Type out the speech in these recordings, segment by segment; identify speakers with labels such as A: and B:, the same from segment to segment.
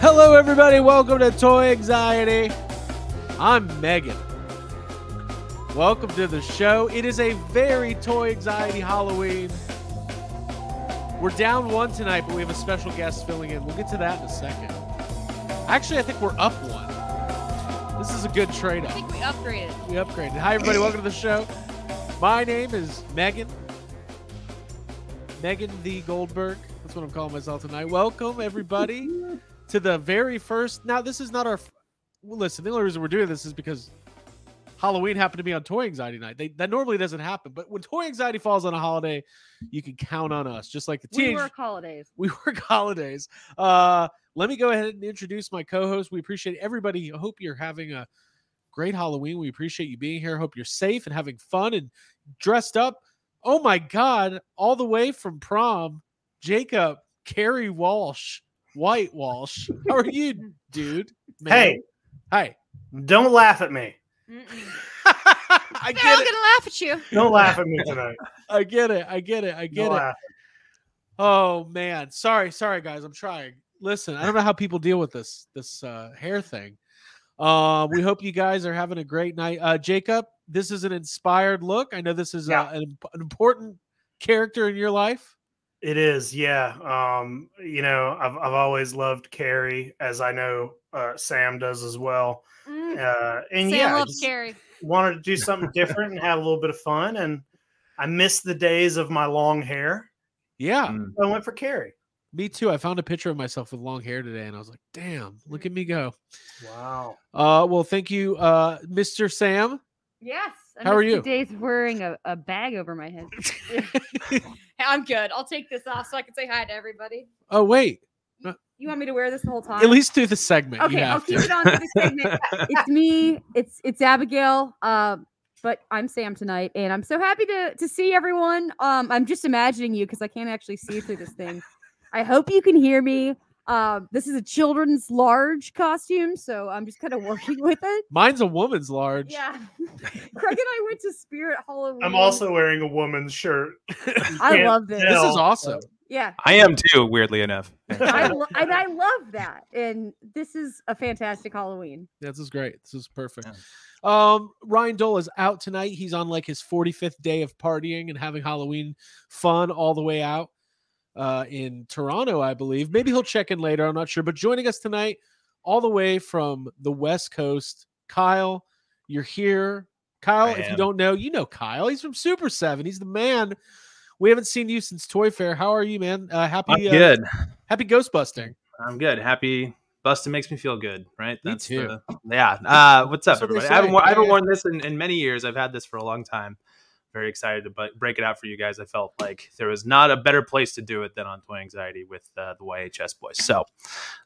A: Hello, everybody. Welcome to Toy Anxiety. I'm Megan. Welcome to the show. It is a very Toy Anxiety Halloween. We're down one tonight, but we have a special guest filling in. We'll get to that in a second. Actually, I think we're up one. This is a good trade
B: I
A: up.
B: think we upgraded.
A: We upgraded. Hi, everybody. Welcome to the show. My name is Megan. Megan the Goldberg. That's what I'm calling myself tonight. Welcome, everybody, to the very first. Now, this is not our. f- Well, listen, the only reason we're doing this is because Halloween happened to be on Toy Anxiety Night. They, that normally doesn't happen, but when Toy Anxiety falls on a holiday, you can count on us, just like the
B: We
A: teenage
B: work holidays.
A: we work holidays. Uh, let me go ahead and introduce my co-host. We appreciate everybody. I hope you're having a great Halloween. We appreciate you being here. Hope you're safe and having fun and dressed up. Oh my God! All the way from prom, Jacob, Carrie Walsh, White Walsh. How are you, dude?
C: Hey,
A: hi.
C: don't laugh at me.
B: Mm-mm.
A: I
B: They're all
A: get
B: gonna
A: it.
B: laugh at you.
C: Don't laugh at me tonight.
A: I get it. I get it. I get
C: Don't
A: it.
C: laugh.
A: Oh man, sorry, sorry guys, I'm trying. Listen, I don't know how people deal with this this uh, hair thing. Uh, we hope you guys are having a great night. Uh, Jacob, this is an inspired look. I know this is
C: Yeah.
A: uh, an, imp- an important character in your life.
C: It is, yeah. Um, you know, I've I've always loved Carrie, as I know uh, Sam does as well.
A: Hmm.
B: Mm.
C: Uh, and
B: Sam
C: yeah, I
B: loves
C: just
B: Carrie.
C: wanted to do something different and have a little bit of fun. And I missed the days of my long hair.
A: Yeah,
D: Mm.
C: So I went for Carrie.
A: me too. I found a picture of myself with long hair today, and I was like, "Damn, look at me go!"
C: Wow.
A: Uh, well, thank you, uh, Mr. Sam.
B: Yes. I
A: How are
B: missed
A: you?
B: the Days of wearing a, a bag over my head. Hey, I'm good. I'll take this off so I can say hi to everybody.
A: oh wait,
B: You want me to wear this the whole time?
A: at least through the segment, you
B: okay, I'll
A: have
B: keep
A: to.
B: it on for the segment. it's me. It's it's Abigail. Um, but I'm Sam tonight, and I'm so happy to to see everyone. Um, I'm just imagining you because I can't actually see through this thing. I hope you can hear me. Um, this is a children's large costume, so I'm just kind of working with it.
A: Mine's a woman's large.
B: Yeah, Craig and I went to Spirit Halloween.
C: I'm also wearing a woman's shirt.
B: I
C: can't
B: love this.
A: This is
C: tell.
A: awesome.
B: Yeah,
D: I am too, weirdly enough.
B: I lo- and I love that. And this is a fantastic Halloween.
A: Yeah, this is great. This is perfect.
D: Yeah.
A: Um, Ryan Dole is out tonight. He's on like his 45th day of partying and having Halloween fun all the way out uh, in Toronto, I believe. Maybe he'll check in later. I'm not sure. But joining us tonight, all the way from the West Coast, Kyle, you're here. Kyle,
D: I
A: if you
D: am.
A: don't know, you know Kyle. He's from Super Seven. He's the man. We haven't seen you since Toy Fair. How are you, man? Uh,
D: I'm
A: happy, uh,
D: good.
A: happy Ghostbusting.
D: I'm good. Happy Bustin makes me feel good, right?
A: Me too.
D: the- yeah. Uh, what's up,
A: That's what they
D: everybody? I haven't,
A: say.
D: wo- I haven't
A: Yeah.
D: worn this in, in many years. I've had this for a long time. Very excited to bu- break it out for you guys. I felt like there was not a better place to do it than on Toy Anxiety with uh, the YHS boys. So,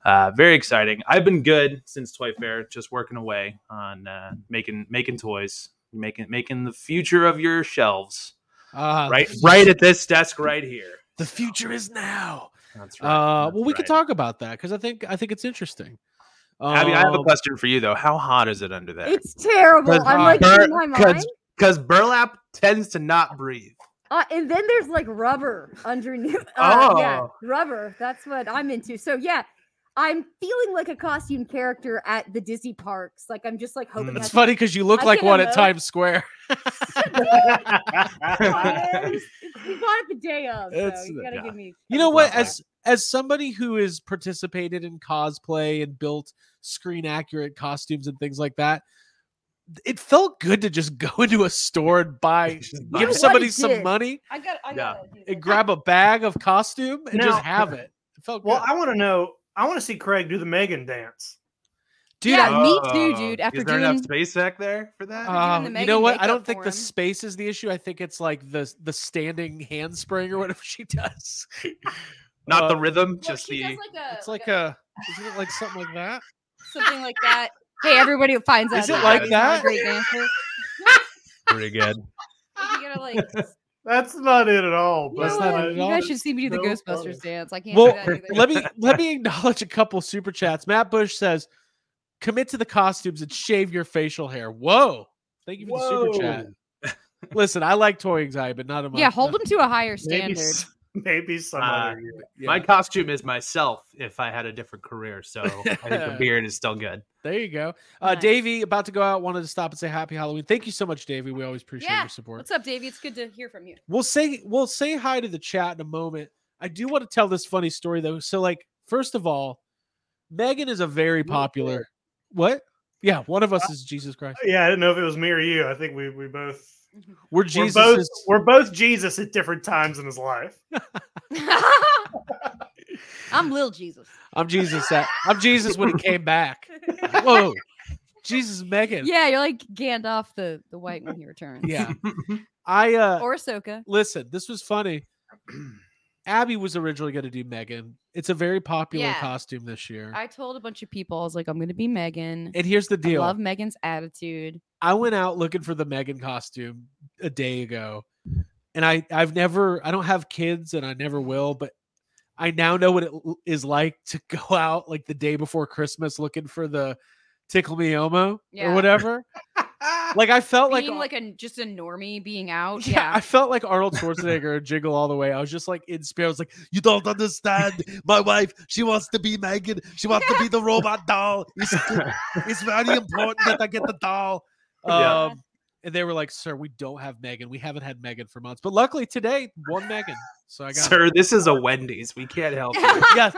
D: uh, very exciting. I've been good since Toy Fair, just working away on uh, making making toys, making making the future of your shelves
A: Uh,
D: right right at this desk right here.
A: The future is now.
D: That's
A: Uh,
D: That's
A: well, we could
D: right.
A: talk about that because I think I think it's interesting.
D: Abby, I have a
A: Um,
D: question for you though. How hot is it under there?
B: It's terrible.
D: Because
B: I'm
A: uh,
B: like
D: bur-
B: losing my mind.
D: Because because burlap tends to not breathe.
B: Uh, and then there's like rubber underneath. Uh, Yeah,
D: Oh.
B: rubber. That's what I'm into. So yeah, I'm feeling like a costume character at the Disney parks. Like I'm just like hoping.
D: Mm.
A: It's
B: that's
A: funny because you look
B: I
A: like
B: think I
A: one at
B: know.
A: Times Square.
B: it is. It's- We got it the day of. So
A: It's-
B: you gotta
D: yeah.
B: give me.
A: You know what?
D: Wow.
A: As as somebody who has participated in cosplay and built screen accurate costumes and things like that, it felt good to just go into a store and buy,
D: Just
B: know
D: buy
A: give
B: what?
D: it.
A: somebody
B: It
A: some
B: did.
A: money
B: I got. I
D: Yeah.
B: got.
A: and grab a bag of costume and just
C: Now-
A: have it. It felt
C: well,
A: good.
C: I want to know. I want to see Craig do the Megan dance.
A: Dude,
E: Yeah,
A: I-
E: me too,
D: Oh,
E: dude. After
D: is there enough
E: doing-
D: space back there for that?
E: Uh, doing
A: Oh,
E: the
A: you know
E: Megan
A: what? I
E: makeup
A: don't think
E: for
A: the
E: him.
A: space is the issue. I think it's like the the standing handspring or whatever she does.
D: not the
A: uh,
D: rhythm, just the.
A: It's
E: Oh,
A: like a isn't it like something like that?
E: something like that. Hey, everybody finds out.
A: Is
D: it
E: that
D: like
E: Abby's not a
A: that?
E: Great dancer.
D: pretty good.
E: Like, you gotta like. You
C: That's not it at all.
A: No, That's
E: know
C: but,
A: not
E: what?
A: it at
E: You
A: all.
E: guys should see me do the
C: No
E: Ghostbusters
C: problem.
E: dance. I can't
A: Well,
E: do that either.
A: let me let me acknowledge a couple super chats. Matt Bush says, "Commit to the costumes and shave your facial hair." Whoa! Thank you for the super chat. Listen, I like toy anxiety, but not in my
E: yeah, hold them to a higher standard.
D: Maybe, s-
C: Maybe some
D: Uh,
C: other year.
A: Yeah.
D: My costume is myself if I had a different career. So I think the beard is still good.
A: There you go. Uh,
E: Nice.
A: Davey, about to go out, wanted to stop and say happy Halloween. Thank you so much, Davey. We always appreciate
E: Yeah.
A: your support.
E: What's up, Davey? It's good to hear from you.
A: We'll say we'll say hi to the chat in a moment. I do want to tell this funny story though. So, like, first of all, Megan is a very popular. What? Yeah, one of us is Jesus Christ.
C: Yeah, I didn't know if it was me or you. I think we we both
A: We're
C: we're
A: Jesus.
C: both we're both Jesus at different times in his life.
E: I'm Lil Jesus.
A: I'm Jesus. At, I'm Jesus when he came back. Whoa, Jesus, Megan.
E: Yeah, you're like Gandalf the the White when he returns.
A: yeah. I uh,
E: Or Ahsoka.
A: listen, this was funny. Abby was originally going to do Megan. It's a very popular
E: Yeah.
A: costume this year.
E: I told a bunch of people, I was like, I'm gonna be Megan.
A: and here's the
E: I
A: deal.
E: love Megan's attitude.
A: I went out looking for the Megan costume a day ago, and I I've never I don't have kids and I never will, but I now know what it l- is like to go out like the day before Christmas looking for the tickle me Elmo or
E: Yeah.
A: whatever. like I felt like,
E: being
A: Ar-
E: like a just a normie being out.
A: yeah,
E: Yeah.
A: I felt like Arnold Schwarzenegger in Jiggle All the Way. I was just like in spirit. I was like, you don't understand. My wife, she wants to be Megan. She wants to be the robot doll. It's, it's very important that I get the doll.
D: Yeah.
A: Um, and they were like, sir, we don't have Megan. We haven't had Megan for months. But luckily today, one Megan. So I got
D: Sir, this is a Wendy's. We can't help you.
A: Yes.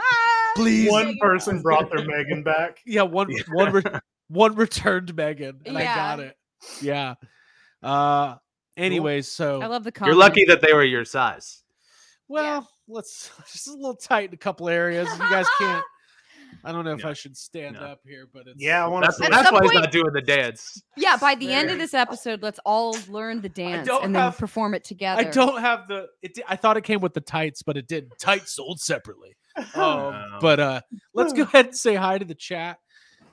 A: please.
C: One person brought their Megan back.
A: yeah, one
D: Yeah.
A: one re- one returned Megan. And I got
E: Yeah.
A: it. Yeah. Uh anyways, so
E: I love the comment.
D: You're lucky that they were your size.
A: Well, let's just a little tight in a couple areas. You guys can't. I don't know if
D: No,
A: I should stand
D: no.
A: up here, but it's
C: Yeah, I want to
D: That's,
C: see.
E: At
D: that's
E: some
D: why he's
E: point-
D: not doing the dance.
E: Yeah, by the end
A: Very-
E: of this episode, let's all learn the dance
A: don't
E: and then
A: have-
E: perform it together.
A: I don't have the. It. Di- I thought it came with the tights, but it didn't. Tights sold separately. Um,
D: No.
A: But uh, let's go ahead and say hi to the chat.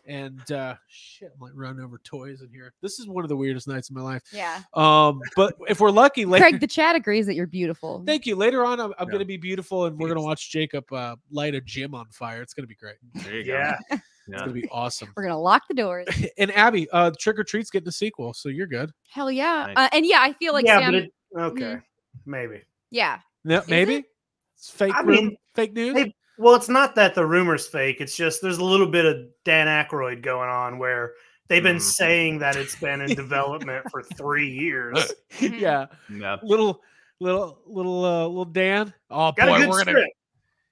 A: And uh, shit, I might run over toys in here. This is one of the weirdest nights of my life.
E: Yeah.
A: Um, but if we're lucky, later.
E: Craig, the chat agrees that you're beautiful.
A: Thank you. Later on, I'm, I'm
D: Yeah.
A: going to be beautiful, and we're going to
D: Yes.
A: watch Jacob uh, light a gym on fire. It's going to be great. It's
D: There you go.
C: Yeah,
D: Yeah.
A: going to be awesome.
E: We're gonna lock the doors.
A: and Abby, uh, Trick or Treat's getting a sequel, so you're good.
E: Hell yeah.
D: Nice.
E: Uh, and yeah, I feel like
C: yeah,
E: Sam. Mm-hmm.
C: but it, okay, maybe.
E: yeah.
A: No,
E: it?
A: maybe it's fake.
C: I
A: rum-
C: mean,
A: fake news.
C: they- Well, it's not that the rumor's fake. It's just there's a little bit of Dan Aykroyd going on where they've been
D: Mhm.
C: saying that it's been in development for three years.
E: Mhm.
A: yeah,
D: Yeah.
A: little, little, little, uh, little Dan. Oh
C: Got
A: boy,
C: a good
A: we're
C: script.
A: gonna.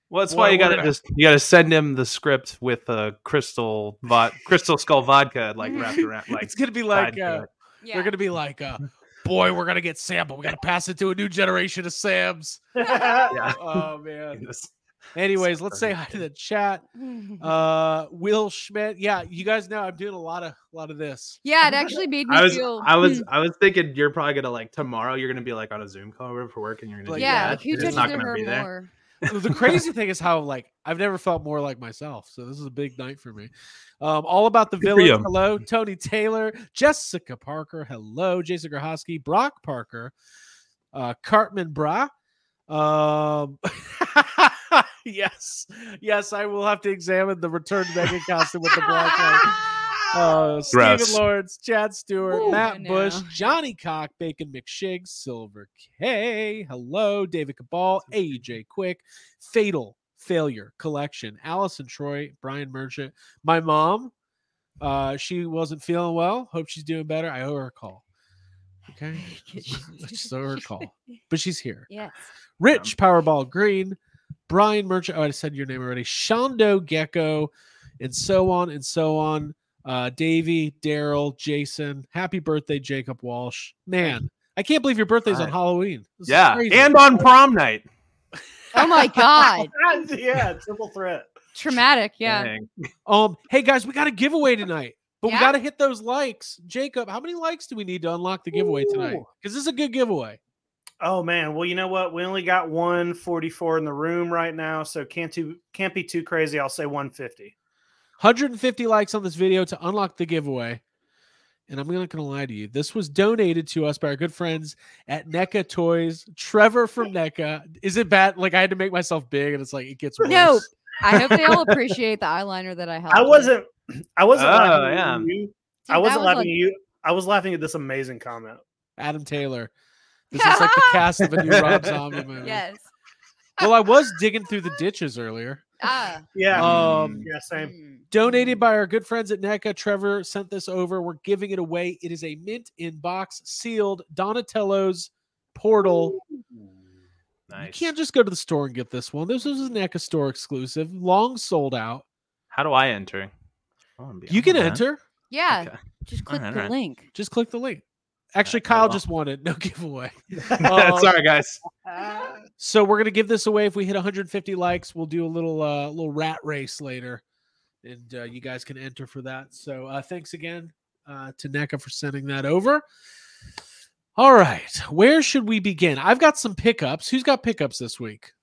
D: Well, that's
A: Boy,
D: why you
A: we're
D: gotta
A: gonna-
D: just you gotta send him the script with a crystal vo- crystal skull vodka like wrapped around like
A: it's gonna be like
D: tied to
A: uh,
D: it.
E: Yeah.
A: they're gonna be like, uh, boy, we're gonna get Sam, but we gotta pass it to a new generation of Sams.
D: yeah.
A: Oh man.
D: Yes.
A: Anyways, let's say hi to the chat. Uh, Will Schmidt. Yeah, you guys know I'm doing a lot of, a lot of this.
E: yeah, it actually made me
D: I was
E: feel.
D: I was
E: hmm,
D: I was thinking you're probably gonna like tomorrow you're gonna be like on a Zoom call over for work and you're gonna
A: Like,
D: do
E: yeah,
D: that,
E: like who
D: and
E: touches
D: it's
E: their
D: not
E: hair
D: gonna be there.
E: more?
A: the crazy thing is how like I've never felt more like myself. So this is a big night for me. Um, all about the
D: Good for
A: village.
D: you.
A: Hello, Tony Taylor, Jessica Parker. Hello, Jason Grahosky, Brock Parker, uh, Cartman Bra. Um, yes, yes, I will have to examine the return Megan costume with the black light. Uh, Stephen
D: Gross.
A: Lawrence, Chad Stewart,
E: Ooh, I
A: Matt Bush,
E: know.
A: Johnny Cock, Bacon McShig, Silver K. Hello, David Cabal, AJ Quick, Fatal Failure Collection, Allison Troy, Brian Merchant. My mom, uh, she wasn't feeling well. Hope she's doing better. I owe her a call. Okay. I just owe her a call. But she's here.
E: Yes.
A: Rich
D: Um,
A: Powerball Green, Brian Merchant. Oh, I said your name already. Shondo Gecko, and so on and so on. Uh, Davey, Daryl, Jason. Happy birthday, Jacob Walsh. Man, I can't believe your birthday's on
D: Alright.
A: Halloween. This is
D: Yeah,
A: crazy.
D: and on prom night.
E: Oh my god,
C: yeah, triple threat.
E: traumatic. Yeah.
D: Dang.
A: um, hey guys, we got a giveaway tonight. But we
E: Yeah?
A: got to hit those likes. Jacob, how many likes do we need to unlock the giveaway tonight?
C: Ooh.
A: Because this is a good giveaway.
C: Oh man, well you know what? We only got 144 in the room right now, so can't too can't be too crazy. I'll say 150.
A: 150 likes on this video to unlock the giveaway. And I'm not going to lie to you. This was donated to us by our good friends at NECA Toys. Trevor from NECA. Is it bad? Like, I had to make myself big, and it's like, it gets worse.
E: No. I hope they all appreciate the eyeliner that I have.
C: I wasn't I wasn't
D: Oh,
C: laughing
D: yeah.
C: at you. I wasn't laughing at you. I was laughing at this amazing comment.
A: Adam Taylor. This is like the cast of a new Rob Zombie movie.
E: Yes.
A: well, I was digging through the ditches earlier.
E: Ah.
C: Yeah.
A: Um,
C: yeah. Same.
E: mm.
A: donated by our good friends at NECA. Trevor sent this over. We're giving it away. It is a mint in box, sealed Donatello's portal. You
D: Nice.
A: can't just go to the store and get this one. This was a NECA store exclusive, long sold out.
D: How do I enter? Oh, I'm
A: You can
D: beyond that.
A: enter.
E: Yeah.
D: Okay.
E: Just click
D: Alright,
E: the
D: alright.
E: link.
A: Just click the link. Actually,
D: I
A: Kyle
D: will.
A: just won it. No giveaway. Um,
D: Sorry, guys.
C: Uh,
A: So we're gonna give this away. If we hit 150 likes, we'll do a little uh, little rat race later, and uh, you guys can enter for that. So uh, thanks again uh, to NECA for sending that over. All right, where should we begin? I've got some pickups. Who's got pickups this week?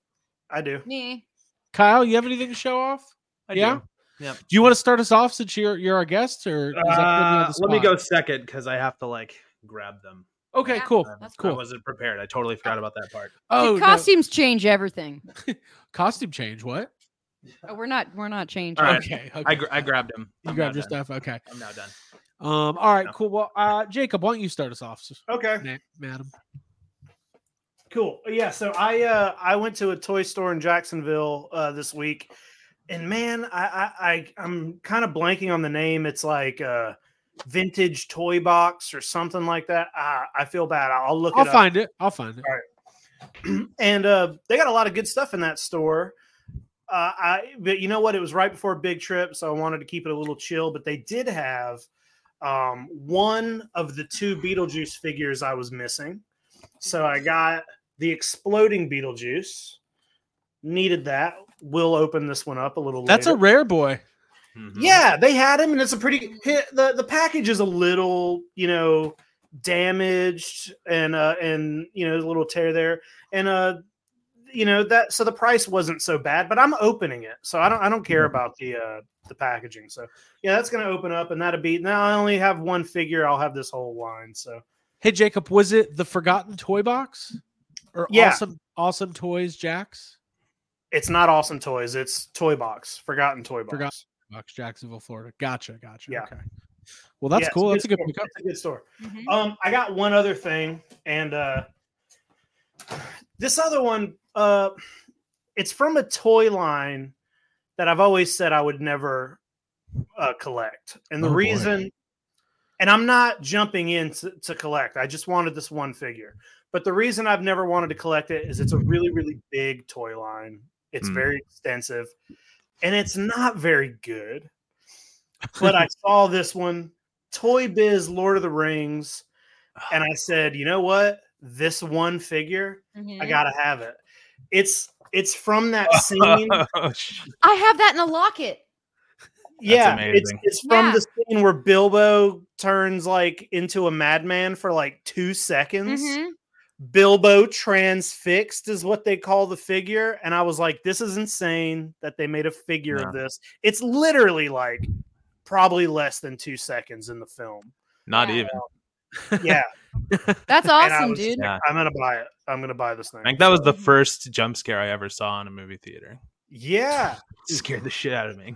C: I do.
E: Me.
A: Kyle, you have anything to show off?
D: I
A: yeah.
D: do. Yep.
A: Do you want to start us off since you're you're our guest, or is that putting you on
D: Uh,
A: the
D: let me
A: spot?
D: go second because I have to like grab them.
A: Okay,
E: Yeah,
A: cool,
D: I,
E: that's
D: I
A: cool.
D: wasn't prepared. I totally forgot about that part.
A: Oh,
E: Dude,
A: no,
E: costumes change everything.
A: costume change. What?
E: Oh, we're not. We're not changing.
D: All right.
A: Okay, okay.
D: I, gr- I grabbed them.
A: you
D: I'm
A: grabbed
D: now
A: your
D: done.
A: stuff. Okay.
D: I'm now done.
A: Um. All right.
D: No.
A: Cool. Well, uh, Jacob, why don't you start us off, s-
C: Okay.
A: ma- madam?
C: Cool. Yeah. So I uh, I went to a toy store in Jacksonville uh, this week, and man, I I, I I'm kind of blanking on the name. It's like uh, vintage toy box or something like that. I I feel bad. I'll look.
A: I'll
C: it up.
A: find it. I'll find it.
C: and uh, they got a lot of good stuff in that store. Uh, I but you know what? It was right before Big Trip, so I wanted to keep it a little chill. But they did have um, one of the two Beetlejuice figures I was missing, so I got the exploding Beetlejuice. Needed that. We'll open this one up a little.
A: That's a
C: later.
A: rare boy. Mm-hmm.
D: Mhm.
C: Yeah, they had him, and it's a pretty hi- the the package is a little you know damaged and uh and you know a little tear there and uh you know that so the price wasn't so bad but i'm opening it so i don't i don't care
A: Mm-hmm.
C: about the uh the packaging so yeah that's gonna open up and that'll be now i only have one figure i'll have this whole line so
A: Hey Jacob, was it the forgotten toy box or
C: Yeah.
A: awesome awesome toys Jax?
C: it's not awesome toys it's toy box forgotten toy box
A: Forgot- Box Jacksonville, Florida. Gotcha, gotcha.
C: Yeah.
A: Okay. Well, that's
C: Yeah, it's
A: cool. That's a good
C: store.
A: pickup.
C: It's a good store
E: Mhm.
C: Um, I got one other thing, and uh, this other one, uh, it's from a toy line that I've always said I would never uh, collect, and the
A: Oh, boy.
C: reason, and I'm not jumping in to, to collect. I just wanted this one figure, but the reason I've never wanted to collect it is it's a really, really big toy line. It's
D: Hmm.
C: very extensive, and it's not very good. But I saw this one, Toy Biz Lord of the Rings, and I said, you know what? This one figure, I
E: Mhm.
C: gotta have it. It's it's from that scene.
E: I have that in a locket.
C: yeah, it's
D: amazing.
C: it's from
E: Yeah.
C: the scene where Bilbo turns like into a madman for like two seconds.
E: Mhm.
C: Bilbo transfixed is what they call the figure, and I was like, this is insane that they made a figure of this. It's literally like probably less than two seconds in the film.
D: Not
E: Yeah.
D: even.
C: Yeah,
E: That's
C: I
E: awesome,
C: was-
E: dude.
D: Yeah.
C: I'm gonna buy it. I'm gonna buy this thing.
D: I think that was the first jump scare I ever saw in a movie theater.
C: Yeah,
D: scared the shit out of me.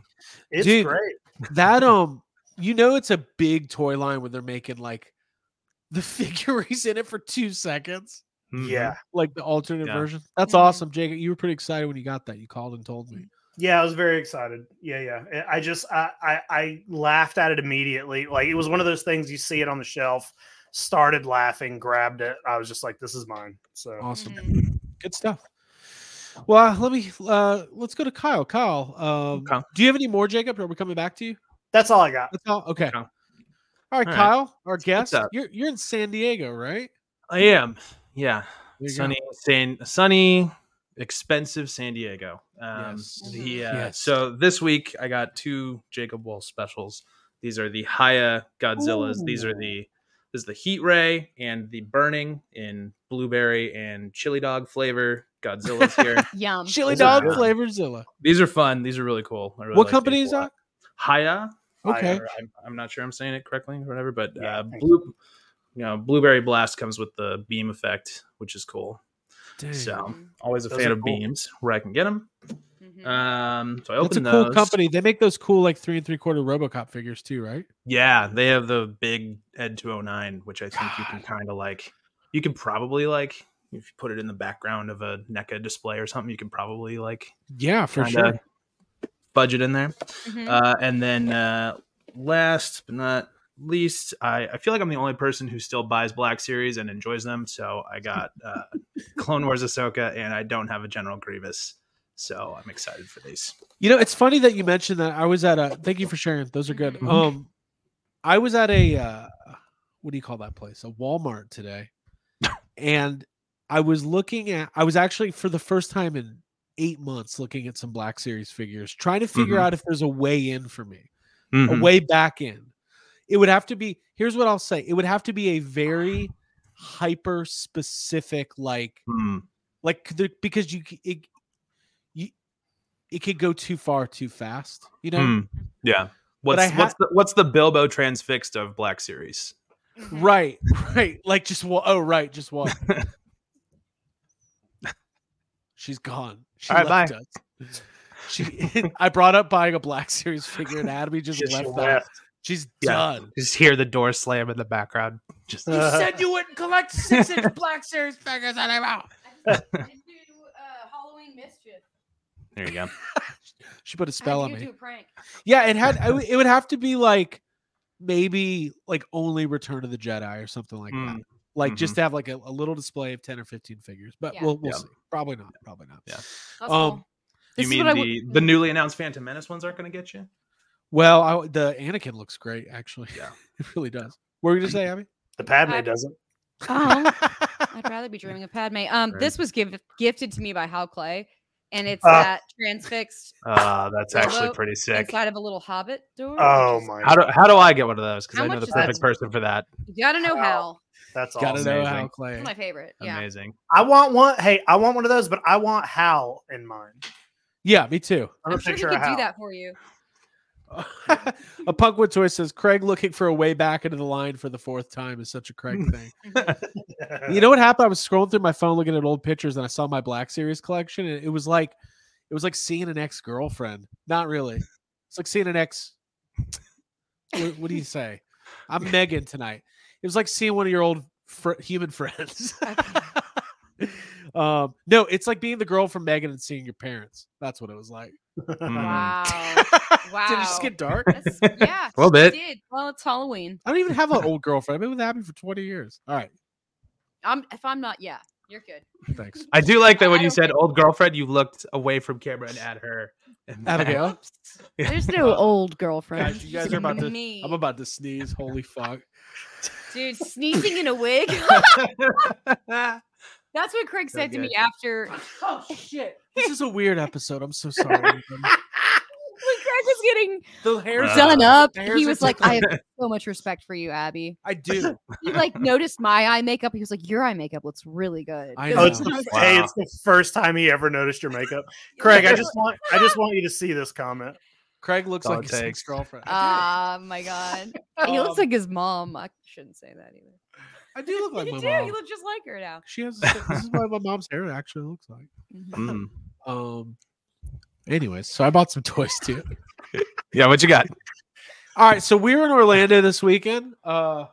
C: it's
A: Dude,
C: great.
A: That um, you know it's a big toy line when they're making like the figurines in it for two seconds,
D: mm-hmm.
C: Yeah.
A: like the alternate
D: Yeah.
A: version. That's
E: Mhm.
A: awesome, Jacob. You were pretty excited when you got that. You called and told me.
C: Yeah, I was very excited. Yeah, yeah. Eh, I I just I, I I laughed at it immediately. Like it was one of those things you see it on the shelf, started laughing, grabbed it. I was just like, this is mine. So
A: Awesome.
E: Mhm.
A: good stuff well uh, let me uh let's go to kyle kyle um
D: Okay.
A: do you have any more jacob are we coming back to you
C: that's all I got.
A: that's all okay
D: Okay.
A: all right
D: All right.
A: kyle our guest
D: up?
A: you're, you're in san diego right
D: I am. Yeah.
A: There you go.
D: Sunny, San, sunny, expensive San Diego. Um,
A: Yes.
D: The, uh,
A: Yes.
D: So this week I got two Jacob Wolf specials. These are the Haya Godzillas. These are
A: Ooh.
D: the this is the Heat Ray and the Burning in blueberry and chili dog flavor Godzillas here.
E: Yum.
A: chili
C: those are
A: dog
C: good.
A: flavor zilla
D: These are fun. These are really cool. I really
A: what
D: like
A: company
D: these
A: is
D: a lot.
A: that
D: Haya.
A: okay
D: or I'm, I'm not sure I'm saying it correctly or whatever, but
C: Yeah,
D: uh,
C: I think
D: blue, you know, blueberry blast comes with the beam effect, which is cool.
A: Dang.
D: So always a
C: Those
D: fan
C: are
D: of
C: cool.
D: beams where I can get them.
E: Mhm.
D: Um, so I
A: that's a
D: opened
A: cool
D: those.
A: company they make those cool like three and three quarter robocop figures too right
D: Yeah, they oh have the big Ed 209, which I think you can kind of like. You could probably like if you put it in the background of a NECA display or something, you can probably like
A: Yeah, for
D: kinda
A: sure.
D: budget in there.
E: Mhm.
D: Uh, and then uh, last but not least, I, I feel like I'm the only person who still buys Black Series and enjoys them. So I got uh, Clone Wars Ahsoka, and I don't have a General Grievous. So I'm excited for these.
A: You know, it's funny that you mentioned that. I was at a thank you for sharing. Those are good.
E: Mhm.
A: Um I was at a uh what do you call that place? A Walmart today. and I was looking at I was actually for the first time in 8 months looking at some Black Series figures, trying to figure
D: Mhm.
A: out if there's a way in for me.
D: Mm-hmm. Oh,
C: Mm-hmm.
A: a way back in. It would have to be, here's what I'll say. It would have to be a very hyper specific, like,
D: Mm.
A: like the, because you, c- it, you, it could go too far too fast, you know?
C: Hmm.
D: Mm. Yeah. What's
A: I ha-
D: what's the what's the Bilbo transfixed of Black Series?
E: Mhm.
A: Right, right. Like just what? Oh, right, just what? She's gone. She
D: All right,
A: left us. She, I brought up buying a Black Series figure, and Abby just
C: Just
A: left. That.
C: left.
A: She's
D: Yeah.
A: done.
D: Just hear the door slam in the background. Just
A: You said you wouldn't collect six inch Black Series figures anymore.
E: I do uh, Halloween mischief.
D: there you go.
A: She put a
E: I
A: spell on
E: do
A: me.
E: do a prank.
A: Yeah, it had. I w- it would have to be like maybe like only Return of the Jedi or something like
D: Mm.
A: that. Like just to have like a, a little display of ten or fifteen figures. But
E: Yeah.
A: we'll we'll
D: Yeah.
A: see. Probably not. Probably not.
D: Yeah.
E: That's
A: Um,
E: cool.
D: You
E: This is
D: mean
E: what I
D: the,
E: w-
D: the newly announced Phantom Menace ones aren't going to get you?
A: Well, I, the Anakin looks great actually.
D: Yeah.
A: it really does. What were you gonna say, Abby?
C: The Padme
E: I-
C: doesn't.
E: Oh, I'd rather be dreaming of Padme. Um,
D: Right.
E: this was give, gifted to me by Hal Clay, and it's
C: Ah.
E: that transfixed
D: Uh, that's
E: Bilbo
D: actually pretty sick.
E: inside of a little Hobbit door.
C: Oh
E: which is-
C: my!
D: How do how do I get one of those? Because
E: How
D: I know
E: much
D: the
E: is that?
D: perfect person for that.
E: You gotta know
C: Wow.
E: Hal.
C: That's
A: Gotta
C: awesome.
A: know how
D: amazing.
A: Clay.
E: It's my favorite. Yeah.
D: Amazing.
C: I want one. Hey, I want one of those, but I want Hal in mine.
A: Yeah, me too.
C: I'm,
E: I'm sure he
C: picture
E: could
C: of Hal.
E: do that for you.
A: a punkwood toy says Craig looking for a way back into the line for the fourth time is such a Craig thing. You know what happened? I was scrolling through my phone looking at old pictures and I saw my Black Series collection and it was like it was like seeing an ex-girlfriend. Not really. It's like seeing an ex what, what do you say? I'm Megan tonight. It was like seeing one of your old fr- human friends. um no, it's like being the girl from Megan and seeing your parents. That's what it was like.
D: Mm.
E: Wow.
A: Hmm. Did it
E: Wow.
A: just get dark?
E: That's, yeah.
D: A little
E: it
D: bit.
E: did. Well, it's Halloween.
A: I don't even have an old girlfriend. I've been with Abby for 20 years. All right.
E: I'm if I'm not, yeah, you're good.
A: Thanks.
D: I do like that when
E: I
D: you
E: don't
D: said old girlfriend, you looked away from camera and at her. And back.
A: Abigail.
E: There's no old girlfriend.
A: Guys, you guys are about to-
E: Me.
A: I'm about to sneeze. Holy fuck.
E: Dude, sneezing in a wig. That's what Craig
D: So
E: said to me
D: good.
E: after
A: Oh shit. This is a weird episode. I'm so sorry. everybody.
E: when Craig was getting
A: the hair's
D: Uh,
E: done up.
A: the hairs
E: He
A: are
E: was like,
A: tickling.
E: I have so much respect for you, Abby.
A: I do.
E: He like noticed my eye makeup. He was like, Your eye makeup looks really good.
A: I
E: 'Cause
A: know.
C: Oh, it's
E: when I
C: the,
E: was-
C: Hey,
D: Wow.
C: it's the first time he ever noticed your makeup, Craig. I just want I just want you to see this comment.
A: Craig looks
D: That's all
A: like
D: it
A: his
D: takes.
A: ex-girlfriend. I
E: Ah, my God. he
A: Um,
E: looks like his mom. I shouldn't say that either.
A: do. I do look like
E: you
A: my
E: do.
A: mom.
E: You look just like her now.
A: she has the same- this is what my mom's hair actually looks like.
E: Mm-hmm.
D: Mm.
A: Um anyways, so I bought some toys too.
D: Yeah, what you got?
A: All right, so we were in Orlando this weekend. Uh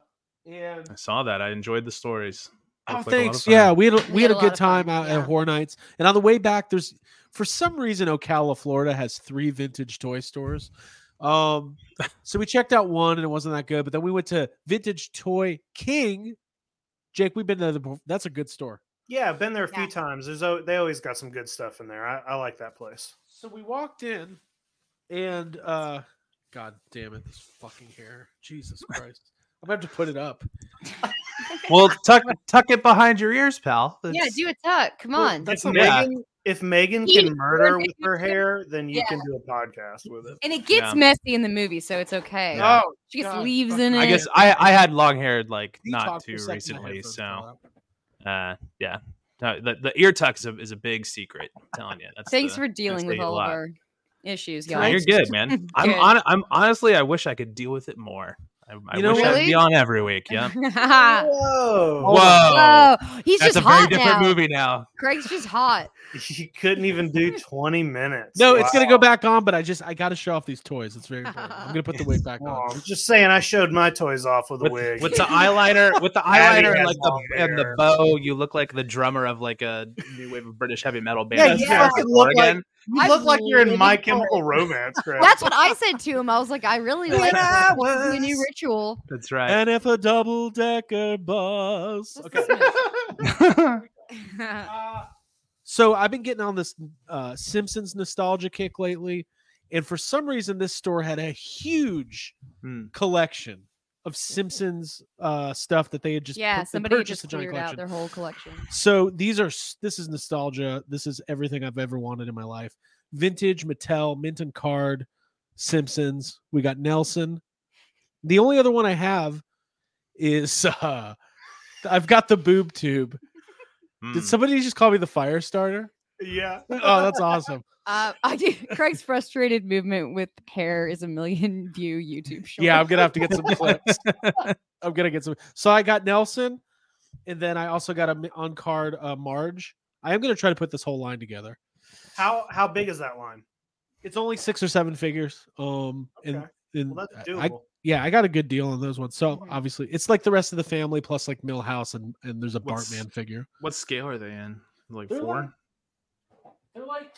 A: and
D: I saw that. I enjoyed the stories.
A: Oh,
D: Looked like a lot of
A: thanks.
D: fun.
A: Yeah, we had a, we,
E: We
A: had
E: had
A: a
E: a lot
A: good
E: of fun,
A: time out
E: yeah.
A: at Horror Nights, and on the way back, there's for some reason Ocala, Florida has three vintage toy stores. Um, so we checked out one, and it wasn't that good. But then we went to Vintage Toy King. Jake, we've been there. Before. That's a good store.
C: Yeah, I've been there a few
E: Yeah.
C: times. There's al- they always got some good stuff in there. I, I like that place.
A: So we walked in, and uh, God damn it, this fucking hair, Jesus Christ! I'm gonna have to put it up.
D: Well, tuck tuck it behind your ears, pal.
E: Yeah,
D: It's-
E: do a tuck. Come
C: Well,
E: on.
D: that's-
C: if
D: yeah.
C: Megan, if Megan
E: Eat
C: can
E: it,
C: murder
E: Megan.
C: with her hair, then you
E: Yeah.
C: can do a podcast with it.
E: and it gets
D: Yeah.
E: messy in the movie, so it's okay.
D: Yeah.
A: Oh,
E: She gets
A: God
E: leaves
A: fucking-
E: in it.
D: I guess I I had long hair like
A: he
D: not
A: talked for a
D: too
A: second, my
D: recently,
A: headphones
D: so
A: fell out.
D: uh, yeah. No, the, the ear tuck is a, is a big secret. I'm telling you. That's
E: Thanks
D: the-
E: for dealing
D: gonna
E: with
D: save a
E: all
D: lot.
E: of our issues,
D: No,
E: y'all.
D: you're good, man. I'm
E: Good.
D: on, I'm honestly I wish I could deal with it more. I, I
A: You know
D: wish I'd
E: Really?
D: be on every week. Yeah.
E: Whoa.
D: Oh.
C: Whoa.
D: Whoa.
E: He's
D: That's
E: just
D: a very
E: hot now.
D: different movie now.
E: Craig's just hot.
C: You couldn't even do 20 minutes.
A: No, it's
C: Wow.
A: gonna go back on, but I just I gotta show off these toys. It's very important. I'm gonna put the wig back
C: Oh,
A: on.
C: I'm just saying, I showed my toys off with a
D: with,
C: wig.
D: with the eyeliner, with the
C: Maddie
D: eyeliner and
C: has
D: like the
C: long
D: and the
C: hair.
D: bow, you look like the drummer of like a new wave of British heavy metal band.
C: Yeah,
D: that's
C: you
D: from
C: fucking look like-
D: Oregon.
C: you
E: I'm
C: look like you're in
E: living
C: My
E: for it.
C: Chemical Romance, Greg.
E: That's what I said to him. I was like, I really
C: When
E: like
C: I
E: the new
C: was-
E: ritual.
D: That's right.
A: And if a double decker bus.
E: What's
A: Okay.
E: this?
C: Uh,
A: So I've been getting on this uh, Simpsons nostalgia kick lately, and for some reason this store had a huge
D: Hmm.
A: collection of Simpsons uh, stuff that they had just pur-
E: yeah,
A: they
E: somebody
A: purchased
E: just
A: a giant
E: cleared out
A: collection.
E: their whole collection.
A: So these are s- this is nostalgia. This is everything I've ever wanted in my life. Vintage Mattel, Mint and Card, Simpsons. We got Nelson. The only other one I have is uh I've got the boob tube.
D: Mm.
A: Did somebody just call me the fire starter?
C: yeah.
A: Oh, that's awesome.
E: Uh, I do, Craig's frustrated movement with hair is a million view YouTube short.
A: Yeah, I'm gonna have to get some clips. I'm gonna get some. So I got Nelson, and then I also got a mi- on card uh, Marge. I am gonna try to put this whole line together.
C: How how big is that line?
A: It's only six or seven figures. Um, and,
C: Okay.
A: and
C: Well, that's
A: I- I-
C: doable.
A: yeah, I got a good deal on those ones. So
E: Mhm.
A: obviously, it's like the rest of the family plus like Millhouse and and there's a
D: What's-
A: Bartman figure.
D: What scale are they in? Like
A: They're
D: four?
A: like- They're like,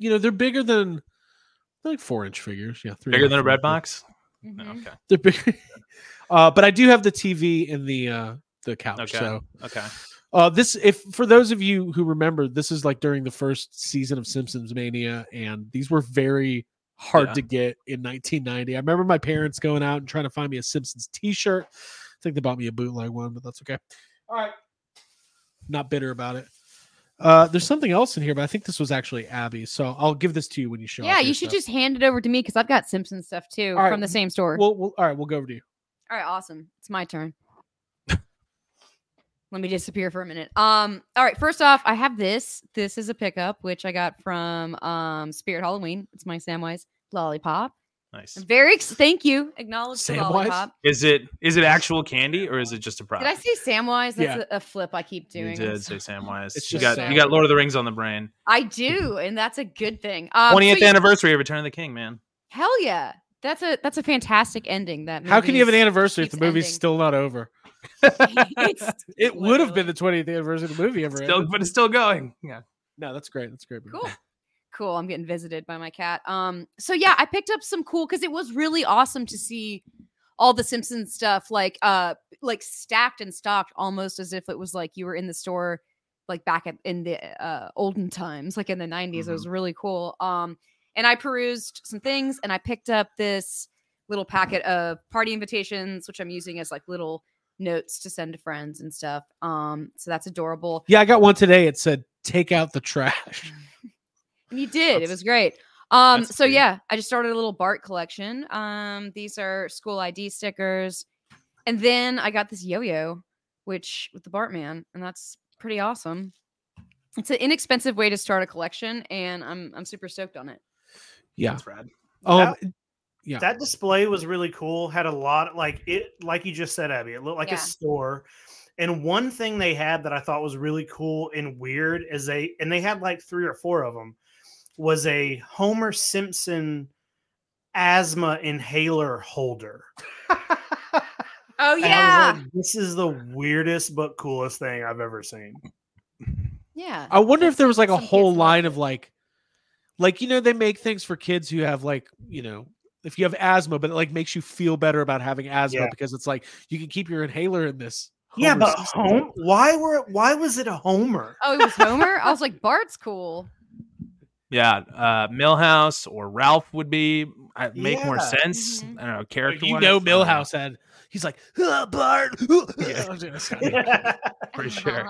A: you know, they're bigger than they're like four inch figures. Yeah, three and
D: Bigger
A: half
D: than a
A: inch
D: bread
A: figures.
D: box?
C: Mm-hmm.
D: No,
E: Mhm.
D: okay.
A: They're big. uh, but I do have the TV and the uh the couch.
D: Okay.
A: So
D: Okay.
A: Uh, this, if for those of you who remember, this is like during the first season of Simpsons Mania, and these were very hard
D: Yeah.
A: to get in 1990. I remember my parents going out and trying to find me a Simpsons T-shirt. I think they bought me a bootleg one, but that's okay. All right, not bitter about it. Uh, there's something else in here, but I think this was actually Abby, so I'll give this to you when you show.
E: Yeah,
A: off your
E: you should
A: stuff.
E: just hand it over to me because I've got Simpson stuff too
A: All right,
E: from the same store.
A: We'll, we'll, all right, we'll go over to you.
E: All right, awesome. It's my turn. Let me disappear for a minute. Um, all right, first off, I have this. This is a pickup which I got from um Spirit Halloween. It's my Samwise lollipop.
D: Nice.
E: I'm very ex- thank you. Acknowledge the
A: Samwise?
E: lollipop.
D: Is it is it actual candy or is it just a
E: Did
D: product?
E: I say Samwise? That's
A: Yeah.
E: a, a flip I keep doing.
D: You
E: I'm
D: did say
E: sorry.
D: Samwise.
A: It's
D: you
A: just
D: got
A: Sam.
D: you got Lord of the Rings on the brain.
E: I do, and that's a good thing. Um, so
D: Twentieth
E: yeah,
D: anniversary of Return of the King, man.
E: Hell yeah. That's a that's a fantastic ending. That
A: How can you have an
E: movie's-
A: anniversary if the
E: keeps
A: movie's
E: ending.
A: still not over?
E: It's
A: It would have been
E: literally-
A: the 20th anniversary of the movie ever.
D: Still,
A: ended.
D: but it's still going. Yeah.
A: no, that's great. That's great.
E: Cool. Cool. I'm getting visited by my cat. Um, so yeah, I picked up some cool because it was really awesome to see all the Simpsons stuff like uh like stacked and stocked almost as if it was like you were in the store like back at, in the uh olden times, like in the 90s. It
D: Mhm.
E: was really cool. Um, and I perused some things and I picked up this little packet of party invitations, which I'm using as like little notes to send to friends and stuff. Um, so that's adorable.
A: Yeah, I got one today. It said, "Take out the trash."
E: And you did. It
D: That's-
E: was great. Um,
D: that's
E: so
D: great.
E: yeah, I just started a little Bart collection. Um, these are school ID stickers, and then I got this yo-yo, which with the Bartman, and that's pretty awesome. It's an inexpensive way to start a collection, and I'm I'm super stoked on it.
A: Yeah.
D: That's rad.
A: Um. Yeah.
C: That display was really cool. Had a lot like it, like you just said, Abby. It looked like
E: Yeah.
C: a store. And one thing they had that I thought was really cool and weird is they and they had like three or four of them was a Homer Simpson asthma inhaler holder.
E: Oh
C: And I was
E: yeah,
C: like, this is the weirdest but coolest thing I've ever seen.
E: yeah.
A: I wonder if there was like a
E: Some kids
A: whole
E: love
A: line
E: it.
A: of like, like you know, they make things for kids who have like you know, if you have asthma, but it like makes you feel better about having asthma
C: Yeah.
A: because it's like you can keep your inhaler in this.
C: yeah,
A: Homer
C: but
A: Simpson thing.
C: home, why were why was it a Homer?
E: Oh, it was Homer. I was like, Bart's cool.
D: Yeah, uh, Millhouse or Ralph would be I, make more
C: Yeah.
D: sense.
E: Mhm.
D: I don't know character.
A: you
D: wise, I
A: know,
C: uh,
D: don't
A: Millhouse had. He's like, "Ah, Bart. ah,
D: Yeah.
A: ah."
D: Pretty sure.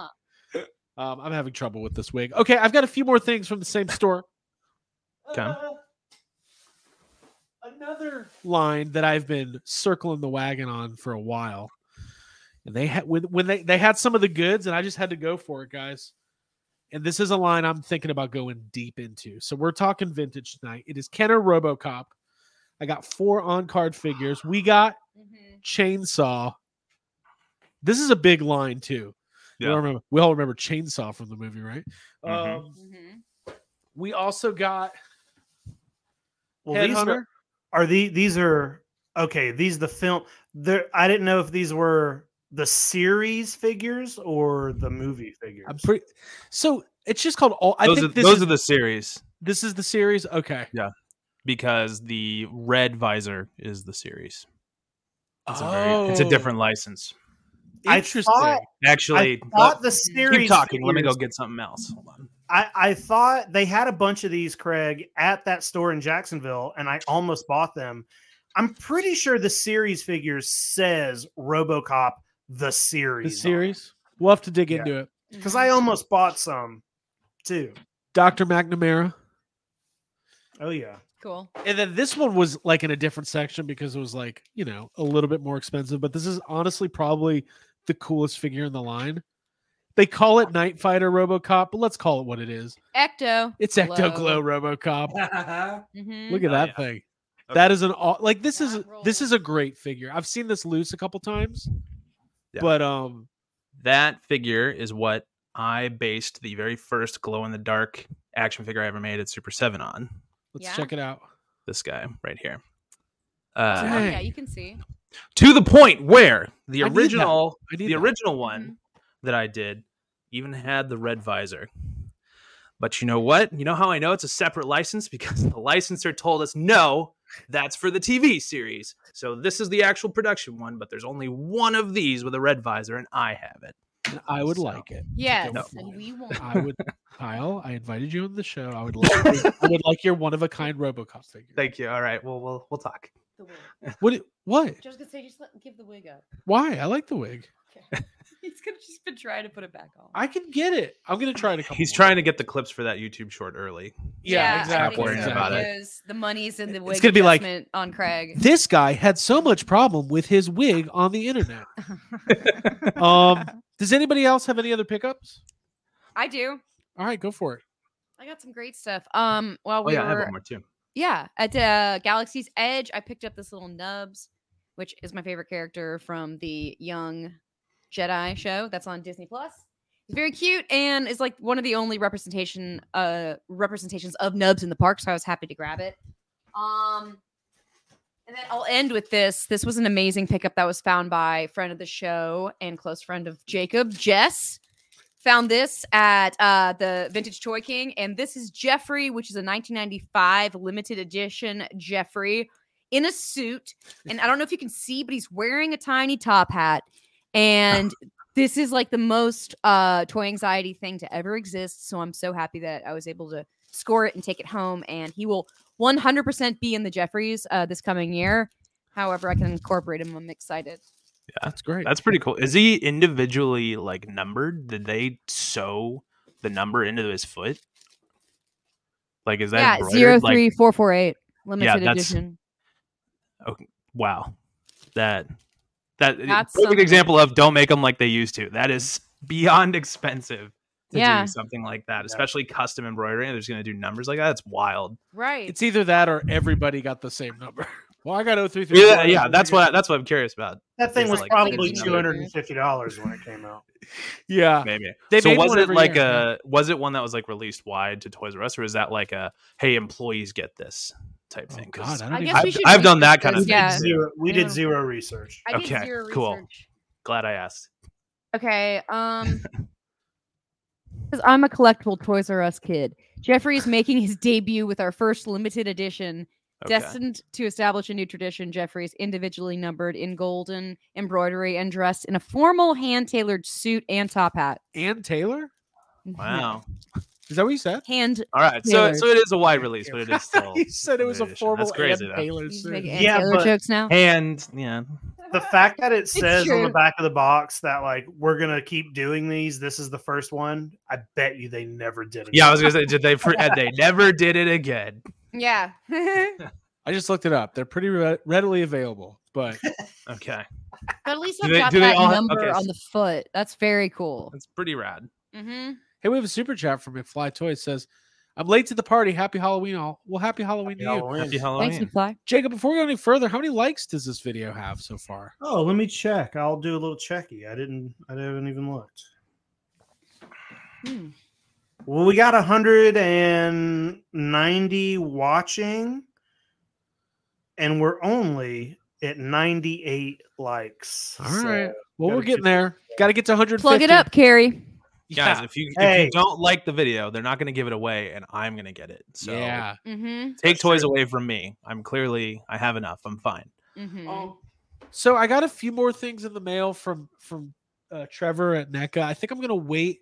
A: um, I'm having trouble with this wig. Okay, I've got a few more things from the same store.
D: Okay.
A: Uh, another line that I've been circling the wagon on for a while. And they had when, when they, they had some of the goods, and I just had to go for it, guys. And this is a line I'm thinking about going deep into. So we're talking vintage tonight. It is Kenner Robocop. I got four on card figures. We got
E: Mhm.
A: chainsaw. This is a big line too. We,
D: Yeah.
A: all remember, we all remember chainsaw from the movie, right?
D: Mhm.
A: Um,
E: Mhm.
A: we also got
C: Well, these
A: Headhunter.
C: are, are the these are okay. These the film. There, I didn't know if these were the series figures or the movie figures.
A: I'm pretty. So it's just called all. I
D: those
A: think
D: are,
A: this
D: those
A: is,
D: are the series
A: this is the series. Okay,
D: because the red visor is the series. It's,
A: oh,
D: a, very, it's a different license.
C: I
A: Interesting.
C: thought-
D: Actually,
C: I thought the
D: but-
C: series.
D: keep talking. Let me go
C: figures-
D: get something else. Hold on.
C: I, I thought they had a bunch of these, Craig, at that store in Jacksonville, and I almost bought them. I'm pretty sure the series figures says RoboCop the
A: the
C: series.
A: series. We'll have to dig
C: Yeah.
A: into it.
C: Because
E: mm-hmm.
C: I almost bought some too.
A: Doctor McNamara.
C: Oh yeah.
E: cool.
A: And then this one was like in a different section because it was like, you know, a little bit more expensive, but this is honestly probably the coolest figure in the line. They call it Night Fighter RoboCop, but let's call it what it is.
E: Ecto.
A: It's
E: Glow.
A: Ecto Glow RoboCop.
E: Mhm.
A: Look at
D: Oh,
A: that
D: yeah.
A: thing.
D: Okay.
A: That is an aw- like this is
E: That
A: this
E: rolls.
A: is a great figure. I've seen this loose a couple times.
D: Yeah.
A: But um
D: That figure is what I based the very first glow in the dark action figure I ever made at Super 7 on.
A: let's
E: Yeah.
A: check it out.
D: This guy right here.
E: Oh,
D: Uh,
E: yeah,
A: Dang.
E: you can see.
D: to the point where the
A: I need that
D: original
A: I need
D: the
A: that.
D: original one that I did even had the red visor. But you know what? You know how I know it's a separate license because the licensor told us no, that's for the TV series. So this is the actual production one, but there's only one of these with a red visor, and I have it.
A: And I would
D: So-
A: like it.
E: Yes,
A: No.
E: and we won't.
A: I would Kyle, I invited you on the show. I would like I would like your one of a kind RoboCop figure.
D: Thank you. All right. Well, we'll we'll talk.
E: The wig.
A: What it- what?
E: Joe's gonna say, just let, give the wig up.
A: Why? I like the wig.
E: Okay. He's gonna just been trying to put it back on.
A: I can get it. I'm gonna try it a couple.
D: He's
A: more
D: trying to get the clips for that YouTube short early.
A: times. Yeah,
E: I
A: exactly.
E: think
D: worrying
E: so,
D: about it.
E: because The money's in the
A: It's
E: wig.
A: gonna be like-
E: investment on Craig.
A: This guy had so much problem with his wig on the internet. Um, does anybody else have any other pickups?
E: I do.
A: All right, go for it.
E: I got some great stuff. Um, while
D: Oh
E: we
D: yeah, I have
E: were
D: one more too.
E: yeah at uh, galaxy's edge i picked up this little nubs which is my favorite character from the young jedi show that's on disney plus he's very cute and is like one of the only representation uh representations of nubs in the park so i was happy to grab it um and then i'll end with this this was an amazing pickup that was found by friend of the show and close friend of jacob jess found this at uh, the Vintage Toy King, and this is Jeffrey, which is a 1995 limited edition Jeffrey in a suit. And I don't know if you can see, but he's wearing a tiny top hat. And this is like the most uh, toy anxiety thing to ever exist. So I'm so happy that I was able to score it and take it home. And he will 100% be in the Jeffries uh, this coming year. However, I can incorporate him. I'm excited.
A: That's great.
D: That's pretty cool. Is he individually like numbered? Did they sew the number into his foot? Like is that
E: yeah,
D: embroidered? Like,
E: 03448 limited
D: that's-
E: edition.
D: wow, that that
E: That's
D: perfect
E: something.
D: example of don't make them like they used to. That is beyond expensive to
E: Yeah.
D: do something like that,
C: Yeah.
D: especially custom embroidery. And they're just gonna do numbers like that. It's wild.
E: Right.
A: It's either that or everybody got the same number. Well, I got 033.
D: Yeah, yeah. That's what that's what I'm curious about.
C: That thing
D: It's
C: was
D: like
C: probably
D: $50.
C: two hundred and fifty dollars when it came out.
A: Yeah.
D: Maybe.
A: They
D: so
A: made
D: was
A: one
D: it
A: every
D: like
A: year,
D: a was it one that was like released wide to Toys R Us, or is that like a hey employees get this type
A: Oh,
D: thing? 'Cause
A: God, I don't
E: I
A: even.
E: guess
D: I've,
E: we should
D: I've done
E: research
D: that kind
E: those.
D: of
C: We did
D: thing.
E: Yeah.
D: too.
C: zero, we
E: Yeah.
C: did zero research.
E: I did
D: Okay,
E: zero
D: cool.
E: research.
D: Glad I asked.
E: Okay. Um, because I'm a collectible Toys R Us kid. Jeffrey is making his debut with our first limited edition,
D: Okay.
E: destined to establish a new tradition. Jeffrey's individually numbered in golden embroidery and dressed in a formal hand tailored suit and top hat.
A: Ann Taylor?
D: Wow.
A: Is that what you said?
E: Hand.
D: All right. So
E: Taylor.
D: so it is a wide release, but it is still
A: you said it was a
D: limited edition.
A: formal
D: That's crazy
A: Ann
D: though.
A: Taylor
E: He's
A: suit.
E: making Ann
C: Yeah,
E: Taylor
C: but-
E: jokes now.
D: And yeah.
C: The fact that it
E: It's
C: says on the
E: true.
C: back of the box that like we're gonna keep doing these, this is the first one. I bet you they never did it.
D: Yeah, I was gonna say did they for- they never did it again.
E: Yeah.
A: I just looked it up. They're pretty re- readily available, but
D: Okay.
E: but at least
D: Do
E: I've
D: they-
E: got
D: do they
E: that
D: all have-
E: number
D: okay,
E: on
D: so-
E: the foot. That's very cool.
D: That's pretty rad.
E: Mm-hmm.
A: Hey, we have a super chat from McFly Toy. It says, I'm late to the party. Happy Halloween, all. Well, happy Halloween to you.
D: Happy Halloween.
E: Thanks, McFly.
A: Jacob, before we go any further, how many likes does this video have so far?
C: Oh, let me check. I'll do a little checky. I didn't. I haven't even looked.
E: Hmm.
C: Well, we got 190 watching, and we're only at 98 likes.
A: All right.
C: So,
A: Well,
C: gotta
A: we're
C: get-
A: getting there. Got to get to 150.
E: Plug it up, Carrie.
A: Yeah.
D: Guys, if you, if
C: Hey.
D: you don't like the video, they're not going to give it away, and I'm going to get it. So
A: Yeah.
E: Mm-hmm.
D: take toys away from me. I'm clearly, I have enough. I'm fine.
E: Mm-hmm.
D: Um,
A: So I got a few more things in the mail from from uh, Trevor at NECA. I think I'm gonna wait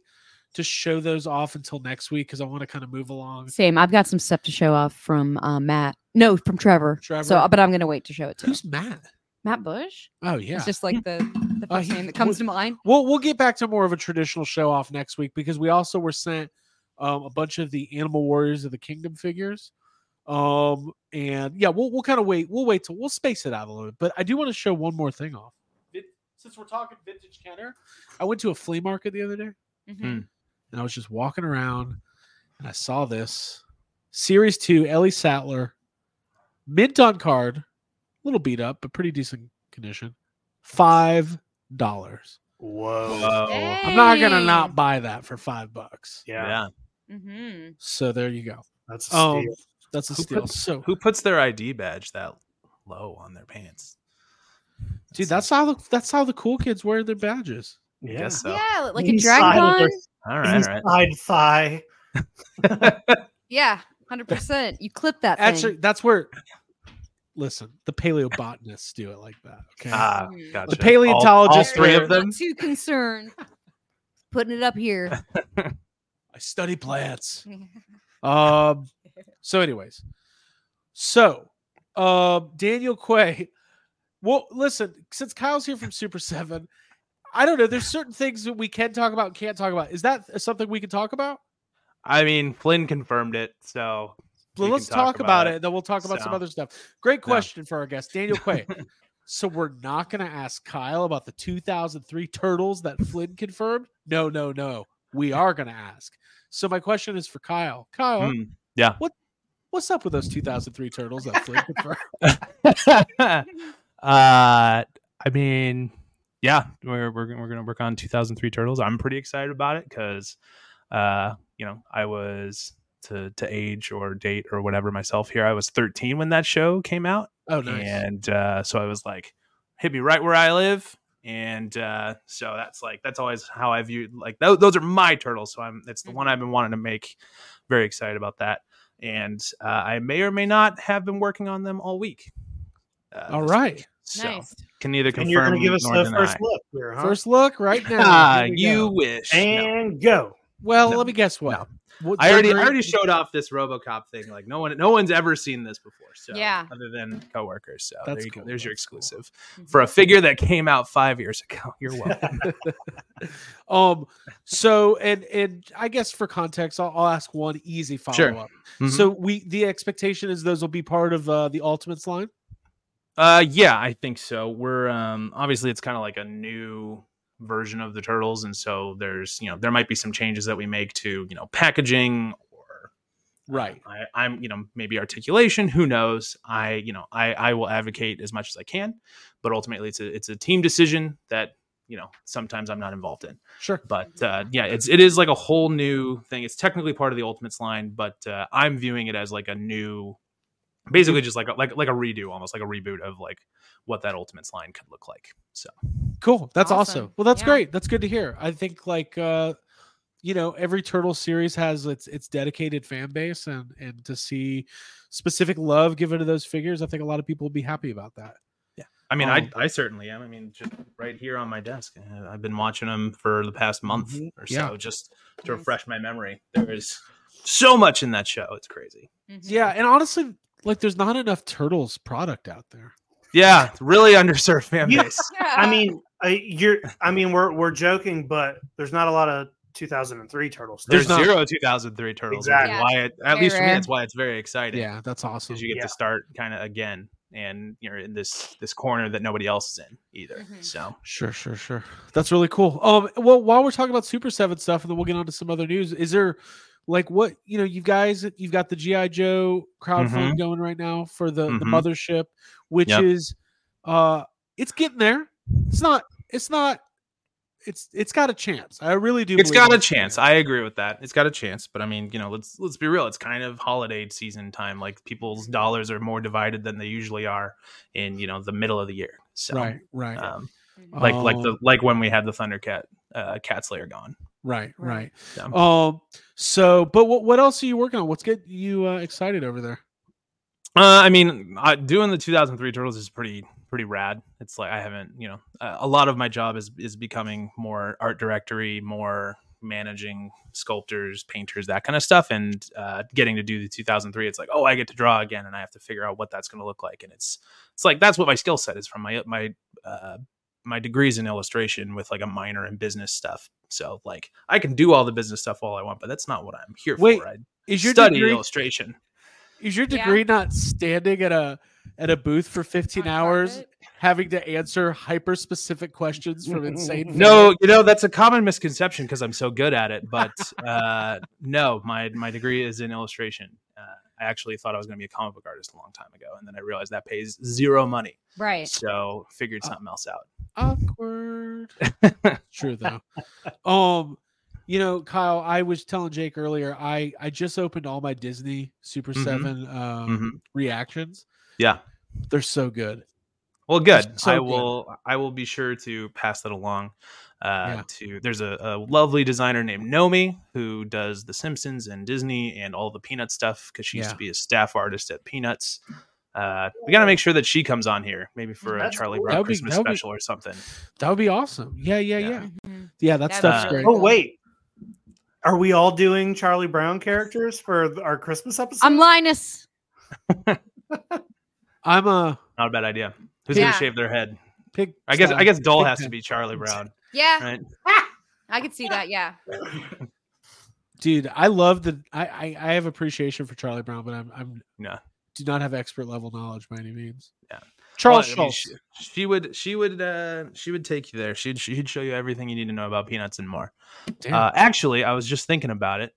A: to show those off until next week because I want to kind of move along.
E: Same. I've got some stuff to show off from uh, Matt. No, from Trevor.
A: Trevor.
E: So, but I'm gonna wait to show it to
A: Who's Matt?
E: Matt Bush.
A: Oh yeah.
E: It's just like the the first
A: Uh, he-
E: name that comes to mind.
A: We'll we'll get back to more of a traditional show off next week because we also were sent um, a bunch of the Animal Warriors of the Kingdom figures. Um and yeah, we'll we'll kind of wait. We'll wait till we'll space it out a little bit. But I do want to show one more thing off. Vin- Since we're talking vintage Kenner, I went to a flea market the other day.
E: Mhm.
A: and I was just walking around and I saw this series two Ellie Sattler mint on card, a little beat up but pretty decent condition, five dollars.
E: Oh.
C: Whoa.
D: Whoa.
A: I'm not gonna not buy that for five bucks.
C: Yeah,
D: Hmm.
E: Mm-hmm.
A: So there you go.
C: that's a steal.
D: Oh,
A: Um, that's a
D: Who
A: steal.
D: put-
A: So
D: Who puts their ID badge that low on their pants?
A: dude, that's how the, that's how the cool kids wear their badges.
D: I
C: yeah.
D: guess so.
E: Yeah, like a
C: Inside
E: dragon.
C: of their-
E: Con.
D: All right, all right.
C: inside thigh.
E: Yeah, hundred percent. You clip that.
A: Actually,
E: thing.
A: that's where. Listen, the paleobotanists do it like that. Okay.
D: Ah,
E: Mhm.
D: gotcha.
A: The paleontologist
D: All, all three
A: there.
D: of them.
E: Not too concerned. Putting it up here.
A: I study plants. Um. So, anyways, so um, Daniel Quay. Well, listen, since Kyle's here from Super Seven, I don't know. There's certain things that we can talk about and can't talk about. Is that something we can talk about?
D: I mean, Flynn confirmed it, so
A: Well,
D: We can
A: let's talk,
D: talk
A: about
D: about
A: it. Then we'll talk about some
D: So-
A: other stuff. Great
D: No.
A: question for our guest, Daniel Quay. so we're not going to ask Kyle about the 2003 turtles that Flynn confirmed. No, no, no. We are going to ask. So my question is for Kyle. Kyle,
D: hmm.
A: what's up with those 2003 turtles that Flynn confirmed?
D: uh, I mean, yeah, we're we're gonna- we're gonna work on 2003 Turtles. I'm pretty excited about it because, uh, you know, I was to to age or date or whatever myself here. I was 13 when that show came out,
A: Oh, nice.
D: and uh, so I was like, hit me right where I live. And uh, so that's like that's always how I view like tho- those are my turtles. So I'm it's the one I've been wanting to make. Very excited about that, and uh, I may or may not have been working on them all week. Uh,
A: All
D: this
A: right.
D: week. so
E: nice.
D: can neither confirm
C: And you're going to give us
D: nor
C: the
D: deny.
C: first look here, huh?
A: First look right now.
D: Ah,
A: Here we
D: you
A: go.
D: wish. No.
C: and go.
A: Well,
D: No.
A: let me guess what.
D: No.
A: What-
D: I already I
A: Gregory-
D: already showed off this RoboCop thing. Like no one no one's ever seen this before. So
E: Yeah.
D: other than coworkers. So
A: That's
D: there you
A: cool,
D: go. There's your
A: that's cool.
D: exclusive for a figure that came out five years ago. You're welcome.
A: Um. So, and and I guess for context, I'll, I'll ask one easy follow up.
D: Mhm.
A: So we the expectation is those will be part of uh, the Ultimates line.
D: Uh, yeah, I think so. We're um obviously it's kind of like a new version of the turtles, and so there's you know there might be some changes that we make to you know packaging or
A: Right.
D: I, I'm you know maybe articulation. Who knows? I you know I I will advocate as much as I can, but ultimately it's a it's a team decision that you know sometimes I'm not involved in.
A: Sure.
D: But uh, yeah, it's it is like a whole new thing. It's technically part of the Ultimates line, but uh, I'm viewing it as like a new, basically just like a, like like a redo, almost like a reboot of like what that Ultimates line could look like. So
A: Cool. That's awesome.
E: Awesome.
A: Well, that's
E: Yeah.
A: great. That's good to hear. I think like uh you know, every turtle series has its its dedicated fan base and and to see specific love given to those figures, I think a lot of people will be happy about that.
D: I mean,
A: Um,
D: I I certainly am. I mean, just right here on my desk, Uh, I've been watching them for the past month
A: Mhm.
D: or
A: Yeah.
D: so, just to
E: Nice.
D: refresh my memory. There is so much in that show; it's crazy.
E: Mm-hmm.
A: Yeah, and honestly, like there's not enough turtles product out there.
D: Yeah, it's really underserved fan
C: Yeah.
D: base.
E: Uh,
C: I mean, I, you're. I mean, we're we're joking, but there's not a lot of 2003 turtles.
D: There's
A: not-
D: zero 2003 turtles.
C: Exactly.
D: Which is why, it, at
E: Very
D: least for me,
E: rare.
D: that's why it's very exciting.
A: Yeah, that's awesome.
D: because you get
C: Yeah.
D: to start kind of again and you're in this this corner that nobody else is in either
A: Mm-hmm.
E: Mhm.
D: so
A: Sure, sure, sure. That's really cool. Um, well, while we're talking about Super Seven stuff, and then we'll get on to some other news. Is there like what you know you guys you've got the gi joe crowdfund
D: Mhm.
A: going right now for the, the
D: Mhm.
A: mothership which
D: Yep.
A: is uh it's getting there it's not it's not it's it's got a chance i really do
D: It's
A: believe
D: got a
A: it's got
D: chance. I agree with that. It's got a chance, but I mean, you know, let's let's be real. It's kind of holiday season time. Like people's dollars are more divided than they usually are in you know the middle of the year. So,
A: right right Oh.
D: um,
E: Mm-hmm.
D: like like the like when we had the Thundercat uh, Cat Slayer gone.
A: right
D: Uh,
A: right
E: Right.
A: um so but what, what else are you working on what's get you uh, excited over there
D: Uh, I mean, I, doing the 2003 Turtles is pretty pretty rad. It's like I haven't, you know, uh, a lot of my job is is becoming more art directory, more managing sculptors, painters, that kind of stuff, and uh, getting to do the 2003. It's like, oh, I get to draw again, and I have to figure out what that's going to look like, and it's it's like that's what my skill set is from my my uh, my degrees in illustration with like a minor in business stuff. So like I can do all the business stuff all I want, but that's not what I'm here
A: Wait,
D: for. I
A: is your
D: study
A: degree
D: illustration.
A: is your
E: Yeah.
A: degree not standing at a at a booth for 15
E: On
A: hours
E: carpet?
A: having to answer hyper specific questions from insane
D: No, you know that's a common misconception because I'm so good at it. But uh, no, my my degree is in illustration. Uh, I actually thought I was going to be a comic book artist a long time ago, and then I realized that pays zero money.
E: Right.
D: So figured something else out.
A: awkward true though um you know kyle i was telling jake earlier i i just opened all my disney super
D: Mhm.
A: seven um
D: Mhm.
A: reactions
D: Yeah.
A: they're so good
D: Well, good.
A: so
D: I
A: good.
D: will. I will be sure to pass that along. Uh,
A: Yeah.
D: To there's a, a lovely designer named Nomi who does The Simpsons and Disney and all the Peanut stuff because she used
A: Yeah.
D: to be a staff artist at Peanuts. Uh, we got to make sure that she comes on here, maybe for a
C: That's
D: Charlie
C: cool.
D: Brown
A: That would be-
D: Christmas
A: that would be-
D: special or something.
A: that would be awesome yeah yeah yeah
D: Yeah.
A: yeah,
E: Mhm.
A: that
E: That'd be
A: stuff's
D: really
A: great
C: Oh wait, are we all doing Charlie Brown characters for th- our Christmas episode?
E: I'm Linus.
A: i'm a
D: Not a bad idea. Who's
E: Yeah.
D: gonna shave their head?
A: pig
D: I guess. I
A: style.
D: guess Dole
A: Pig
D: has to
A: pen.
D: be Charlie Brown,
E: Yeah,
D: right?
E: I could see that. Yeah.
A: dude i love the I, I i have appreciation for charlie brown but i'm i'm
D: Yeah.
A: do not have expert level knowledge by any means
D: Yeah.
A: charles
D: Well, I mean,
A: schultz
D: she, she would. She would. Uh, she would take you there. She'd. She'd show you everything you need to know about Peanuts and more.
A: Damn.
D: Uh, actually, I was just thinking about it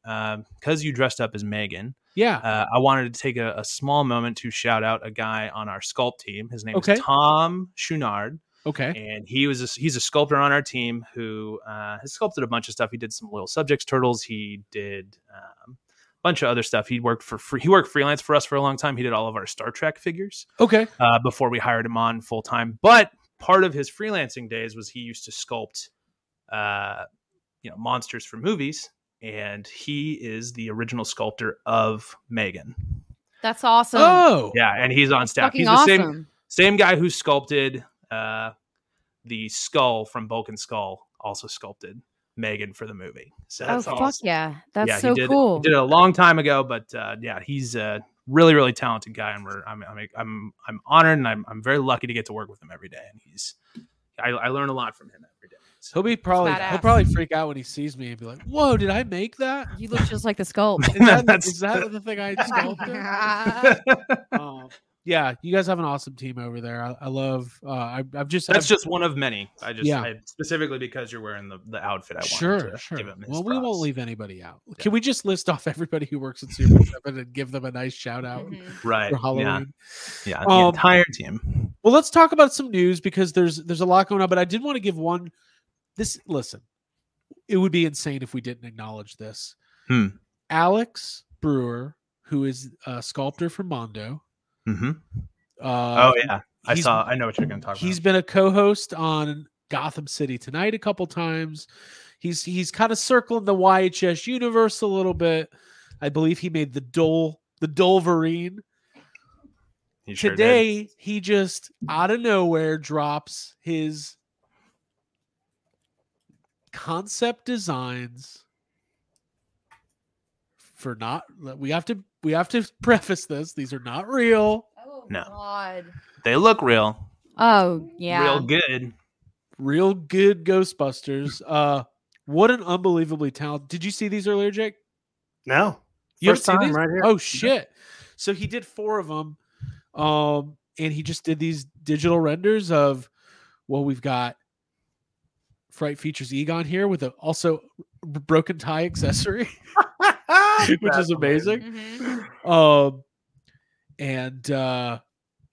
D: because you dressed up as Megan.
A: yeah
D: Uh, I wanted to take a, a small moment to shout out a guy on our sculpt team. His name
A: Okay.
D: is Tom Chouinard,
A: okay
D: and he was a, he's a sculptor on our team who uh, has sculpted a bunch of stuff. He did some Loyal Subjects turtles. He did um, a bunch of other stuff. He worked for free. He worked freelance for us for a long time. He did all of our Star Trek figures
A: okay
D: uh, before we hired him on full time. But part of his freelancing days was he used to sculpt, uh, you know, monsters for movies, and he is the original sculptor of Megan.
E: That's awesome.
A: oh
D: Yeah, and he's on staff.
E: Fucking
D: He's the same
E: awesome.
D: same guy who sculpted uh, the skull from Bulk and Skull. Also sculpted Megan for the movie. So
C: That's
E: oh, fuck
C: awesome.
E: yeah. That's
D: yeah,
E: so
D: he did,
E: cool.
D: He did it a long time ago, but uh, yeah, he's a really, really talented guy, and we're I'm I'm I'm, I'm honored and I'm, I'm very lucky to get to work with him every day, and he's I, I learn a lot from him every day. So
A: He'll be probably he'll
E: badass.
A: probably freak out when he sees me and be like, "Whoa, did I make that?
E: You look just like the sculpt.
A: Is that,
D: That's-
A: is that the thing I
E: Oh,
A: sculpted?" um, yeah, you guys have an awesome team over there. I, I love. Uh, I, I've just
D: that's
A: I've-
D: just one of many. I just
A: Yeah.
D: I, specifically because you're wearing the, the outfit. I wanted
A: sure,
D: to
A: sure.
D: Give him his
A: Well, we
D: props.
A: won't leave anybody out. Can we just list off everybody who works at Super Seven and give them a nice shout out
E: Mhm.
D: right.
A: for Halloween?
D: Yeah, yeah. the
A: Um,
D: entire team.
A: Well, let's talk about some news because there's there's a lot going on, but I did want to give one this listen. It would be insane if we didn't acknowledge this.
D: Hmm.
A: Alex Brewer, who is a sculptor for Mondo.
D: hmm
A: Uh,
D: oh yeah, I
A: he's-
D: saw. I know what you're going to talk about.
A: He's been a co-host on Gotham City Tonight a couple times. He's he's kind of circling the YHS universe a little bit. I believe he made the Dole the Dolverine.
D: He sure did.
A: Today he just out of nowhere drops his concept designs for not we have to we have to preface this these are not real
E: Oh,
D: No.
E: God.
D: they look real,
E: Oh, yeah.
D: real good.
A: real good ghostbusters uh what an unbelievably talented did you see these earlier jake
C: no,
A: You
C: first
A: haven't seen
C: time
A: these?
C: right here.
A: Oh shit! So he did four of them, um, and he just did these digital renders of. Well, we've got Fright Features Egon here with a also b- broken tie accessory. which is
D: That's
A: amazing.
E: Mhm.
A: Um, and uh,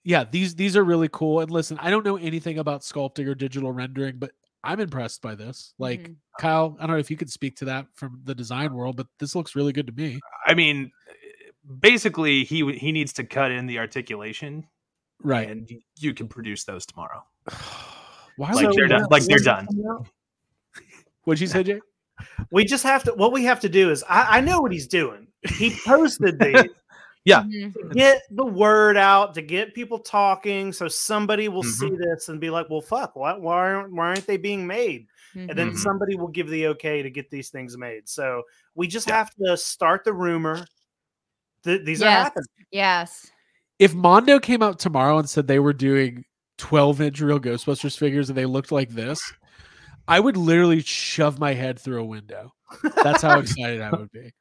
A: yeah, these these are really cool. And listen, I don't know anything about sculpting or digital rendering, but I'm impressed by this. Like
E: Mhm.
A: Kyle, I don't know if you could speak to that from the design world, but this looks really good to me.
D: I mean, basically, he w- he needs to cut in the articulation,
A: Right?
D: and y- you can produce those tomorrow.
A: Why?
D: Like
A: would
D: they're
A: you
D: done.
A: want-
D: Like they're done.
A: What'd you say, Jay?
C: We just have to. What we have to do is, I, I know what he's doing. He posted these
D: Yeah.
E: Mhm.
C: to get the word out, to get people talking, so somebody will see this and be like, "Well, fuck, why, why aren't why aren't they being made?"
E: Mm-hmm.
C: and then
D: Mhm.
C: somebody will give the okay to get these things made. So we just
D: Yeah.
C: have to start the rumor. Th- these are
E: Yes.
C: happening.
E: Yes.
A: If Mondo came out tomorrow and said they were doing 12 inch real Ghostbusters figures and they looked like this, I would literally shove my head through a window. That's how excited I would be.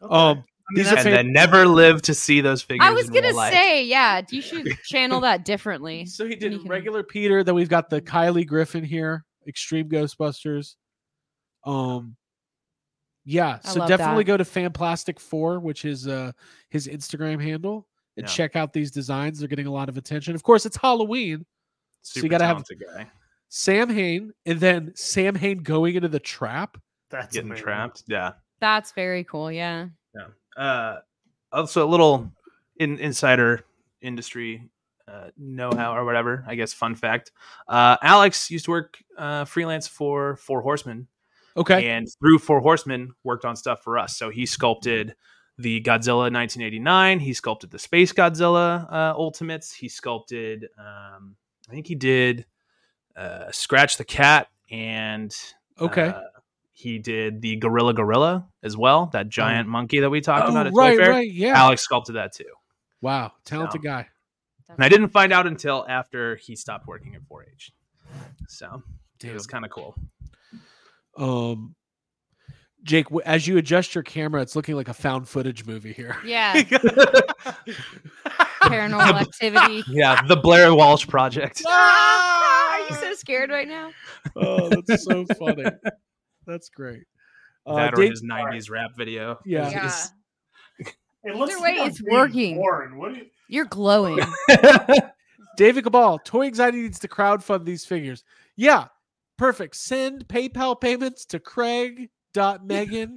A: Um, these are
D: And
A: fan-
D: then never live to see those figures.
E: I was
D: in
E: gonna
D: real life.
E: say, yeah, you should channel that differently.
A: So he
E: you
A: did
E: can- Mm-hmm.
A: regular Peter. Then we've got the Kylie Griffin here, Extreme Ghostbusters. Um, yeah.
E: I
A: So
E: love
A: definitely
E: that.
A: go to Fanplastic Four, which is uh his Instagram handle, and
D: Yeah.
A: check out these designs. They're getting a lot of attention. Of course, it's Halloween.
D: Super
A: you gotta have-
D: talented guy
A: Sam Hain, and then Sam Hain going into the trap.
C: That's
D: getting
C: amazing.
D: trapped. Yeah.
E: That's very cool. Yeah.
D: uh, also a little in, insider industry uh, know-how or whatever i guess fun fact uh, alex used to work uh, freelance for four horsemen
A: Okay.
D: and through four horsemen worked on stuff for us so he sculpted the godzilla 1989 he sculpted the space godzilla uh, ultimates he sculpted um, i think he did uh, scratch the cat and
A: okay.
D: uh, he did the gorilla gorilla as well that giant monkey that we talked about
A: Oh,
D: at
A: right.
D: Toy Fair.
A: Right. Yeah.
D: Alex sculpted that too.
A: wow. Talented guy.
E: That's-
D: And I didn't find out until after he stopped working at 4-H. So it
A: Damn.
D: was kind of cool.
A: Um, Jake, w- as you adjust your camera, it's looking like a found footage movie here.
E: Yeah. Paranormal activity.
D: Yeah, the Blair Walsh project.
E: Ah, Are you so scared right now?
A: Oh, that's so funny. That's great. Uh,
D: that or
A: Dave-
D: his 90s rap video.
A: Yeah.
E: Yeah.
D: It's-
C: It
E: Either way,
C: like
E: it's
C: James
E: working.
C: Warren, what do you-
E: You're glowing.
A: David Cabal, Toy Anxiety needs to crowdfund these figures. Yeah, perfect. Send PayPal payments to craig.megan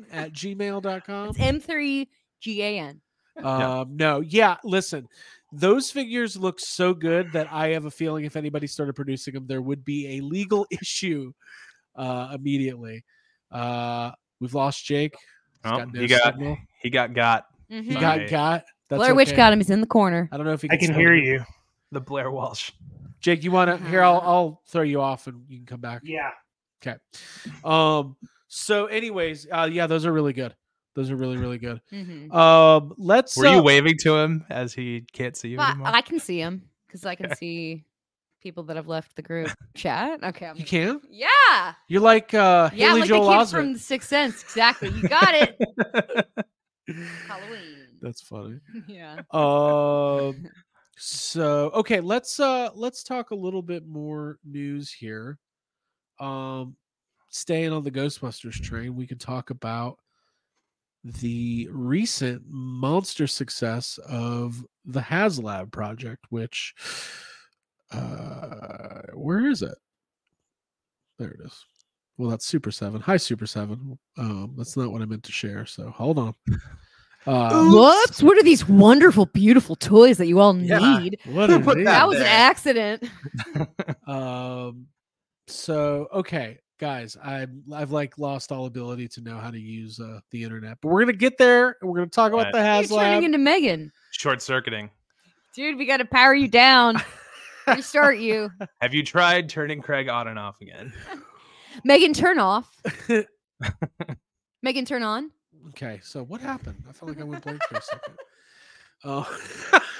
A: at gmail.com.
E: It's M3GAN.
A: Um, no, yeah, listen, those figures look so good that I have a feeling if anybody started producing them, there would be a legal issue uh, immediately. Uh, we've lost Jake. He's
D: Oh,
A: no
D: he got
A: signal.
D: he got got
A: He
E: Mhm.
A: got
D: Sorry.
A: got. That's
E: Blair Witch
A: okay.
E: got him. He's in the corner.
A: I don't know if he
C: I
A: can
C: can
A: still
C: hear
A: hear.
C: you.
D: the Blair Walsh.
A: Jake, you want to? Here, I'll
E: Ah.
A: I'll throw you off and you can come back.
C: Yeah.
A: Okay. Um. So, anyways, uh, yeah, those are really good. Those are really really good.
E: Mhm.
A: Um. Let's.
D: Were you
A: uh,
D: waving to him as he can't see you
E: But
D: anymore?
E: I can see him because I can see people that have left the group chat. Okay. I'm
A: You can.
E: Yeah.
A: You're like uh,
E: Yeah,
A: Haley
E: like
A: Joel
E: the kid
A: Osment.
E: from The Sixth Sense. Exactly. You got it. Halloween.
A: That's funny.
E: Yeah.
A: Um. so okay, let's uh let's talk a little bit more news here. Um, staying on the Ghostbusters train, we could talk about the recent monster success of the HasLab project, which uh where is it? There it is. Well, that's Super Seven. Hi, Super Seven. Um, that's not what I meant to share. So hold on. Uh,
E: Whoops! What are these wonderful, beautiful toys that you all
D: Yeah.
E: need?
A: what
D: Who
A: are
D: put
A: these?
D: that
E: That was an
D: there.
E: accident.
A: Um, so okay, guys, I'm I've like lost all ability to know how to use uh, the internet, but we're gonna get there. and We're gonna talk about
D: Right.
A: the
E: You're turning
A: HasLab.
E: into Megan,
D: Short circuiting.
E: dude. We got to power you down, restart you,
D: Have you tried turning Craig on and off again?
E: Megan. Turn off. Megan, turn on.
A: okay, so what happened? I felt like I went blank for a second. Oh,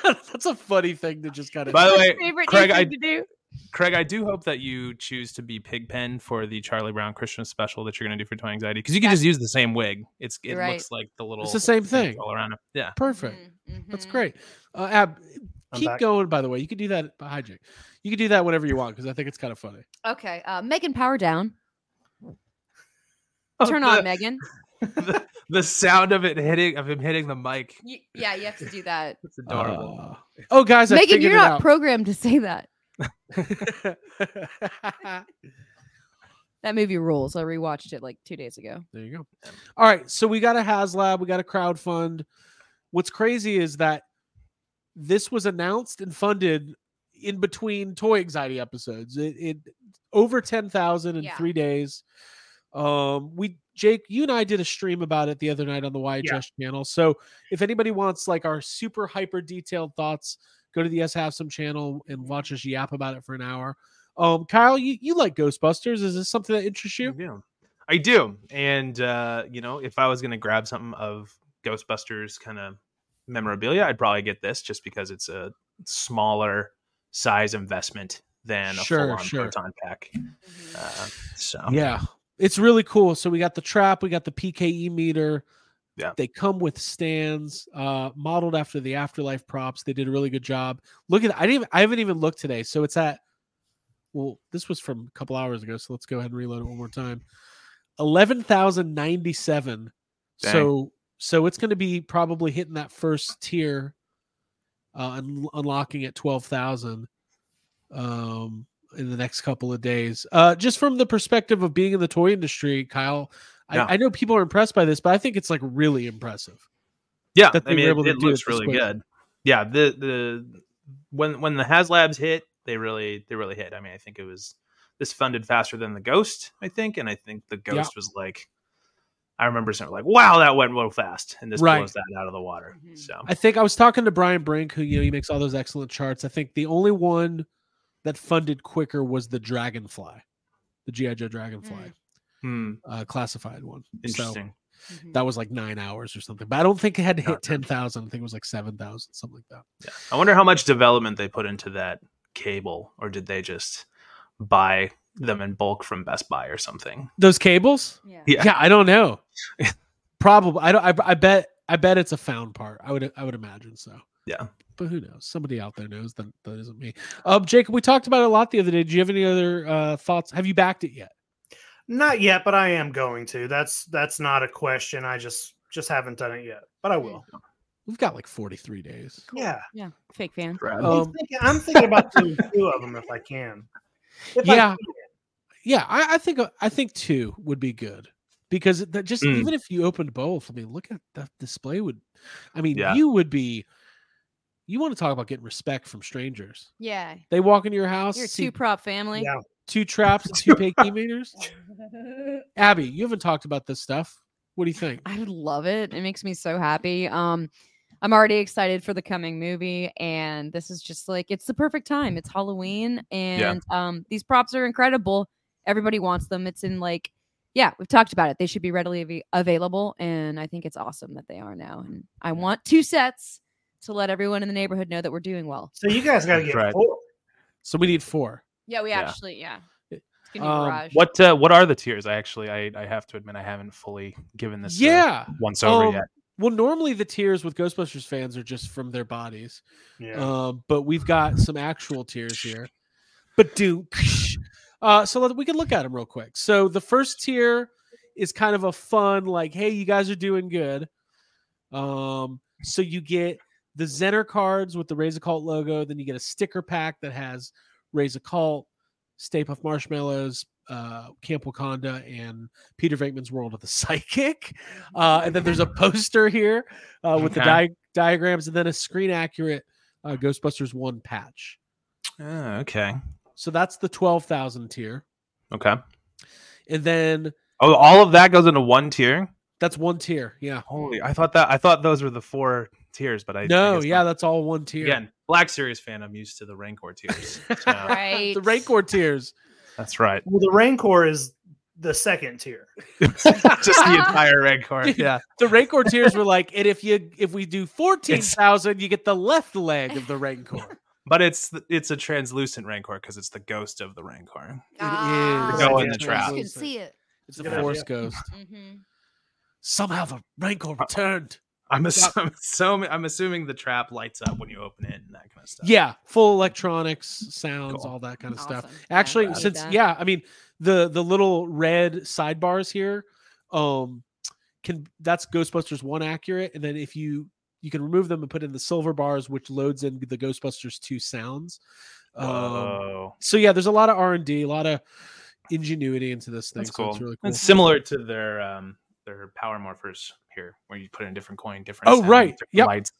A: that's a funny thing to just kind of.
D: By the
E: My
D: way,
E: favorite
D: Craig,
E: new thing
D: I-
E: to do.
D: Craig, I do hope that you choose to be Pigpen for the Charlie Brown Christmas special that you're going to do for Toy Anxiety because you can just use the same wig. It's it
E: You're right.
D: looks like the little.
A: it's the same
D: things
A: thing.
D: all around it. Yeah,
A: Perfect.
E: Mhm,
A: That's
D: Mm-hmm.
E: mhm.
A: great. Uh, Ab,
C: I'm
A: keep
C: back.
A: going. By the way, you can do that. Hi, Jake. You can do that whenever you want because I think it's kind of funny. Oh,
E: Okay, uh, Megan, power down. Turn on, Megan.
D: the sound of it hitting of him hitting the mic.
E: Y- yeah, you have to do that.
D: It's adorable.
A: Uh, oh, guys, I
E: Megan,
A: figured
E: you're
A: it
E: not
A: out.
E: programmed to say that. That movie rules. I rewatched it like two days ago.
A: There you go. All right. So we got a HasLab, we got a crowdfund. What's crazy is that this was announced and funded in between Toy Anxiety episodes. It, it over 10,000 in
E: Yeah.
A: three days. Um, we, Jake, you and I did a stream about it the other night on the YHS channel. So if anybody wants like our super hyper detailed thoughts, go to the S Have Some channel and watch us yap about it for an hour. Um, Kyle, you, you like Ghostbusters. Is this something that interests you?
D: I do. I do. And uh, you know, if I was gonna grab something of Ghostbusters kind of memorabilia, I'd probably get this just because it's a smaller size investment than a
A: Sure,
D: full-on
A: sure.
D: proton pack. Uh, so
A: Yeah. It's really cool. So we got the trap, we got the PKE meter.
D: Yeah.
A: They come with stands uh modeled after the afterlife props. They did a really good job. Look at I didn't even- I haven't even looked today. So it's at well, this was from a couple hours ago, so let's go ahead and reload it one more time. 11,097.
D: Dang.
A: So so it's going to be probably hitting that first tier uh un- unlocking at 12,000 um in the next couple of days. Uh, just from the perspective of being in the toy industry, Kyle,
D: Yeah.
A: I, I know people are impressed by this, but I think it's like really impressive.
D: yeah
A: that
D: i
A: they
D: mean
A: were
D: it,
A: able to
D: it
A: do it
D: looks
A: this
D: really
A: quick.
D: good yeah the the when when the haslabs hit they really they really hit i mean i think it was this funded faster than the ghost i think and i think the ghost was like i remember something like wow that went real fast and this
A: Right.
D: blows that out of the water
E: Mhm.
D: so
A: I think I was talking to Brian Brink, who you know he makes all those excellent charts. I think the only one that funded quicker was the Dragonfly, the GI Joe Dragonfly
D: hmm,
A: uh, classified one.
D: interesting
A: So
E: Mm-hmm.
A: that was like nine hours or something, but I don't think it had to hit
D: Not
A: ten thousand. I think it was like seven thousand, something like that.
D: i wonder how much development they put into that cable or did they just buy them in bulk from best buy or something
A: Those cables?
E: Yeah.
D: Yeah.
A: yeah i don't know probably i don't I, I bet i bet it's a found part i would i would imagine so
D: Yeah.
A: but who knows somebody out there knows that that isn't me um jacob we talked about it a lot the other day do you have any other uh thoughts have you backed it yet
C: Not yet, but I am going to. That's that's not a question. I just just haven't done it yet, but I will.
A: we've got like 43 days
C: Yeah,
E: Yeah. Fake fan.
D: Brad?
A: Oh.
C: I'm,
A: Um,
C: thinking, I'm thinking about doing two of them if I can. If I
A: Yeah. yeah i, I think uh, i think two would be good because that just
D: Mm.
A: even if you opened both i mean look at that display would i mean
D: Yeah.
A: you would be you want to talk about getting respect from strangers
E: Yeah.
A: they walk into your house
E: You're a
A: see
E: two prop family.
C: Yeah.
A: two traps and two pay key meters Abby, you haven't talked about this stuff. What do you think?
E: I would love it. It makes me so happy. Um, I'm already excited for the coming movie, and this is just like it's the perfect time. It's Halloween, and um, these props are incredible. Everybody wants them. It's in like, yeah, we've talked about it. They should be readily av- available, and I think it's awesome that they are now. And I want two sets to let everyone in the neighborhood know that we're doing well.
C: So you guys got to get
D: Right.
C: four.
A: So we need four.
E: Yeah, we
D: Yeah.
E: actually, yeah,
A: It-
E: it's gonna be
A: um,
E: garage.
D: what uh, what are the tiers i actually I, I have to admit i haven't fully given this uh,
A: yeah.
D: once over
A: Um,
D: yet
A: Well, normally the tears with Ghostbusters fans are just from their bodies,
C: Yeah.
A: um, but we've got some actual tears here. But do uh, so let, we can look at them real quick. So the first tier is kind of a fun, like, hey, you guys are doing good. Um, so you get the Zener cards with the Raise a Cult logo, then you get a sticker pack that has Raise a Cult, Stay Puff Marshmallows, uh, Camp Wakanda, and Peter Venkman's World of the Psychic. Uh, and then there's a poster here uh, with the
D: Okay.
A: di- diagrams, and then a screen accurate uh, Ghostbusters one patch.
D: Ah, okay.
A: So that's the twelve thousand tier,
D: Okay.
A: and then
D: Oh, all of that goes into one tier.
A: that's one tier. Yeah.
D: Holy! I thought that I thought those were the four tiers, but I I
A: no,
D: guess
A: yeah,
D: not.
A: that's all one tier.
D: Again, Black Series fan, I'm used to the Rancor tiers. so-
E: right?
A: The Rancor tiers.
D: that's right.
C: Well, the Rancor is the second tier.
D: Just the entire Rancor.
A: Dude,
D: Yeah.
A: The Rancor tiers were like, and if you if we do fourteen thousand, you get the left leg of the Rancor.
D: But it's it's a translucent Rancor because it's the ghost of the Rancor.
A: It
E: Ah.
A: is.
D: The go in
A: It's
D: the trap.
E: You can
A: translucent.
E: see it.
A: It's a
C: Good idea.
A: force ghost.
E: Mm-hmm.
A: Somehow the Rancor returned.
D: I'm assuming so I'm assuming the trap lights up when you open it and that kind of stuff.
A: Yeah, full electronics, sounds,
D: Cool.
A: all that kind of stuff.
E: Awesome. Yeah,
A: actually
E: I need
A: since
E: that.
A: yeah i mean the the little red sidebars here um can that's Ghostbusters one accurate, and then if you you can remove them and put in the silver bars, which loads in the Ghostbusters two sounds. Um,
D: Whoa.
A: so yeah, there's a lot of R and D, a lot of ingenuity into this thing.
D: That's
A: so
D: cool.
A: it's really cool.
D: That's similar to their um their power morphers here, where you put in a different coin, different.
A: Oh,
D: sound,
A: right.
D: different
A: Yep.
D: lights.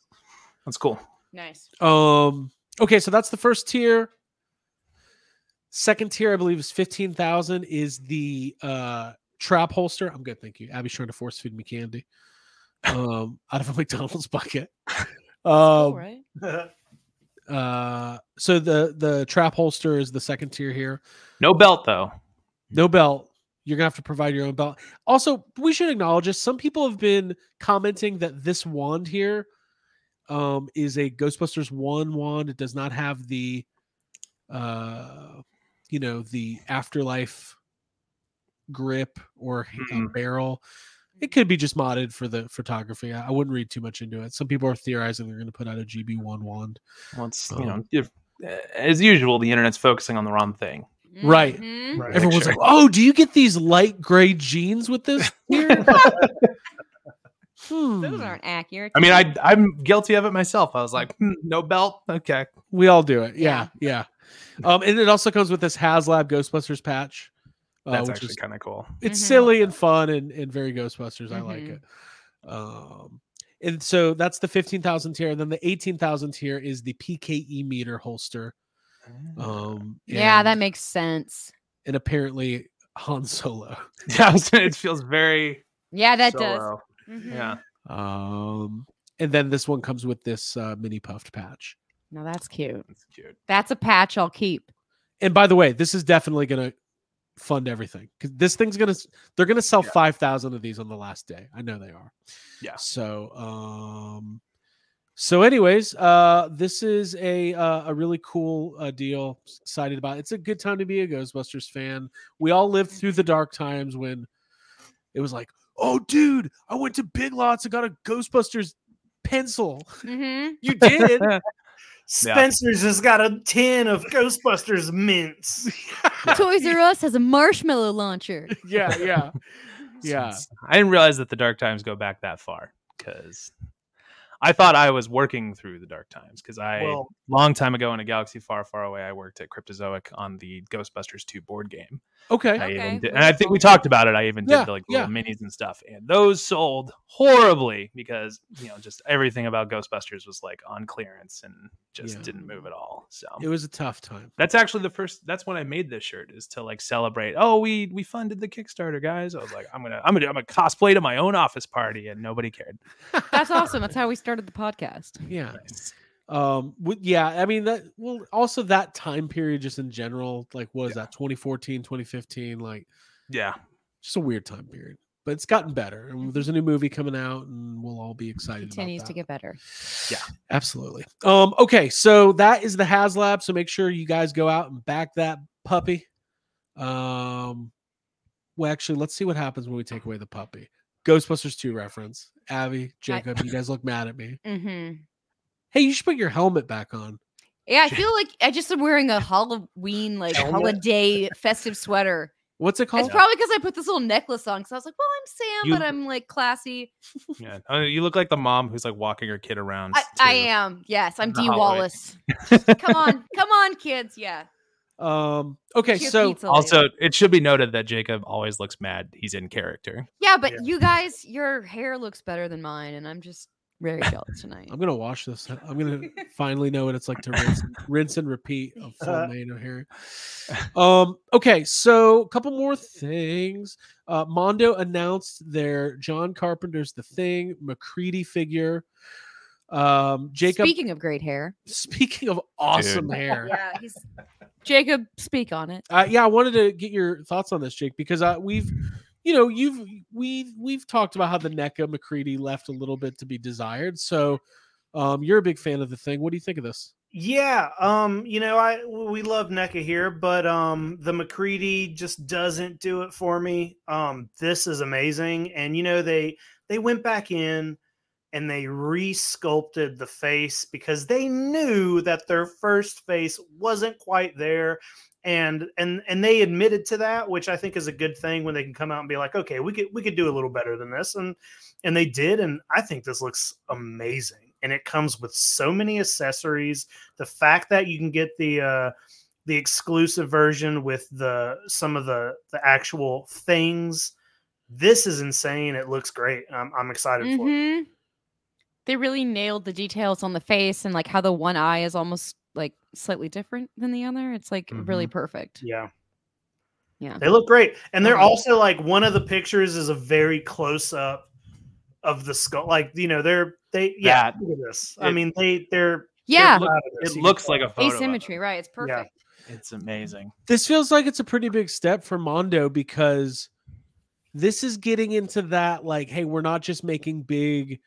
D: That's cool.
E: Nice.
A: Um. Okay, so that's the first tier. Second tier, I believe, is fifteen thousand. Is the uh trap holster? I'm good, thank you. Abby's trying to force feed me candy, um, out of a McDonald's bucket.
E: All
A: Um,
E: right.
A: uh, so the the trap holster is the second tier here.
D: No belt though.
A: No belt. You're gonna have to provide your own belt. Also, we should acknowledge this. Some people have been commenting that this wand here um, is a Ghostbusters one wand. It does not have the, uh, you know, the afterlife grip or h- uh,
D: Mm-mm.
A: barrel. It could be just modded for the photography. I, I wouldn't read too much into it. Some people are theorizing they're going to put out a GB one wand.
D: Well, it's you
A: Um,
D: know, if, eh, as usual, the internet's focusing on the wrong thing.
A: Right.
E: Mhm.
C: Right.
A: Everyone's
D: Picture.
A: like, "Oh, do you get these light gray jeans with this?" Here? hmm.
E: Those aren't accurate.
D: I mean, I I'm guilty of it myself. I was like, hmm, no belt. Okay.
A: We all do it. Yeah, yeah. Um, and it also comes with this HasLab Ghostbusters patch, uh,
D: That's
A: which
D: actually
A: is
D: kind of cool.
A: it's
E: Mhm.
A: silly and fun and and very Ghostbusters. I like
E: Mhm.
A: it. Um, and so that's the fifteen thousand tier. Then the eighteen thousand tier is the PKE meter holster. Um,
E: yeah,
A: and-
E: that makes sense.
A: and apparently Han Solo.
D: Yeah, I was- it feels very
E: Yeah, that does.
D: solo.
E: Mhm.
D: Yeah.
A: Um, and then this one comes with this uh, mini puffed patch.
E: No, that's cute.
D: That's cute.
E: That's a patch I'll keep.
A: and by the way, this is definitely going to fund everything because this thing's going to they're going to sell
D: Yeah.
A: five thousand of these on the last day. I know they are.
D: Yeah.
A: So, um, so anyways, uh, this is a uh, a really cool uh, deal. Excited about. It. It's a good time to be a Ghostbusters fan. We all lived through the dark times when it was like, oh, dude, I went to Big Lots and got a Ghostbusters pencil.
E: Mm-hmm.
A: You did.
C: Spencer's has got a tin of Ghostbusters mints.
E: Toys R Us has a marshmallow launcher.
A: yeah, yeah, yeah.
D: It's- I didn't realize that the dark times go back that far because I thought I was working through the dark times because I
C: Well,
D: long time ago in a galaxy far, far away, I worked at Cryptozoic on the Ghostbusters 2 board game.
A: Oh, Okay.
D: I even
E: Okay,
D: did-
E: we
D: and I
E: were
D: think
E: told
D: we
E: that.
D: talked about it. I even
A: Yeah,
D: did the, like
A: yeah.
D: little minis and stuff, and those sold horribly because you know just everything about Ghostbusters was like on clearance and just
A: Yeah.
D: didn't move at all. So
A: It was a tough time.
D: that's actually the first. That's when I made this shirt is to like celebrate. Oh, we we funded the Kickstarter, guys. I was like, I'm gonna I'm gonna I'm gonna cosplay to my own office party, and nobody cared.
E: That's awesome. That's how we started the podcast.
A: Yeah.
D: Nice.
A: Um. w- yeah. I mean that. Well, also that time period, just in general, like what is that 2014, 2015, like
D: Yeah,
A: just a weird time period. But it's gotten better. And there's a new movie coming out, and we'll all be excited.
E: Mm-hmm. Continues
A: about
E: to
A: that.
E: get better.
D: Yeah.
A: Absolutely. Um. Okay. So that is the HasLab. So make sure you guys go out and back that puppy. Um. Well, actually, let's see what happens when we take away the puppy. Ghostbusters 2 reference. Abby, Jacob, you guys look mad at me.
E: Mm-hmm.
A: Hey, you should put your helmet back on.
E: Yeah, I feel like I just am wearing a Halloween, like
C: Helmet.
E: holiday festive sweater.
A: What's it
E: It's
A: called?
E: probably because I put this little necklace on because I was like, well, I'm Sam,
D: You-
E: but I'm like classy.
D: yeah. Oh, you look like the mom who's like walking her kid around.
E: I, I
D: too.
E: am. Yes, I'm
D: The
E: D
D: holiday.
E: Wallace. come on, come on, kids. Yeah.
A: Um. Okay.
E: get your
A: So
E: pizza later.
D: Also, it should be noted that Jacob always looks mad. He's in character.
E: yeah, but
C: Yeah.
E: you guys, your hair looks better than mine, and I'm just very jealous tonight.
A: I'm gonna wash this. I'm gonna finally know what it's like to rinse, rinse and repeat of full
C: Uh.
A: mane of hair. Um. Okay. So a couple more things. Uh, Mondo announced their John Carpenter's The Thing McCready figure. Um. Jacob. Speaking,
E: Speaking of great hair,
A: of awesome hair.
E: yeah, he's Jacob. Speak on it.
A: uh, yeah i wanted to get your thoughts on this jake because uh, we've you know you've we we've talked about how the neca mccready left a little bit to be desired so um you're a big fan of the thing what do you think of this
C: yeah, um, you know, I we love NECA here, but um, the McCready just doesn't do it for me. Um, this is amazing, and you know they they went back in and they re-sculpted the face because they knew that their first face wasn't quite there and and and they admitted to that which i think is a good thing when they can come out and be like okay we could we could do a little better than this and and they did and i think this looks amazing and it comes with so many accessories the fact that you can get the uh the exclusive version with the some of the the actual things this is insane it looks great i'm, I'm excited for it
E: Mhm. They really nailed the details on the face and like how the one eye is almost like slightly different than the other. It's like
D: Mm-hmm.
E: really perfect.
C: yeah
E: Yeah.
C: they look great and they're
E: Mhm.
C: also like one of the pictures is a very close up of the skull like you know they're they yeah
D: That-
C: look at this i
D: it-
C: mean they they're
E: Yeah.
D: It, look-
C: proud of this.
D: it
C: You can
D: looks
C: tell.
D: like a photo. of it.
E: Asymmetry, right? It's perfect.
D: It's amazing.
A: this feels like it's a pretty big step for Mondo because this is getting into that like, hey, we're not just making big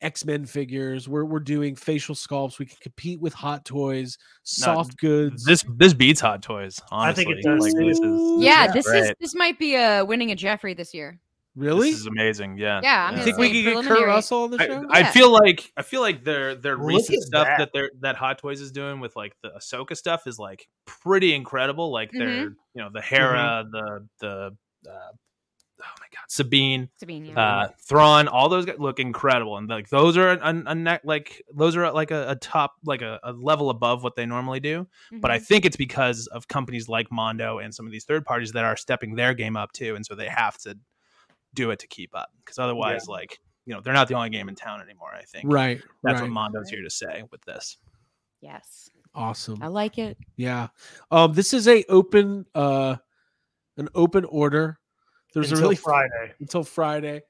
A: X Men figures. We're we're doing facial sculpts. We can compete with Hot Toys, soft goods.
D: This this beats Hot Toys. Honestly,
C: think it does,
D: Like, this
A: too.
D: is
E: Yeah,
A: Yeah.
E: this is
D: Right.
E: this might be a winning a Jeffrey this year.
A: really?
D: this is amazing. Yeah.
E: Yeah, I'm
A: you
E: gonna
A: think we
E: say
A: could get Kurt
E: preliminary.
A: Russell on the
D: I,
A: show?
D: I
E: Yeah.
D: feel like I feel like their their
C: Look
D: recent
C: at
D: stuff
C: that.
D: that. they're that Hot Toys is doing with like the Ahsoka stuff is like pretty incredible. Like
E: Mm-hmm.
D: their you know the Hera, the the uh, oh my god Sabine,
E: Sabine, yeah.
D: uh, Thrawn, all those guys look incredible, and like those are an, an, an like those are like a, a top like a, a level above what they normally do. But I
E: Mhm.
D: think it's because of companies like Mondo and some of these third parties that are stepping their game up too, and so they have to do it to keep up because otherwise, like you know, they're not the only game in town anymore. I think
A: right.
D: that's
A: right.
D: what Mondo's here to say with this.
E: Mm-hmm. yes,
A: awesome.
E: I like it.
A: Yeah. Um, this is a open uh an open order. There's a
C: Until
A: really
C: friday
A: until Friday.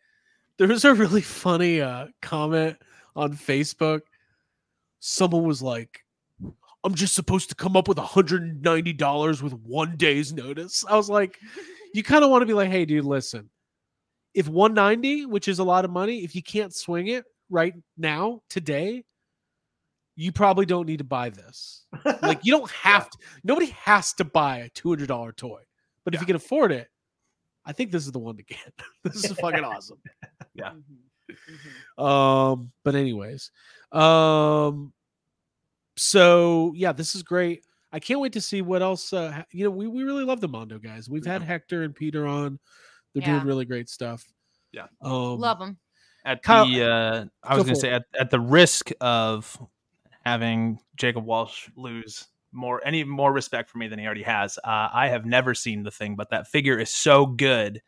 A: There was a really funny uh, comment on Facebook. Someone was like, I'm just supposed to come up with $190 with one day's notice. I was like, you kind of want to be like, hey, dude, listen, if 190, which is a lot of money, if you can't swing it right now, today, you probably don't need to buy this. Like, you don't have to, nobody has to buy a $200 toy. But if you can afford it, I think this is the one to get. this is fucking awesome.
D: Yeah.
A: Um, but anyways, um, so yeah, this is great. I can't wait to see what else. Uh, ha- you know, we we really love the Mondo guys. We've had Hector and Peter on. They're
E: Yeah.
A: doing really great stuff.
D: Yeah.
A: Um,
E: Love them.
D: At
A: Kyle-
D: the uh, I
A: Go
D: was going
A: for
D: to say at, at the risk of having Jacob Walsh lose more any more respect for me than he already has. Uh, I have never seen the thing, but that figure is so good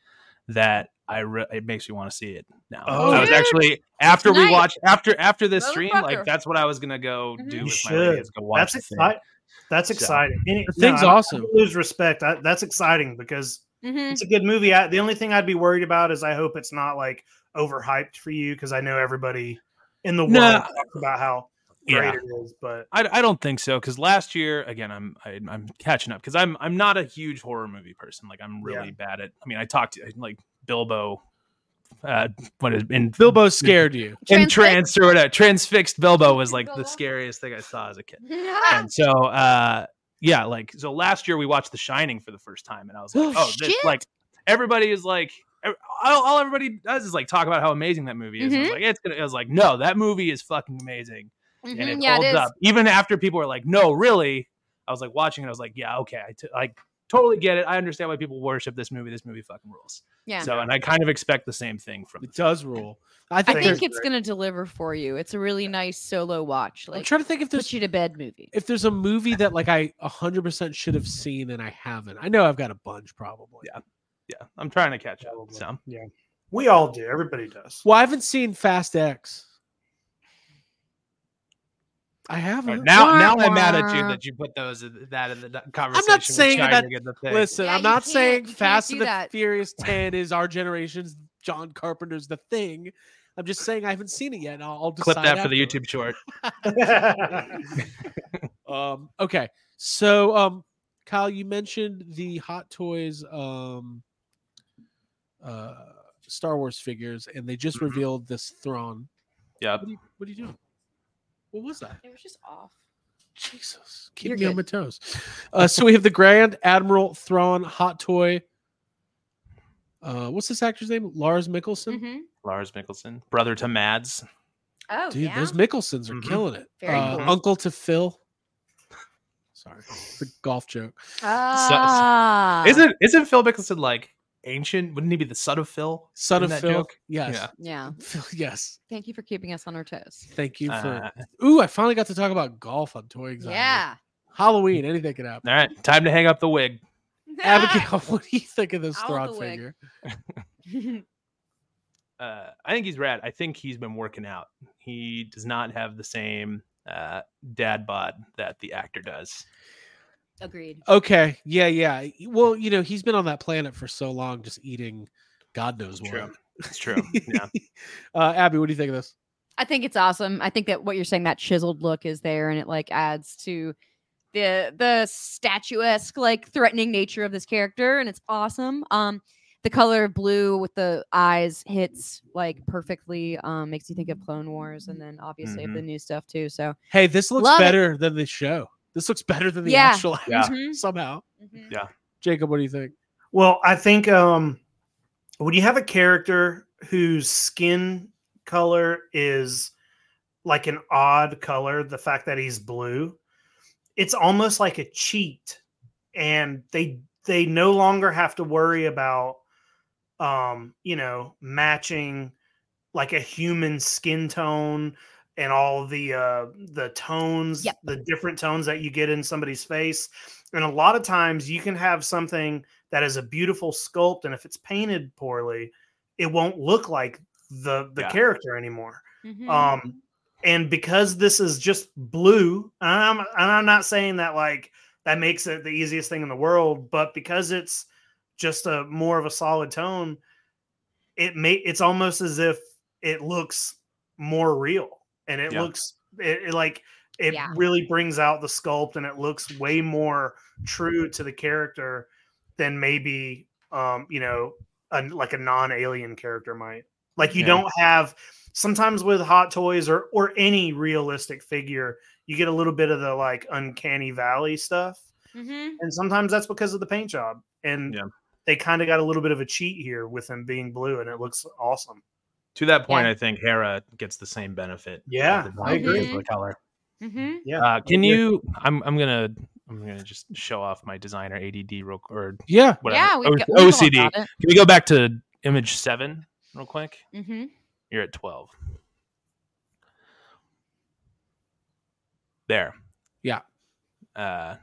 D: that I re- it makes me want to see it now.
C: Oh.
D: I was
E: Dude.
D: actually after we
E: Tonight.
D: watched after after this stream,
E: Motherfucker.
D: like that's what I was gonna go
E: Mhm.
D: do
E: You
D: with my
C: should.
D: lady is go watch
C: that's
D: the thing.
C: exciting that's
D: So-
C: exciting Any-
A: The thing's
C: I- I
A: awesome.
C: don't lose respect I, that's exciting because
E: hmm
C: it's a good movie I, the only thing i'd be worried about is i hope it's not like overhyped for you because i know everybody in the world
D: Nah.
C: talks about how great
D: Yeah.
C: it is but
D: I, I don't think so because last year again I'm I, I'm catching up because I'm I'm not a huge horror movie person like I'm really bad at I mean I talked to like Bilbo uh what is in
A: Bilbo scared you.
D: in
E: Transfixed?
D: trance or whatever transfixed Bilbo was like
E: Bilbo? Ah.
D: the scariest thing I saw as a kid and so uh yeah like so last year we watched The Shining for the first time and I was like
A: Oh,
D: oh this
E: shit.
D: like everybody is like ev- all, all everybody does is like talk about how amazing that movie is
E: Mm-hmm.
D: and I was like it's gonna I was like no that movie is fucking amazing and it
E: Mm-hmm. yeah, it
D: holds
E: is.
D: up. Even after people are like, "No, really," I was like watching it. I was like, "Yeah, okay, I t- like totally get it. I understand why people worship this movie. This movie fucking rules."
E: Yeah.
D: So, and I kind of expect the same thing from.
A: It does rule. I
E: I
A: think,
E: think
A: there's-
E: it's gonna deliver for you. It's a really nice solo watch.
A: I'm
E: Like
A: trying to think if
E: put
A: there's
E: you to bed movie.
A: if there's a movie that like I 100% should have seen and I haven't. I know I've got a bunch probably.
D: Yeah. Yeah, I'm trying to catch up.
C: Probably.
D: So,
C: yeah we all do everybody does
A: Well, I haven't seen Fast X. I
D: All
A: haven't.
D: right, now,
E: Mm-hmm. Wah,
D: now I'm mad at you
E: wah.
D: that you put those that in the d- conversation. with
A: saying
D: Shining
A: that-
D: and the thing.
A: Listen,
E: Yeah,
A: I'm
E: you
A: not
E: can't-
A: saying
E: you can't
A: Fast
E: do
A: and the
E: that.
A: Furious 10 is our generation's John Carpenter's The Thing. I'm just saying I haven't seen it yet. and I'll, I'll
D: clip
A: decide
D: that for the
A: afterwards.
D: YouTube short.
A: Um, okay, so um, Kyle, you mentioned the Hot Toys um, uh, Star Wars figures, and they just
D: Mhm.
A: revealed this Thrawn.
D: Yep.
A: What are, you, what are you doing? What was that?
E: It was just off.
A: Jesus, keep
E: You're
A: me on my toes. Uh, so we have the Grand Admiral Thrawn Hot Toy. Uh, what's this actor's name? Lars Mickelson.
E: Mm-hmm.
D: Lars Mickelson, brother to Mads.
E: Oh,
A: Dude,
E: yeah.
A: those Mickelsons are
D: Mhm.
A: killing it.
E: Very
A: Uh,
E: cool.
A: Uncle to Phil. Sorry, it's a golf joke.
E: Ah.
D: Isn't isn't Phil Mickelson like ancient? Wouldn't he be the son of Phil?
A: Son
D: Isn't
A: of
D: that
A: Phil.
D: joke?
A: Yes.
E: Yeah.
A: Phil, yes.
E: Thank you for keeping us on our toes.
A: Thank you for.
D: Uh,
A: Ooh, I finally got to talk about golf on Toy Anxiety.
E: Yeah.
A: Halloween, anything can happen.
D: all right, time to hang up the wig.
A: Abigail, what do you think of this
E: Out
A: Thrawn
E: the wig.
A: figure?
D: uh, I think he's rad. I think he's been working out. He does not have the same uh, dad bod that the actor does.
E: Agreed.
A: Okay, yeah, yeah. Well, you know, he's been on that planet for so long, just eating, God knows what.
D: True. It's true. yeah.
A: Uh, Abby, what do you think of this?
E: I think it's awesome. I think that what you're saying, that chiseled look is there and it like adds to the the statuesque, like threatening nature of this character, and it's awesome. Um the color of blue with the eyes hits like perfectly, um, makes you think of Clone Wars and then obviously
D: Mm-hmm.
E: of the new stuff too. So
A: Hey, this looks
E: Love it.
A: better than the show. This looks better than the
E: Yeah.
A: actual act
D: Yeah.
E: Mhm,
A: somehow.
E: mhm.
D: Yeah.
A: Jacob, what do you think?
C: Well, I think um, when you have a character whose skin color is like an odd color, the fact that he's blue, it's almost like a cheat, and they they no longer have to worry about um, you know matching like a human skin tone and all the uh the tones
E: Yep.
C: the different tones that you get in somebody's face and a lot of times you can have something that is a beautiful sculpt and if it's painted poorly it won't look like the the
D: Yeah.
C: character anymore
E: Mhm.
C: um and because this is just blue and i'm and i'm not saying that like that makes it the easiest thing in the world but because it's just a more of a solid tone it may it's almost as if it looks more real and it
D: Yeah.
C: looks it, it like it
E: Yeah.
C: really brings out the sculpt and it looks way more true to the character than maybe um you know a, like a non-alien character might like you
D: Yeah.
C: don't have sometimes with hot toys or or any realistic figure you get a little bit of the like uncanny valley stuff
E: Mhm.
C: and sometimes that's because of the paint job and
D: Yeah.
C: they kind of got a little bit of a cheat here with him being blue and it looks awesome
D: To that point,
E: Yeah.
D: I think Hera gets the same benefit. of
C: Yeah,
D: the
C: I
E: agree.
D: of The color.
E: Mhm.
C: yeah
D: Uh, can
C: agree.
D: you? I'm I'm gonna I'm gonna just show off my designer ADD real or
A: Yeah.
D: whatever.
E: Yeah,
D: O-
E: we've got- we've all
D: OCD.
E: got
D: Can
E: it.
D: we go back to image seven real quick?
E: Mhm.
D: You're at twelve. There.
A: Yeah.
D: Uh,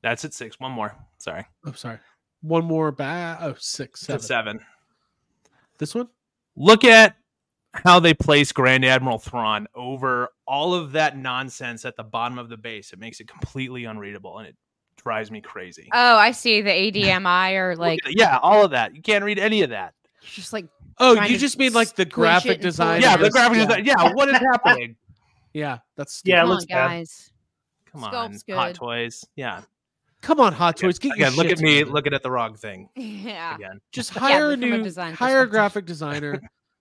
D: that's at six. One more. Sorry.
A: I'm Oh, sorry. One more back. Oh, six,
D: It's at
A: seven.
D: seven.
A: This one?
D: Look at how they place Grand Admiral Thrawn over all of that nonsense at the bottom of the base. It makes it completely unreadable, and it drives me crazy.
E: Oh, I see the ADMI or
D: Look
E: like
D: at- yeah, all of that. You can't read any of that.
E: just like
A: Oh,
E: Trying
A: you
E: to
A: just mean like the
E: squish it
A: graphic
E: and pull it
A: design.
E: I
D: yeah,
E: know.
D: the graphic
A: yeah.
D: design. Yeah, what is happening?
A: Yeah, that's
C: Yeah, it
E: come on,
C: looks bad.
E: guys.
D: Come on,
E: Sculpt's
D: hot
E: good.
D: toys. Yeah,
A: Come on, Hot Toys, get your
D: Again, look
A: shit
D: at me
A: together.
D: looking at the wrong thing
E: Yeah.
D: again.
A: Just
E: Yeah,
A: hire a
E: from a
A: new,
E: design
A: hire a
E: perspective.
A: graphic designer,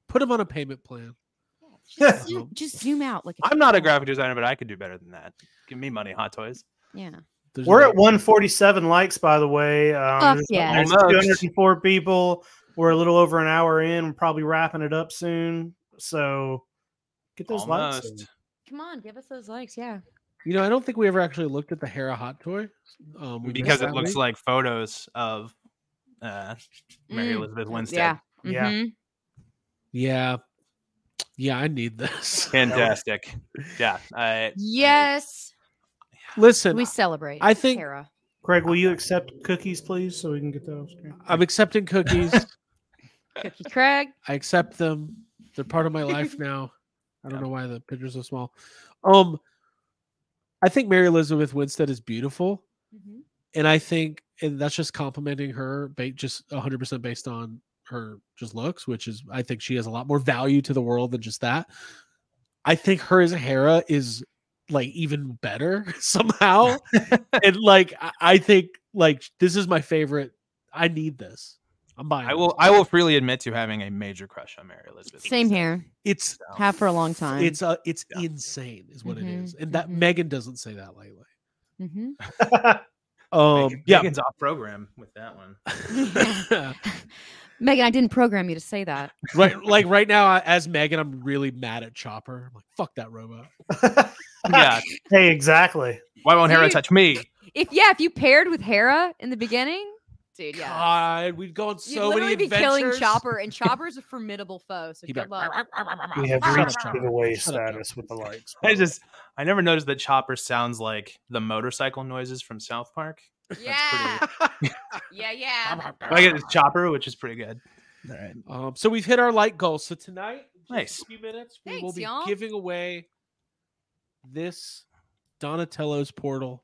A: put him on a payment plan.
E: Just,
A: Yeah.
E: zoom, just zoom out. Like
D: I'm not a graphic designer, but I could do better than that. Give me money, hot toys.
E: Yeah.
A: There's
C: We're
A: no-
C: at 147 likes, by the way. Um,
E: Fuck
C: there's-
E: yeah.
C: there's
D: Almost.
C: 204 people. We're a little over an hour in. We're probably wrapping it up soon. So get those likes.
D: Almost.
C: in.
E: Come on, give us those likes. Yeah.
A: You know, I don't think we ever actually looked at the Hera Hot Toy. Um, we missed
D: because it
A: that
D: looks
A: week.
D: like photos of uh, Mary
E: Mm.
D: Elizabeth Winstead.
E: Yeah.
C: Yeah.
E: Mhm.
A: Yeah, yeah, I need this.
D: Fantastic. Yeah. I,
E: Yes.
A: Listen,
E: we celebrate.
A: I think-
E: Tara.
C: Craig, will you accept cookies, please, so we can get those?
A: I'm accepting cookies.
E: Cookie Craig.
A: I accept them. They're part of my life now. I don't know why the picture's so small. Um, I think Mary Elizabeth Winstead is beautiful,
E: Mm-hmm.
A: and I think, and that's just complimenting her, ba- just 100 percent based on her just looks, which is I think she has a lot more value to the world than just that. I think her as Hera is like even better somehow, and like I, I think like this is my favorite. I need this. I'm buying.
D: I
A: this.
D: will. I will freely admit to having a major crush on Mary Elizabeth.
E: Same here.
A: It's
E: Have for a long time.
A: It's uh, it's
D: Yeah.
A: insane, is what it
E: Mhm,
A: is, and that
E: mhm.
A: Megan doesn't say that lightly.
E: Mhm.
A: Um, yeah,
D: Megan's off program with that one.
A: yeah,
E: Megan, I didn't program you to say that.
A: Right, like right now, I- as Megan, I'm really mad at Chopper. I'm like, fuck that robot.
D: Yeah.
C: hey, exactly.
D: Why won't Hera
E: Dude.
D: touch me?
E: If yeah, if you paired with Hera in the beginning, dude, yeah.
A: God, we'd go on
E: You'd
A: so many
E: literally be
A: adventures.
E: killing Chopper, and Chopper's a formidable foe. So
A: He'd be
E: good
A: like,
E: luck.
C: We have
A: Shut up,
C: reached
A: Chopper.
C: giveaway
A: Shut up, Chopper.
C: status with the likes.
D: I just I never noticed that Chopper sounds like the motorcycle noises from South Park.
E: Yeah. yeah, yeah.
D: I get his Chopper, which is pretty good. All right.
A: Um, so we've hit our light goal. So tonight, in just
D: Nice.
A: a few minutes, we will
E: Thanks,
A: be
E: y'all.
A: giving away this Donatello's portal,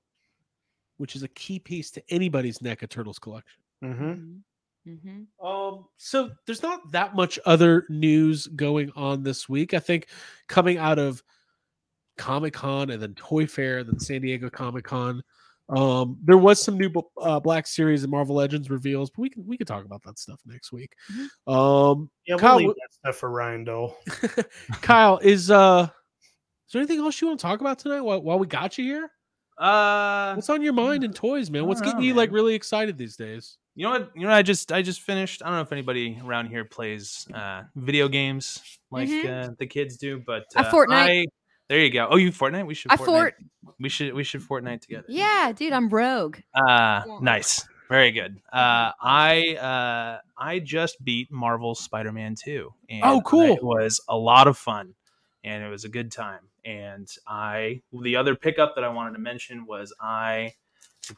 A: which is a key piece to anybody's NECA Turtles collection.
C: Mm-hmm.
E: Mm-hmm.
A: Um, so there's not that much other news going on this week. I think coming out of Comic Con and then Toy Fair, then San Diego Comic Con, um, there was some new bu- uh, Black Series and Marvel Legends reveals, but we can we can talk about that stuff next week.
D: Mm-hmm.
A: Um,
C: Yeah,
A: Kyle,
C: we'll leave
A: what-
C: that stuff for Ryan Dole.
A: Kyle, is uh, is there anything else you want to talk about tonight? While, while we got you here,
D: Uh,
A: what's on your mind in toys, man?
D: I
A: What's
D: don't
A: getting
D: know,
A: you like
D: man.
A: really excited these days?
D: you know what? You know, I just I just finished. I don't know if anybody around here plays uh, video games like uh, the kids do, but
E: I
D: uh,
E: Mm-hmm. Fortnite.
D: I- there you go. Oh, you Fortnite? We should.
E: I
D: Fortnite.
E: fort.
D: We should. We should Fortnite together.
E: Yeah, dude, I'm rogue.
D: Uh,
E: Yeah.
D: nice. Very good. Uh, I uh, I just beat Marvel's Spider-Man 2. And
A: Oh, cool.
D: It was a lot of fun and it was a good time. And I the other pickup that I wanted to mention was I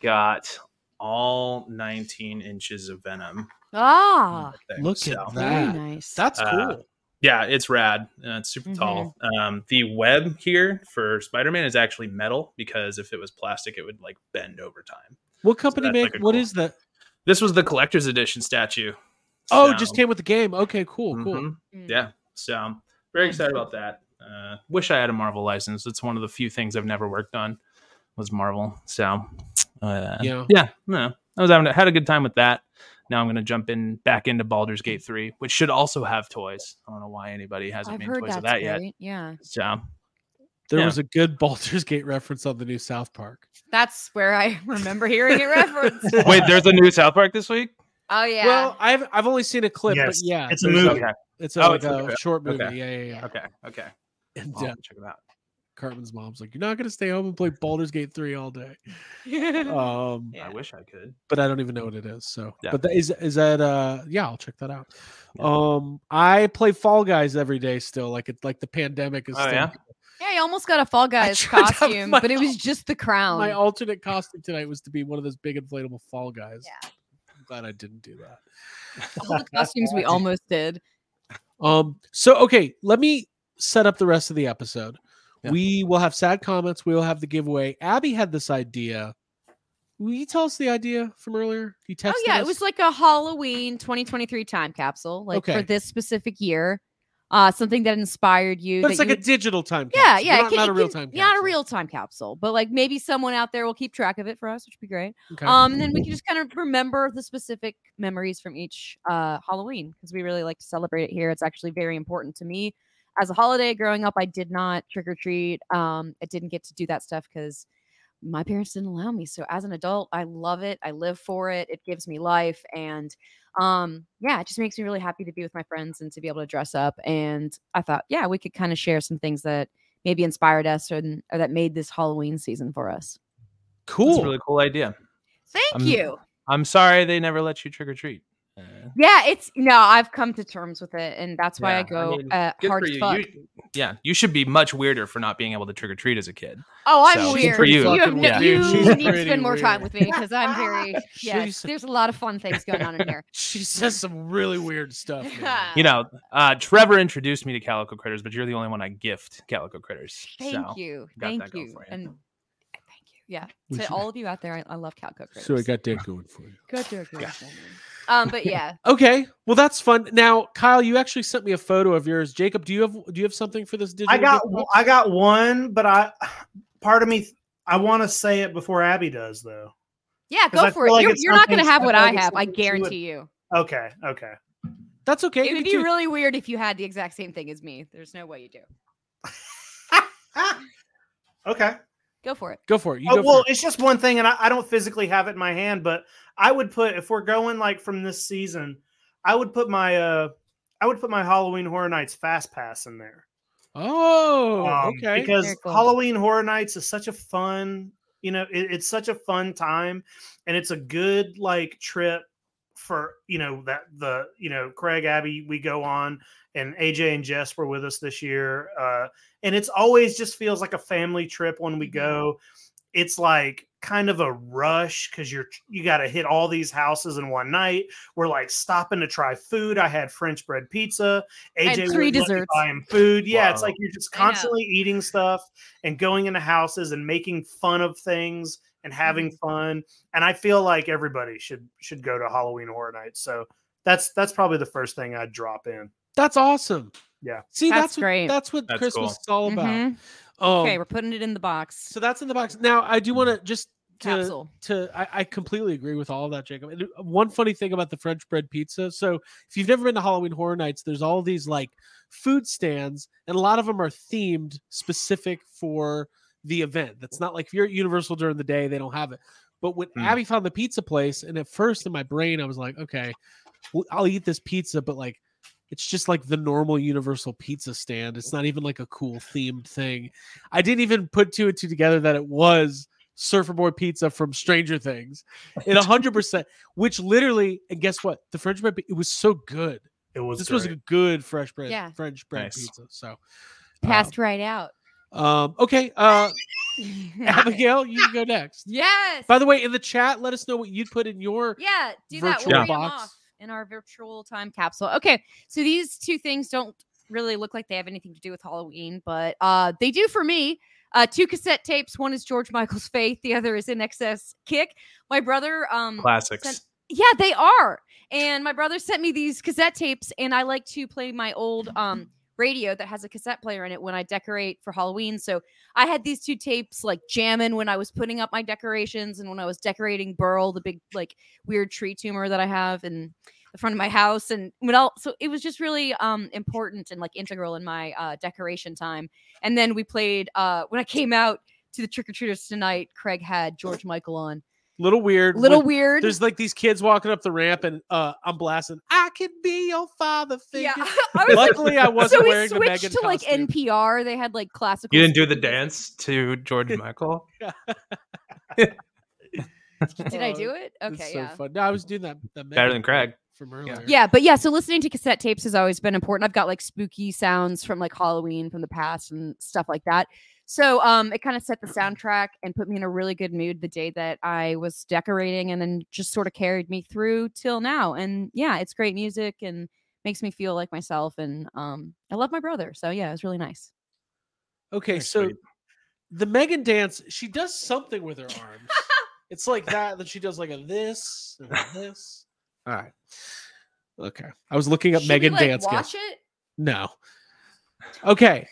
D: got all 19 inches of Venom.
E: Ah,
D: Thing,
A: Look
D: so-
A: at
E: very
A: that.
E: nice.
A: That's cool.
D: Uh, yeah, it's rad. Uh, it's super
E: Mhm.
D: tall. Um, the web here for Spider-Man is actually metal because if it was plastic, it would like bend over time.
A: what company
D: that's,
A: make?
D: like, a
A: What
D: cool-
A: is that?
D: This was the collector's edition statue.
A: Oh,
D: So-
A: just came with the game. Okay, cool, cool.
D: Mhm.
E: Mm.
D: Yeah. So I'm very excited about that. Uh, wish I had a Marvel license. It's one of the few things I've never worked on was Marvel. So uh,
A: Yeah.
D: yeah, no, I was having had a good time with that. Now I'm gonna jump in back into Baldur's Gate three, which should also have toys. I don't know why anybody hasn't
E: I've
D: made
E: heard
D: toys
E: that's
D: of that yet.
E: great. Yeah,
D: So
A: There
D: Yeah.
A: was a good Baldur's Gate reference on the new South Park.
E: that's where I remember hearing it referenced.
D: wait, there's a new South Park this week.
E: Oh yeah.
A: Well, I've I've only seen a clip,
C: Yes,
A: but yeah,
C: it's a
A: there's
C: movie.
D: Okay,
A: It's a,
D: Oh,
A: like
D: it's a
A: a
D: movie.
A: short movie.
D: Okay.
A: Yeah, yeah, yeah.
D: okay, okay.
A: And
D: I'll
A: uh,
D: have to check it out.
A: Cartman's mom's like, "You're not gonna stay home and play Baldur's Gate three all day." Um,
D: I wish I could.
A: but I don't even know what it is. So,
D: Yeah.
A: but that is is that uh yeah, I'll check that out.
D: Yeah.
A: Um, I play Fall Guys every day still. Like it like the pandemic is
D: Oh,
A: still
D: yeah?
E: yeah, you almost got a Fall Guys
A: tried to-
E: costume,
A: my
E: but it was just the crown.
A: my alternate costume tonight was to be one of those big inflatable Fall Guys.
E: Yeah.
A: I'm glad I didn't do that.
E: All the costumes we almost did.
A: Um, so okay, let me set up the rest of the episode.
D: Yeah.
A: We will have sad comments, we will have the giveaway. Abby had this idea. Will you tell us the idea from earlier? You texted
E: Oh yeah, it
A: us?
E: was like a Halloween 2023 time capsule, like
A: Okay.
E: for this specific year. Uh, something that inspired you.
A: but it's
E: that
A: like
E: you
A: a digital time
E: Yeah,
A: capsule,
E: yeah. it
A: not,
E: can-
A: not
E: it
A: a real
E: can-
A: time
E: Not a
A: capsule.
E: real time capsule, but like maybe someone out there will keep track of it for us, which would be great.
A: okay.
E: Um, then we can just kind of remember the specific memories from each uh, Halloween because we really like to celebrate it here. It's actually very important to me as a holiday. Growing up, I did not trick or treat. Um, I didn't get to do that stuff because my parents didn't allow me. So as an adult, I love it. I live for it. It gives me life, and um, yeah, it just makes me really happy to be with my friends and to be able to dress up. And I thought, yeah, we could kind of share some things that maybe inspired us or, or that made this Halloween season for us.
D: It's
A: cool.
D: a really cool idea.
E: Thank
D: I'm-
E: you.
D: I'm sorry they never let you trick or treat. Uh,
E: Yeah, it's no, I've come to terms with it, and that's why
D: Yeah,
E: I
D: I
E: go
D: mean,
E: uh,
D: good
E: hard
D: for
E: as
D: you.
E: fuck.
D: You- yeah, you should be much weirder for not being able to trick or treat as a kid.
E: oh, I'm
D: so- She's
E: weird.
D: pretty
E: You,
D: fucking
E: have no-
D: weird.
E: you
A: She's
E: need to
A: pretty
E: spend more time
A: weird.
E: with me because I'm very yes.
A: She's-
E: There's a lot of fun things going on in here.
A: She says some really weird stuff. man.
D: You know, uh, Trevor introduced me to Calico Critters, but you're the only one I gift Calico Critters.
E: Thank
D: so.
E: you,
D: got that
E: thank
D: going
E: you,
D: for you.
E: and thank you. Yeah,
A: We
E: to
A: should-
E: all of you out there, I, I love Calco Critters.
A: So I got that going for you.
E: Good to agree with that. Um, but yeah,
A: Okay, well that's fun. Now, Kyle, you actually sent me a photo of yours. Jacob, do you have do you have something for this digital?
C: I got
A: giveaway?
C: I got one, but I part of me I want to say it before Abby does though.
E: yeah,
C: 'Cause
E: go
C: I
E: for it.
C: feel like
E: you're
C: it's
E: you're not going to
C: something-
E: have
C: I
E: what
C: feel
E: I
C: like it's
E: have. I
C: something she would-
E: guarantee you.
C: Okay, okay.
A: That's okay.
E: It
A: we
E: would
A: can
E: be
A: keep-
E: really weird if you had the exact same thing as me. There's no way you do.
C: Ah, Okay.
E: Go for it.
A: Go for it. You
C: Oh,
A: go for
C: well,
A: it.
C: it's just one thing, and I, I don't physically have it in my hand, but I would put if we're going like from this season, I would put my uh, I would put my Halloween Horror Nights Fast Pass in there.
A: Oh,
C: Um,
A: okay.
C: Because
E: Very cool.
C: Halloween Horror Nights is such a fun, you know, it- it's such a fun time, and it's a good like trip for you know that the you know Craig Abby we go on, and AJ and Jess were with us this year, uh, and it's always just feels like a family trip when
E: Mm-hmm.
C: we go. It's like kind of a rush because you're you got to hit all these houses in one night. We're like stopping to try food. I had French bread pizza.
E: had three
C: AJ wouldn't let me
E: desserts.
C: buy him food. Yeah, it's
D: Wow.
C: like you're just
E: I know.
C: constantly eating stuff and going into houses and making fun of things and having
A: Mm-hmm.
C: fun. And I feel like everybody should should go to Halloween Horror Nights. So that's that's probably the first thing I'd drop in.
A: that's awesome.
C: Yeah.
A: See,
E: That's
A: that's, what,
E: great.
A: That's what
D: That's
A: Christmas
D: cool.
A: is all about.
E: Mhm.
A: Oh,
E: Okay, we're putting it in the box
A: so that's in the box. Now, I do want to just to
E: capsule.
A: to I, I completely agree with all that, Jacob. And uh, one funny thing about the French bread pizza. So if you've never been to Halloween Horror Nights, there's all these like food stands, and a lot of them are themed specific for the event. That's not like if you're at Universal during the day, they don't have it. But when
D: Hmm.
A: Abby found the pizza place, and at first in my brain, I was like, okay, well, I'll eat this pizza, but like it's just like the normal universal pizza stand. It's not even like a cool themed thing. I didn't even put two and two together that it was Surfer Boy Pizza from Stranger Things. It 100%, which literally, and guess what? The French bread, pi- it was so good.
C: It was
A: this was a good fresh bread,
E: Yeah.
A: French bread
D: Nice.
A: pizza. So,
E: Passed right out.
A: um, um, okay. Uh, Abigail, you can go next.
E: yes.
A: By the way, in the chat, let us know what you'd put in your.
E: Yeah, do that.
A: virtual
E: We'll read 'em
A: box.
E: off in our virtual time capsule. Okay, so these two things don't really look like they have anything to do with Halloween, but uh, they do for me. Uh, two cassette tapes. One is George Michael's Faith. The other is In Excess Kick. My brother. Um,
D: Classics.
E: yeah, they are. And my brother sent me these cassette tapes, and I like to play my old
A: Mm-hmm.
E: um radio that has a cassette player in it when I decorate for Halloween. So I had these two tapes like jamming when I was putting up my decorations and when I was decorating Burl, the big like weird tree tumor that I have in the front of my house. And when all so it was just really um important and like integral in my uh decoration time. And then we played uh when I came out to the trick-or-treaters tonight, Craig had George Michael on.
A: Little weird.
E: Little
A: with-
E: weird.
A: There's like these kids walking up the ramp, and uh, I'm blasting, I could be your father figure.
E: yeah, I was like,
A: Luckily, I wasn't
E: so we
A: wearing the
E: switched
A: Megan
E: to like
A: costume.
E: NPR. They had like classical.
D: You didn't do the
E: music.
D: dance to George Michael?
E: Did I
A: Oh,
E: do it?
A: That's
E: Okay,
A: so
E: yeah.
A: fun. No, I was doing that. that
D: Better
A: Megan
D: than Craig.
A: from earlier.
E: Yeah, but yeah, so listening to cassette tapes has always been important. I've got like spooky sounds from like Halloween from the past and stuff like that. So um it kind of set the soundtrack and put me in a really good mood the day that I was decorating and then just sort of carried me through till now. And yeah, it's great music and makes me feel like myself and um I love my brother. So yeah, it was really nice.
A: Okay,
D: Thanks,
A: so
D: buddy.
A: the Megan dance, she does something with her arms. it's like that. Then she does like a this and a this. All right. Okay. I was looking up Megan dance. gifts.
E: it?
A: No. Okay.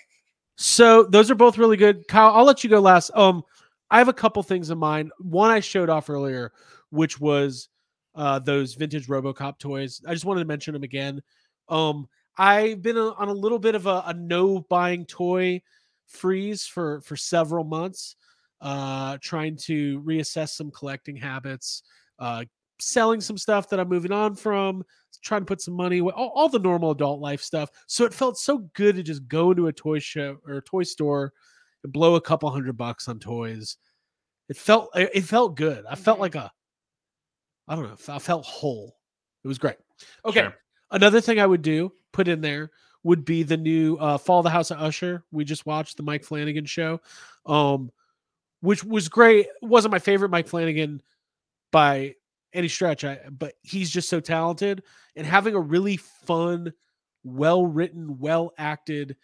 A: So those are both really good. Kyle, I'll let you go last. Um, I have a couple things in mind. One I showed off earlier, which was uh those vintage RoboCop toys. I just wanted to mention them again. Um, I've been on a little bit of a, a no buying toy freeze for for several months, uh, trying to reassess some collecting habits, uh, selling some stuff that I'm moving on from, trying to put some money away, all, all the normal adult life stuff. So it felt so good to just go into a toy show or a toy store and blow a couple hundred bucks on toys. It felt it it felt good. I felt
E: Mhm.
A: like a I don't know, I felt whole. It was great. Okay.
D: Sure.
A: Another thing I would do put in there would be the new uh Fall the House of Usher. We just watched the Mike Flanagan show. Um which was great. It wasn't my favorite Mike Flanagan by any stretch, I, but he's just so talented and having a really fun, well written, well acted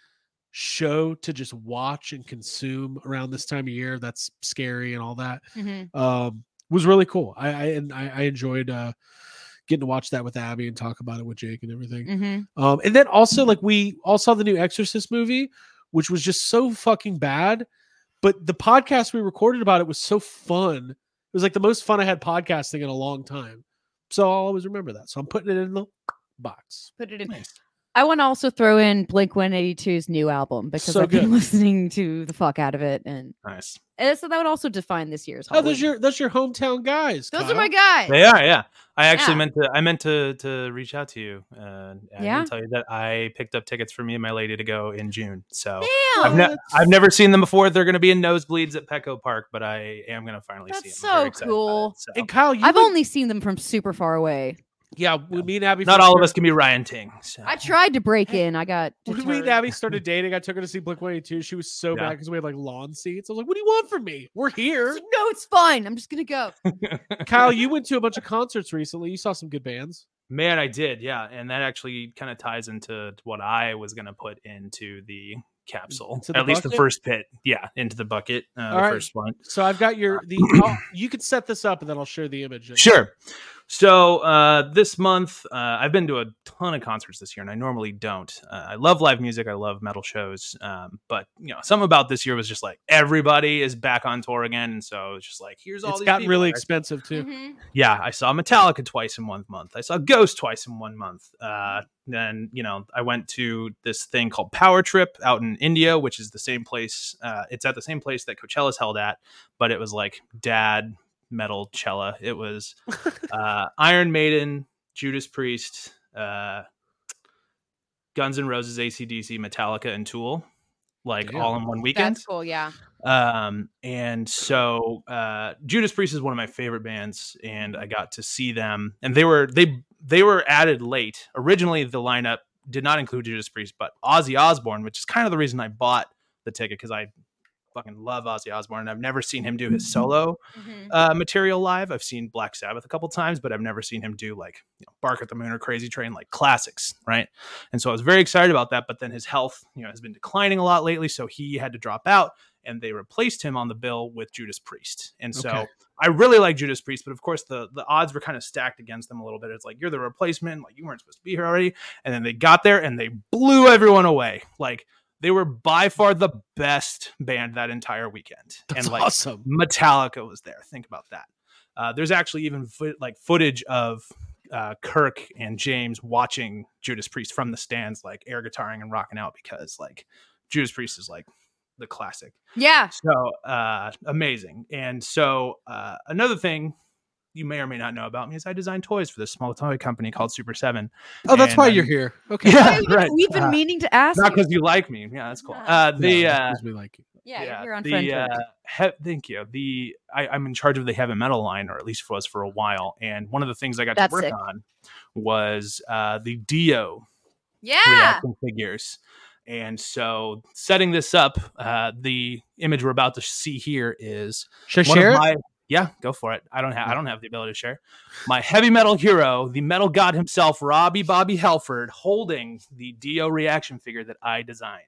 A: show to just watch and consume around this time of year that's scary and all that
E: Mm-hmm,
A: um, was really cool. I, I and I, I enjoyed uh, getting to watch that with Abby and talk about it with Jake and everything.
E: Mm-hmm.
A: Um, and then also like we all saw the new Exorcist movie, which was just so fucking bad. But the podcast we recorded about it was so fun. It was like the most fun I had podcasting in a long time. So I'll always remember that. So I'm putting it in the box.
E: Put it in. I want to also throw in Blink 182's new album because
A: So
E: I've
A: good.
E: been listening to the fuck out of it, and
D: Nice.
E: uh, so that would also define this year's.
A: Oh, those
E: Halloween.
A: your those your hometown guys.
E: Those
A: Kyle.
E: are my guys.
D: They are, yeah. I actually
E: Yeah.
D: meant to. I meant to to reach out to you uh, and
E: Yeah.
D: tell you that I picked up tickets for me and my lady to go in June. So
E: Damn,
D: I've, ne- I've never seen them before. They're going to be in nosebleeds at Petco Park, but I am going to finally see
E: That's
D: them. I'm very
E: so
D: excited about
E: cool.
D: it, so.
A: And Kyle, you
E: I've
A: would-
E: only seen them from super far away.
A: yeah. When me and Abby
D: Not
A: first
D: all of
A: started-
D: us can be Ryan Ting. So.
E: I tried to break in. I got.
A: When we and
E: deterred.
A: Abby started dating, I took her to see Blink 182. She was so
D: Yeah.
A: mad because we had like lawn seats. I was like, "What do you want from me? We're
E: It's
A: here."
E: like, no, it's fine. I'm just gonna go.
A: Kyle, you went to a bunch of concerts recently. You saw some good bands.
D: Man, I did, yeah, and that actually kind of ties into what I was gonna put into the capsule,
A: Into the
D: at least the
A: bucket?
D: first pit, yeah, into the bucket, uh, the
A: right.
D: first one.
A: So I've got your the. I'll- you could set this up and then I'll share the image.
D: Sure. So uh, this month, uh, I've been to a ton of concerts this year, and I normally don't. Uh, I love live music, I love metal shows, um, but you know, something about this year was just like everybody is back on tour again, and so it's just like here's all.
A: It's
D: these
A: gotten
D: people.
A: really
D: And I
A: expensive too.
E: Mhm.
D: yeah, I saw Metallica twice in one month. I saw Ghost twice in one month. Uh, then you know, I went to this thing called Power Trip out in India, which is the same place. Uh, it's at the same place that Coachella's held at, but it was like dad metal cella. It was uh, Iron Maiden, Judas Priest, uh, Guns N' Roses, ACDC, Metallica, and Tool, like
A: Damn.
D: all in one weekend
E: That's cool. Yeah.
D: um and so uh judas priest is one of my favorite bands and i got to see them and they were they they were added late originally the lineup did not include judas priest but ozzy osbourne which is kind of the reason i bought the ticket because i fucking love ozzy osbourne and i've never seen him do his solo
E: Mhm.
A: Mm-hmm.
D: uh, material live. I've seen Black Sabbath a couple times, but I've never seen him do like you know, Bark at the Moon or Crazy Train, like classics, right? And so I was very excited about that. But then his health, you know, has been declining a lot lately, so he had to drop out, and they replaced him on the bill with Judas Priest. And so
A: Okay.
D: I really like Judas Priest, but of course the the odds were kind of stacked against them a little bit. It's like you're the replacement, like you weren't supposed to be here already. And then they got there and they blew everyone away, like. They were by far the best band that entire weekend.
A: That's
D: and like
A: awesome.
D: Metallica was there. Think about that. Uh, there's actually even foot, like footage of uh, Kirk and James watching Judas Priest from the stands, like air guitaring and rocking out because like Judas Priest is like the classic.
E: Yeah.
D: So uh, amazing. And so uh, another thing you may or may not know about me is I design toys for this small toy company called Super Seven.
A: Oh, that's
D: And
A: why
D: I'm-
A: you're here. Okay.
D: Yeah,
E: We've been-
D: right.
E: We've been
D: Uh,
E: meaning to ask.
D: not
E: you.
D: because you like me. Yeah, that's cool.
E: No.
D: Uh, the
A: No,
D: uh,
A: because we like you.
E: Yeah, you're here on
D: the,
E: friend.
D: uh, he- thank you. The I, I'm in charge of the heavy metal line, or at least was for a while. And one of the things I got
E: That's
D: to work
E: sick.
D: on was uh, the Dio
E: yeah.
D: reaction figures. And so, setting this up, uh, the image we're about to see here is
A: Should I
D: one of
A: share it?
D: my- yeah, go for it. I don't have I don't have the ability to share. My heavy metal hero, the metal god himself, Robbie Bobby Helford, holding the Dio reaction figure that I designed.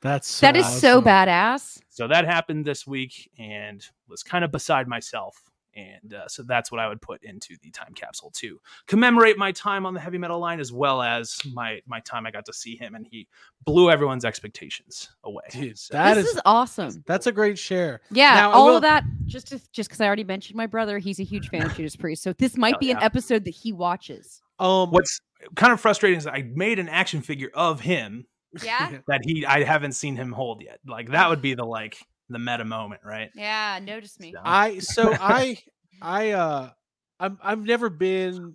A: That's so
E: That is so
A: awesome.
E: badass.
D: So that happened this week and was kind of beside myself. And uh, so that's what I would put into the time capsule to commemorate my time on the heavy metal line, as well as my my time I got to see him, and he blew everyone's expectations away.
A: Dude,
D: So-
A: that
E: this
A: is
E: is awesome.
A: that's a great share.
E: Yeah,
A: Now, I
E: all
A: will-
E: of that just to, just because I already mentioned my brother, he's a huge fan of Judas Priest, so this might
D: Oh,
E: be an
D: yeah.
E: episode that he watches.
A: Um,
D: what's kind of frustrating is I made an action figure of him
E: Yeah,
D: that he I haven't seen him hold yet. Like that would be the like the meta moment, right?
E: yeah, notice me.
D: So-
A: I so I I uh I'm I've never been I'm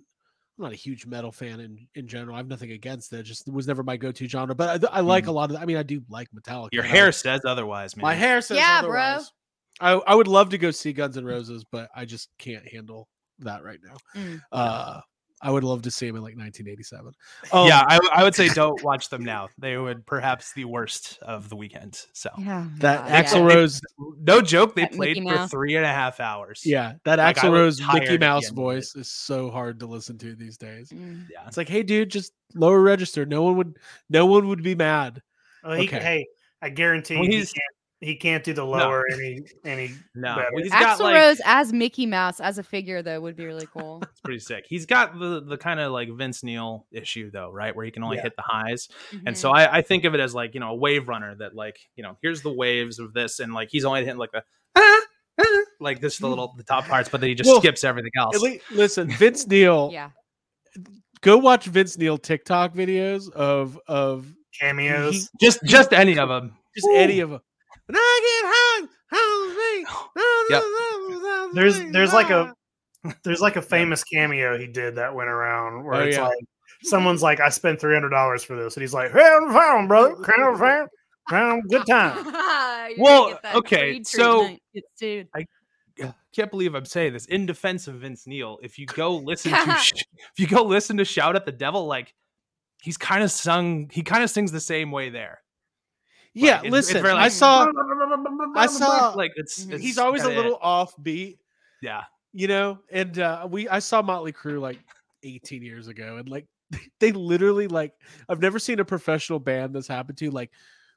A: not a huge metal fan in in general. I have nothing against it. It Just was never my go-to genre, but I, I like a lot of I mean I do like Metallica.
D: Hmm. Your
A: and I-
D: hair says otherwise, man.
A: My hair says
E: Yeah, bro.
A: otherwise. I I would love to go see Guns N' Roses, but I just can't handle that right now.
E: Mm.
A: Uh I would love to see him in like Um, 1987.
D: yeah, I, I would say don't watch them now. They would perhaps the worst of the weekend. So
E: Yeah,
A: That
E: yeah.
A: Axl
D: Axl Rose-
A: Rose,
D: no joke, they
E: That Mickey
D: played for
E: Mouse.
D: three and a half hours.
A: yeah, that
D: Like, I
A: Axl
D: was
A: Rose
D: tired at
A: Mickey
D: the
A: Mouse
D: end of it.
A: voice is so hard to listen to these days.
E: Mm.
D: yeah.
A: It's like, hey, dude, just lower register. No one would, no one would be mad.
C: Oh, he,
A: Okay.
C: Hey, I guarantee
D: Well,
C: he
D: he's-
C: can't. He can't do the lower any any.
D: No,
C: Better.
D: well, he's
E: Axl
D: got like
E: Rose as Mickey Mouse as a figure though would be really cool.
D: it's pretty sick. He's got the the kind of like Vince Neil issue though, right? Where he can only
A: Yeah.
D: hit the highs.
E: Mhm.
D: And so I, I think of it as like you know a wave runner that like you know here's the waves of this, and like he's only hitting like the ah, ah, like this the little the top parts, but then he just
A: Well,
D: skips everything else.
A: At least, listen, Vince Neil
E: yeah,
A: Go watch Vince Neil TikTok videos of of
C: Cameos.
D: Just just any of them.
A: just any of them. And I get hung, hung me, hung me,
C: There's
A: hung me,
C: there's like a
A: hung.
C: there's like a famous cameo he did that went around where
A: Oh,
C: it's
A: yeah.
C: like someone's like, I spent three hundred dollars for this, and he's like, Hey, I'm fine, brother. Crown fine. Crown, good time.
D: Well, okay, so-
E: dude.
D: I can't believe I'm saying this in defense of Vince Neil. If you go listen to Sh- if you go listen to Shout at the Devil, like he's kind of sung he kind of sings the same way there.
A: Yeah,
D: it's- it's
A: listen.
D: very
A: I
D: like-
A: saw. I saw.
D: Like it's,
E: Mhm.
D: it's
A: he's always a
D: kinda it.
A: little offbeat,
D: yeah.
A: you know. And uh, we, I saw Motley Crue like 18 years ago, and like they literally like I've never seen a professional band that's happened to like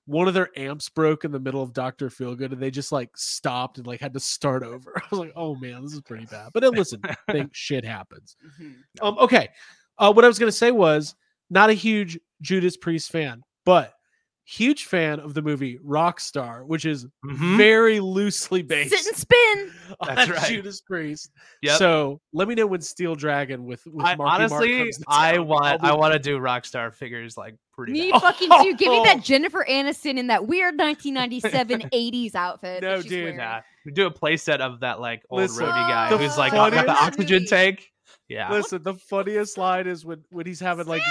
A: one of their amps broke in the middle of Doctor Feelgood, and they just like stopped and like had to start over. I was like, oh man, this is pretty bad. But then listen, think shit happens.
E: Mm-hmm.
A: Um, okay. Uh, what I was going to say was not a huge Judas Priest fan, but huge fan of the movie Rockstar, which is
D: Mhm.
A: very loosely
E: Sit and
A: based
E: spin.
A: on
D: That's right.
A: Judas Priest.
D: Yep.
A: So let me know when Steel Dragon with, with
D: I,
A: Marky Mark
D: honestly,
A: comes to
D: I
A: town. I'll
D: want
A: be-
D: I want to do Rockstar figures like pretty.
E: Me
D: bad. Oh.
E: fucking too. Give me that Jennifer Aniston in that weird 1997 80s outfit. that
A: No,
E: she's
A: dude,
E: wearing.
D: Nah, we do a playset of that like old
A: Listen,
D: roadie guy
A: the
D: who's like got the
A: funniest-
D: oxygen tank. Yeah.
A: Listen, the funniest line is when when he's having like,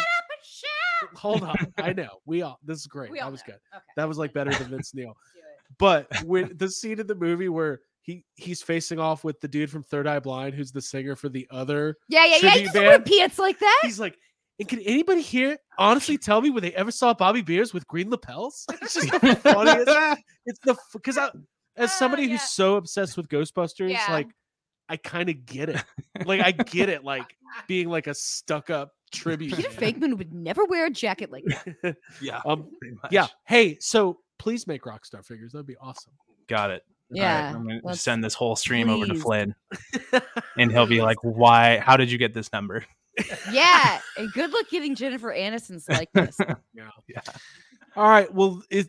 E: Sit up and shout.
A: hold on, I know we all this is great.
E: We all
A: That was
E: know.
A: good.
E: Okay.
A: That was like better than Vince Neil. But when the scene in the movie where he he's facing off with the dude from Third Eye Blind, who's the singer for the other,
E: Yeah, yeah, yeah.
A: Tribute
E: He doesn't wear
A: band.
E: pants like that.
A: he's like, and can anybody here honestly tell me when they ever saw Bobby Beers with green lapels? It's just the funniest. It's the because I, as
E: Oh,
A: somebody
E: yeah.
A: who's so obsessed with Ghostbusters,
E: Yeah.
A: like I kind of get it. Like I get it. Like being like a stuck up tribute.
E: Peter
A: band.
E: Fagman would never wear a jacket like that.
D: yeah.
A: Um,
D: pretty much.
A: yeah. Hey, so please make Rockstar figures. That'd be awesome.
D: Got it. All right,
E: Yeah.
D: I'm gonna
E: let's-
D: send this whole stream over to
E: please.
D: Flynn, and he'll be like, "Why? How did you get this number?"
E: yeah. And good luck getting Jennifer Aniston's likeness.
A: Yeah.
D: Yeah.
A: All right. Well, it,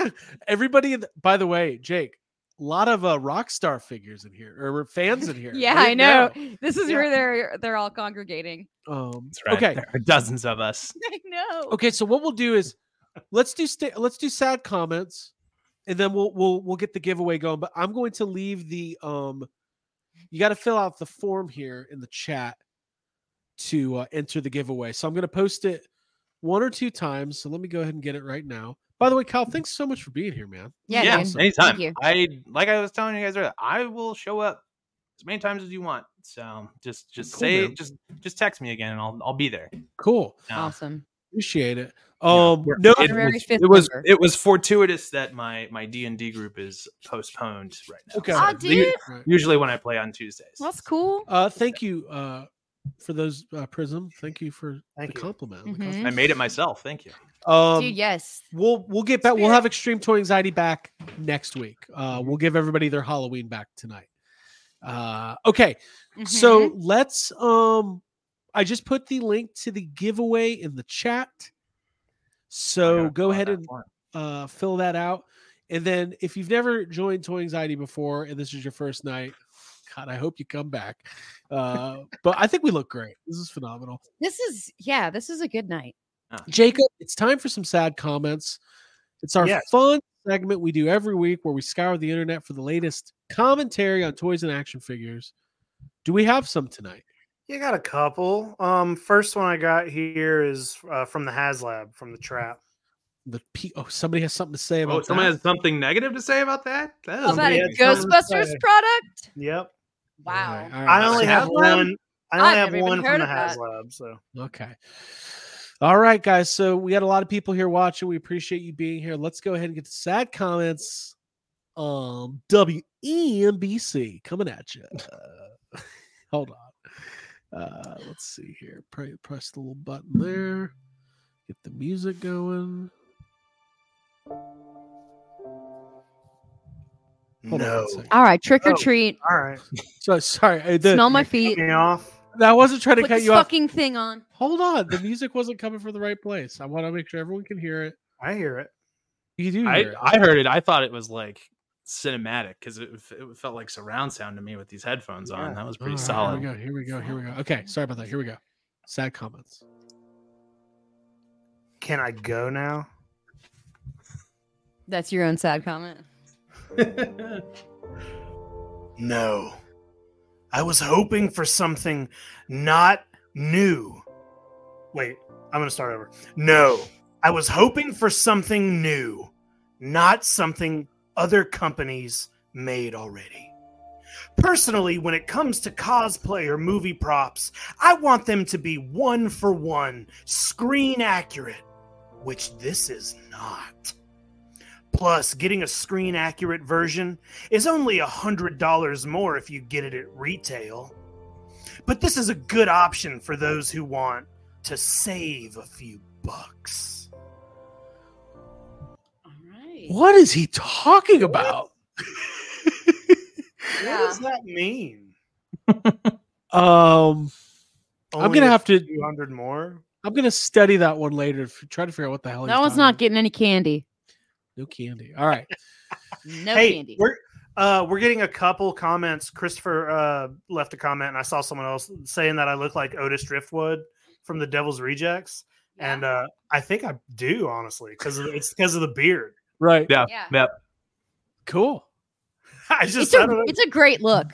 A: everybody, in the- by the way, Jake, a lot of uh, rock star figures in here or fans in here.
E: yeah,
A: Way to
E: I know. This is
A: Yeah.
E: where they're they're all congregating.
A: go. Um,
D: That's right.
A: Okay.
D: There are dozens of us.
E: I know.
A: Okay. So what we'll do is let's do sta- let's do sad comments, and then we'll we'll we'll get the giveaway going. But I'm going to leave the um, you got to fill out the form here in the chat to uh, enter the giveaway. So I'm going to post it one or two times. So let me go ahead and get it right now. By the way, Kyle, thanks so much for being here, man.
E: Yeah,
A: Yeah.
E: dude.
A: Awesome.
D: anytime.
E: Thank you.
D: I like I was telling you guys earlier, I will show up as many times as you want. So just just
A: Cool,
D: say
A: man.
D: just just text me again, and I'll I'll be there.
A: Cool.
D: No.
E: Awesome. Oh,
A: Appreciate it.
D: Yeah.
A: Um,
D: We're-
A: no,
D: it
E: Honorary
D: was,
E: fifth
D: it was
E: member.
D: it was fortuitous that my my D and D group is postponed right now.
A: Okay.
E: Aw,
D: So,
E: dude.
A: Right.
D: Usually when I play on Tuesdays.
E: That's cool.
A: Uh, thank you uh, for those uh, Prism. Thank you for
C: Thank
A: the
C: you.
A: compliment. on the
E: Mhm.
A: costume.
D: I made it myself. Thank you.
A: Um,
E: Dude, yes.
A: We'll we'll get back. We'll have Extreme Toy Anxiety back next week. Uh, we'll give everybody their Halloween back tonight. Uh, okay,
E: Mm-hmm.
A: so let's. Um, I just put the link to the giveaway in the chat.
D: I
A: So
D: gotta
A: go
D: fill out
A: ahead
D: that
A: and
D: form.
A: uh, fill that out. And then if you've never joined Toy Anxiety before and this is your first night, God, I hope you come back. Uh, but I think we look great. This is phenomenal.
E: this is yeah, this is a good night.
A: Jacob, it's time for some sad comments. It's our
C: Yes.
A: fun segment we do every week where we scour the internet for the latest commentary on toys and action figures. Do we have some tonight?
C: You got a couple. Um, first one I got here is uh, from the HasLab
E: Mm.
C: from the trap.
A: The P- oh, somebody has something to say
D: Oh,
A: about
D: someone
A: that.
D: has something negative to say about that? That
A: Oh,
D: doesn't
E: About
D: make
E: a
C: yeah,
D: any sense.
C: someone
E: Ghostbusters
C: said-
E: product?
C: Yep.
A: All right,
E: Wow.
A: all right,
C: I
A: all
C: only
A: right.
C: have
E: HasLab?
C: one. I only
E: I've
C: have
E: never even
C: one
E: heard
C: from the
E: of that.
C: HasLab. So
A: Okay. All right, guys. So we got a lot of people here watching. We appreciate you being here. Let's go ahead and get to sad comments. Um, E WEMBC coming at you. Uh, hold on. Uh, let's see here. Pre- press the little button there. Get the music going. Hold on one second.
E: All right, trick or
C: Oh.
E: treat.
C: All right.
A: So sorry. I, the-
E: Smell my
C: Cut
E: feet.
C: me off.
A: I wasn't trying to
E: Put
A: cut
E: this
A: you off.
E: fucking thing on.
A: Hold on. The music wasn't coming from the right place. I want to make sure everyone can hear it.
C: I hear it.
A: You do. Hear
D: I,
A: it.
D: I heard it. I thought it was like cinematic because it, f- it felt like surround sound to me with these headphones on.
C: Yeah.
D: That was pretty
A: All right,
D: solid.
A: Here we go. Here we go. Here we go. Okay. Sorry about that. Here we go. Sad comments.
C: Can I go now?
E: That's your own sad comment.
C: No. I was hoping for something not new. Wait, I'm going to start over. No. I was hoping for something new, not something other companies made already. Personally, when it comes to cosplay or movie props, I want them to be one for one, screen accurate, which this is not. Plus, getting a screen accurate version is only $100 more if you get it at retail. But this is a good option for those who want to save a few bucks.
E: All right.
A: What is he talking about?
C: What
E: Yeah.
C: does that mean?
A: Um, I'm gonna have to.
C: 200 more.
A: I'm gonna study that one later. to f- Try to figure out what the hell.
E: That
A: Oh, he's
E: one's
A: talking
E: not
A: about.
E: getting any candy.
A: no candy. All right.
E: No
C: hey,
E: candy.
C: we're uh, we're getting a couple comments. Christopher uh, left a comment, and I saw someone else saying that I look like Otis Driftwood from The Devil's Rejects, and uh, I think I do honestly because it's because of the beard.
A: Right.
D: Yeah.
E: Yeah.
D: Yeah.
A: Cool.
C: I
E: it's,
C: just I
E: a,
C: don't know.
E: it's a great look.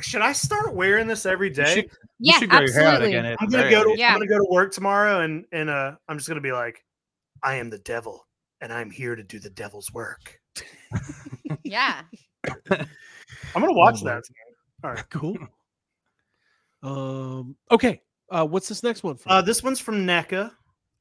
C: should I start wearing this every
D: You
C: day?
D: should, you
E: Yeah,
D: should grow your hair out
E: absolutely.
D: again. It's
C: I'm gonna
D: very
C: go to
D: nice.
E: Yeah.
C: I'm gonna go to work tomorrow, and and uh, I'm just gonna be like, I am the devil, and I'm here to do the devil's work.
E: yeah.
C: I'm gonna watch
A: Oh,
C: that.
A: Cool. um. Okay. Uh. What's this next one? From?
C: Uh, this one's from NECA.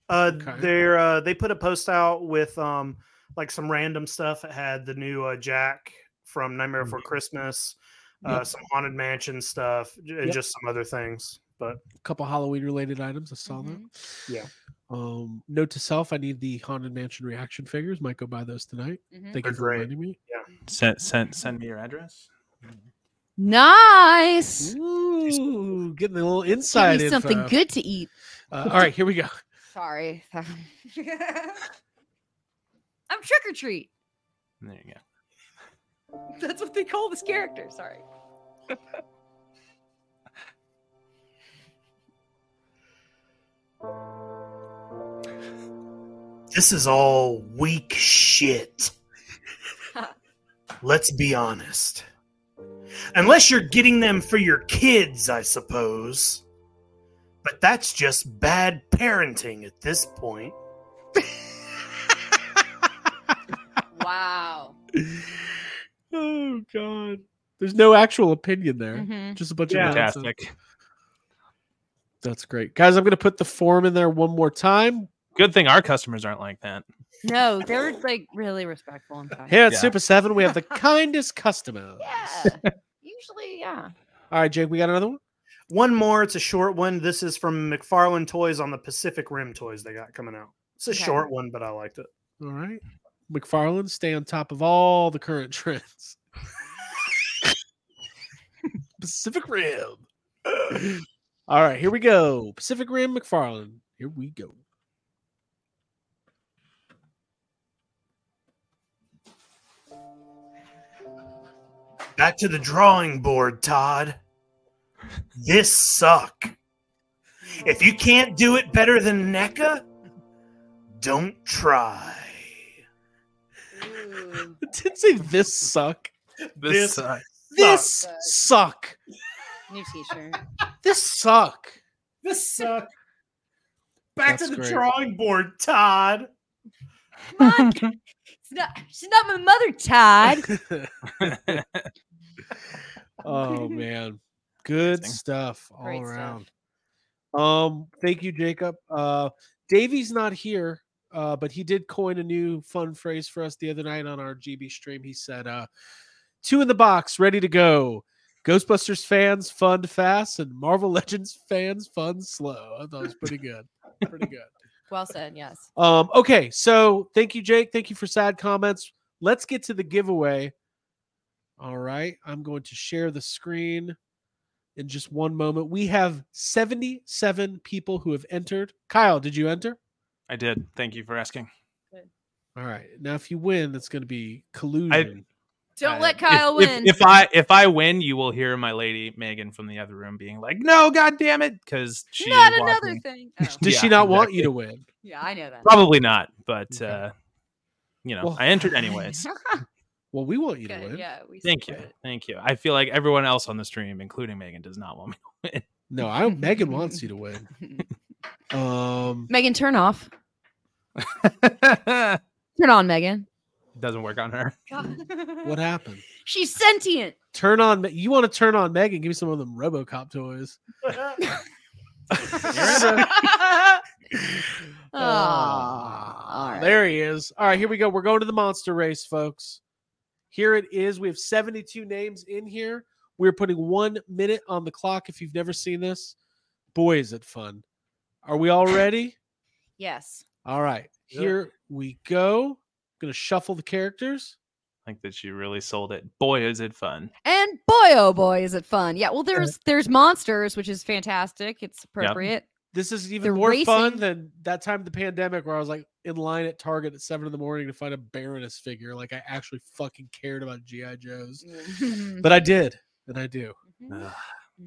C: Uh,
A: Okay.
C: they're uh, they put a post out with um like some random stuff. It had the new uh, Jack from Nightmare Before Christmas, uh, some haunted mansion stuff, j- and
A: Yep.
C: just some other things. But
A: couple Halloween related items. I saw
E: Mm-hmm.
A: that.
C: Yeah.
A: Um, note to self: I need the Haunted Mansion reaction figures. Might go buy those tonight.
E: Mhm.
A: Thank
C: They're
A: you for
C: great.
A: reminding me.
D: Send, send, send me your address.
E: Nice.
A: Ooh, getting a little
E: Give
A: inside
E: me something
A: info.
E: good to eat.
A: Uh, all right, here we go.
E: Sorry. I'm trick or treat.
D: There you go.
E: That's what they call this character. Sorry.
C: this is all weak shit. Let's be honest. Unless you're getting them for your kids, I suppose. But that's just bad parenting at this point.
E: Wow.
A: Oh God, there's no actual opinion there.
E: Mhm.
A: Just a bunch
C: Yeah.
A: of nonsense.
D: Fantastic.
A: That's great, guys. I'm gonna put the form in there one more time.
D: Good thing our customers aren't like that.
E: No, they were like really respectful and kind.
A: Here at
D: Yeah.
A: Super Seven, we have the kindest customers.
E: Yeah. Usually, yeah.
A: All right, Jake, we got another one.
C: One more. It's a short one. This is from McFarlane Toys on the Pacific Rim toys they got coming out. It's a
E: Okay.
C: short one, but I liked it.
A: All right, McFarland, stay on top of all the current trends. Pacific Rim. All right, here we go. Pacific Rim McFarland. Here we go.
C: Back to the drawing board, Todd. This suck. If you can't do it better than NECA, don't try.
A: It didn't say this suck.
C: This-
D: sucks.
A: This suck.
E: New t-shirt.
A: This suck.
C: This suck. Back
A: That's
C: to the
A: great.
C: drawing board, Todd.
E: Come on. It's not, she's not my mother, Todd.
A: oh man, good
D: Interesting.
A: stuff all
E: Great stuff.
A: around. Um, thank you, Jacob. Uh, Davey's not here, uh, but he did coin a new fun phrase for us the other night on our GB stream. He said, uh, two in the box, ready to go. Ghostbusters fans fund fast and Marvel Legends fans fund slow. I thought it was pretty good. pretty good.
E: Well said, yes.
A: Um, okay, so thank you, Jake. Thank you for sad comments. Let's get to the giveaway. All right, I'm going to share the screen in just one moment. We have 77 people who have entered. Kyle, did you enter?
D: I did. Thank you for asking.
A: All right. Now, if you win, it's going to be collusion.
E: Don't
D: Uh,
E: let
D: if-
E: Kyle
D: if-
E: win.
D: If, I if I win, you will hear my lady Megan from the other room being like, "No, god damn it," because she's
E: Not another
D: watching.
E: thing. Oh,
A: Does
D: Yeah,
A: she not want
D: exactly.
A: you to win?
E: yeah, I know that.
D: Probably not, but
A: Okay.
D: uh, you know,
A: Well-
D: I entered anyways.
A: Well, we want you to
E: Good,
A: win.
E: yeah, we
D: Thank you,
E: support it.
D: thank you. I feel like everyone else on the stream, including Megan, does not want me.
A: No, I don't. Megan wants you to win. Um,
E: Megan, turn off.
D: it
E: Turn on, Megan.
D: doesn't work on her.
A: what happened?
E: She's sentient.
A: Turn on. Me- You want to turn on Megan? Give me some of them RoboCop toys.
E: Aw,
A: Ah.
E: all right.
A: There he is. All right, here we go. We're going to the monster race, folks. Here it is. We have 72 names in here. We're putting one minute on the clock. If you've never seen this, boy, is it fun. Are we all ready?
E: Yes.
A: All right,
C: Do it.
A: here we go. going to shuffle the characters.
D: I think that she really sold it. Boy, is it fun!
E: And boy, oh boy, is it fun. Yeah. Well, there's there's monsters, which is fantastic. It's appropriate.
A: This is even
E: They're
A: more fun
E: racing.
A: than that time of the pandemic where I was like in line at Target at seven in the morning to find a Baroness figure. Like I actually fucking cared about GI Joes,
E: Mhm.
A: but I did, and I do.
D: Ugh,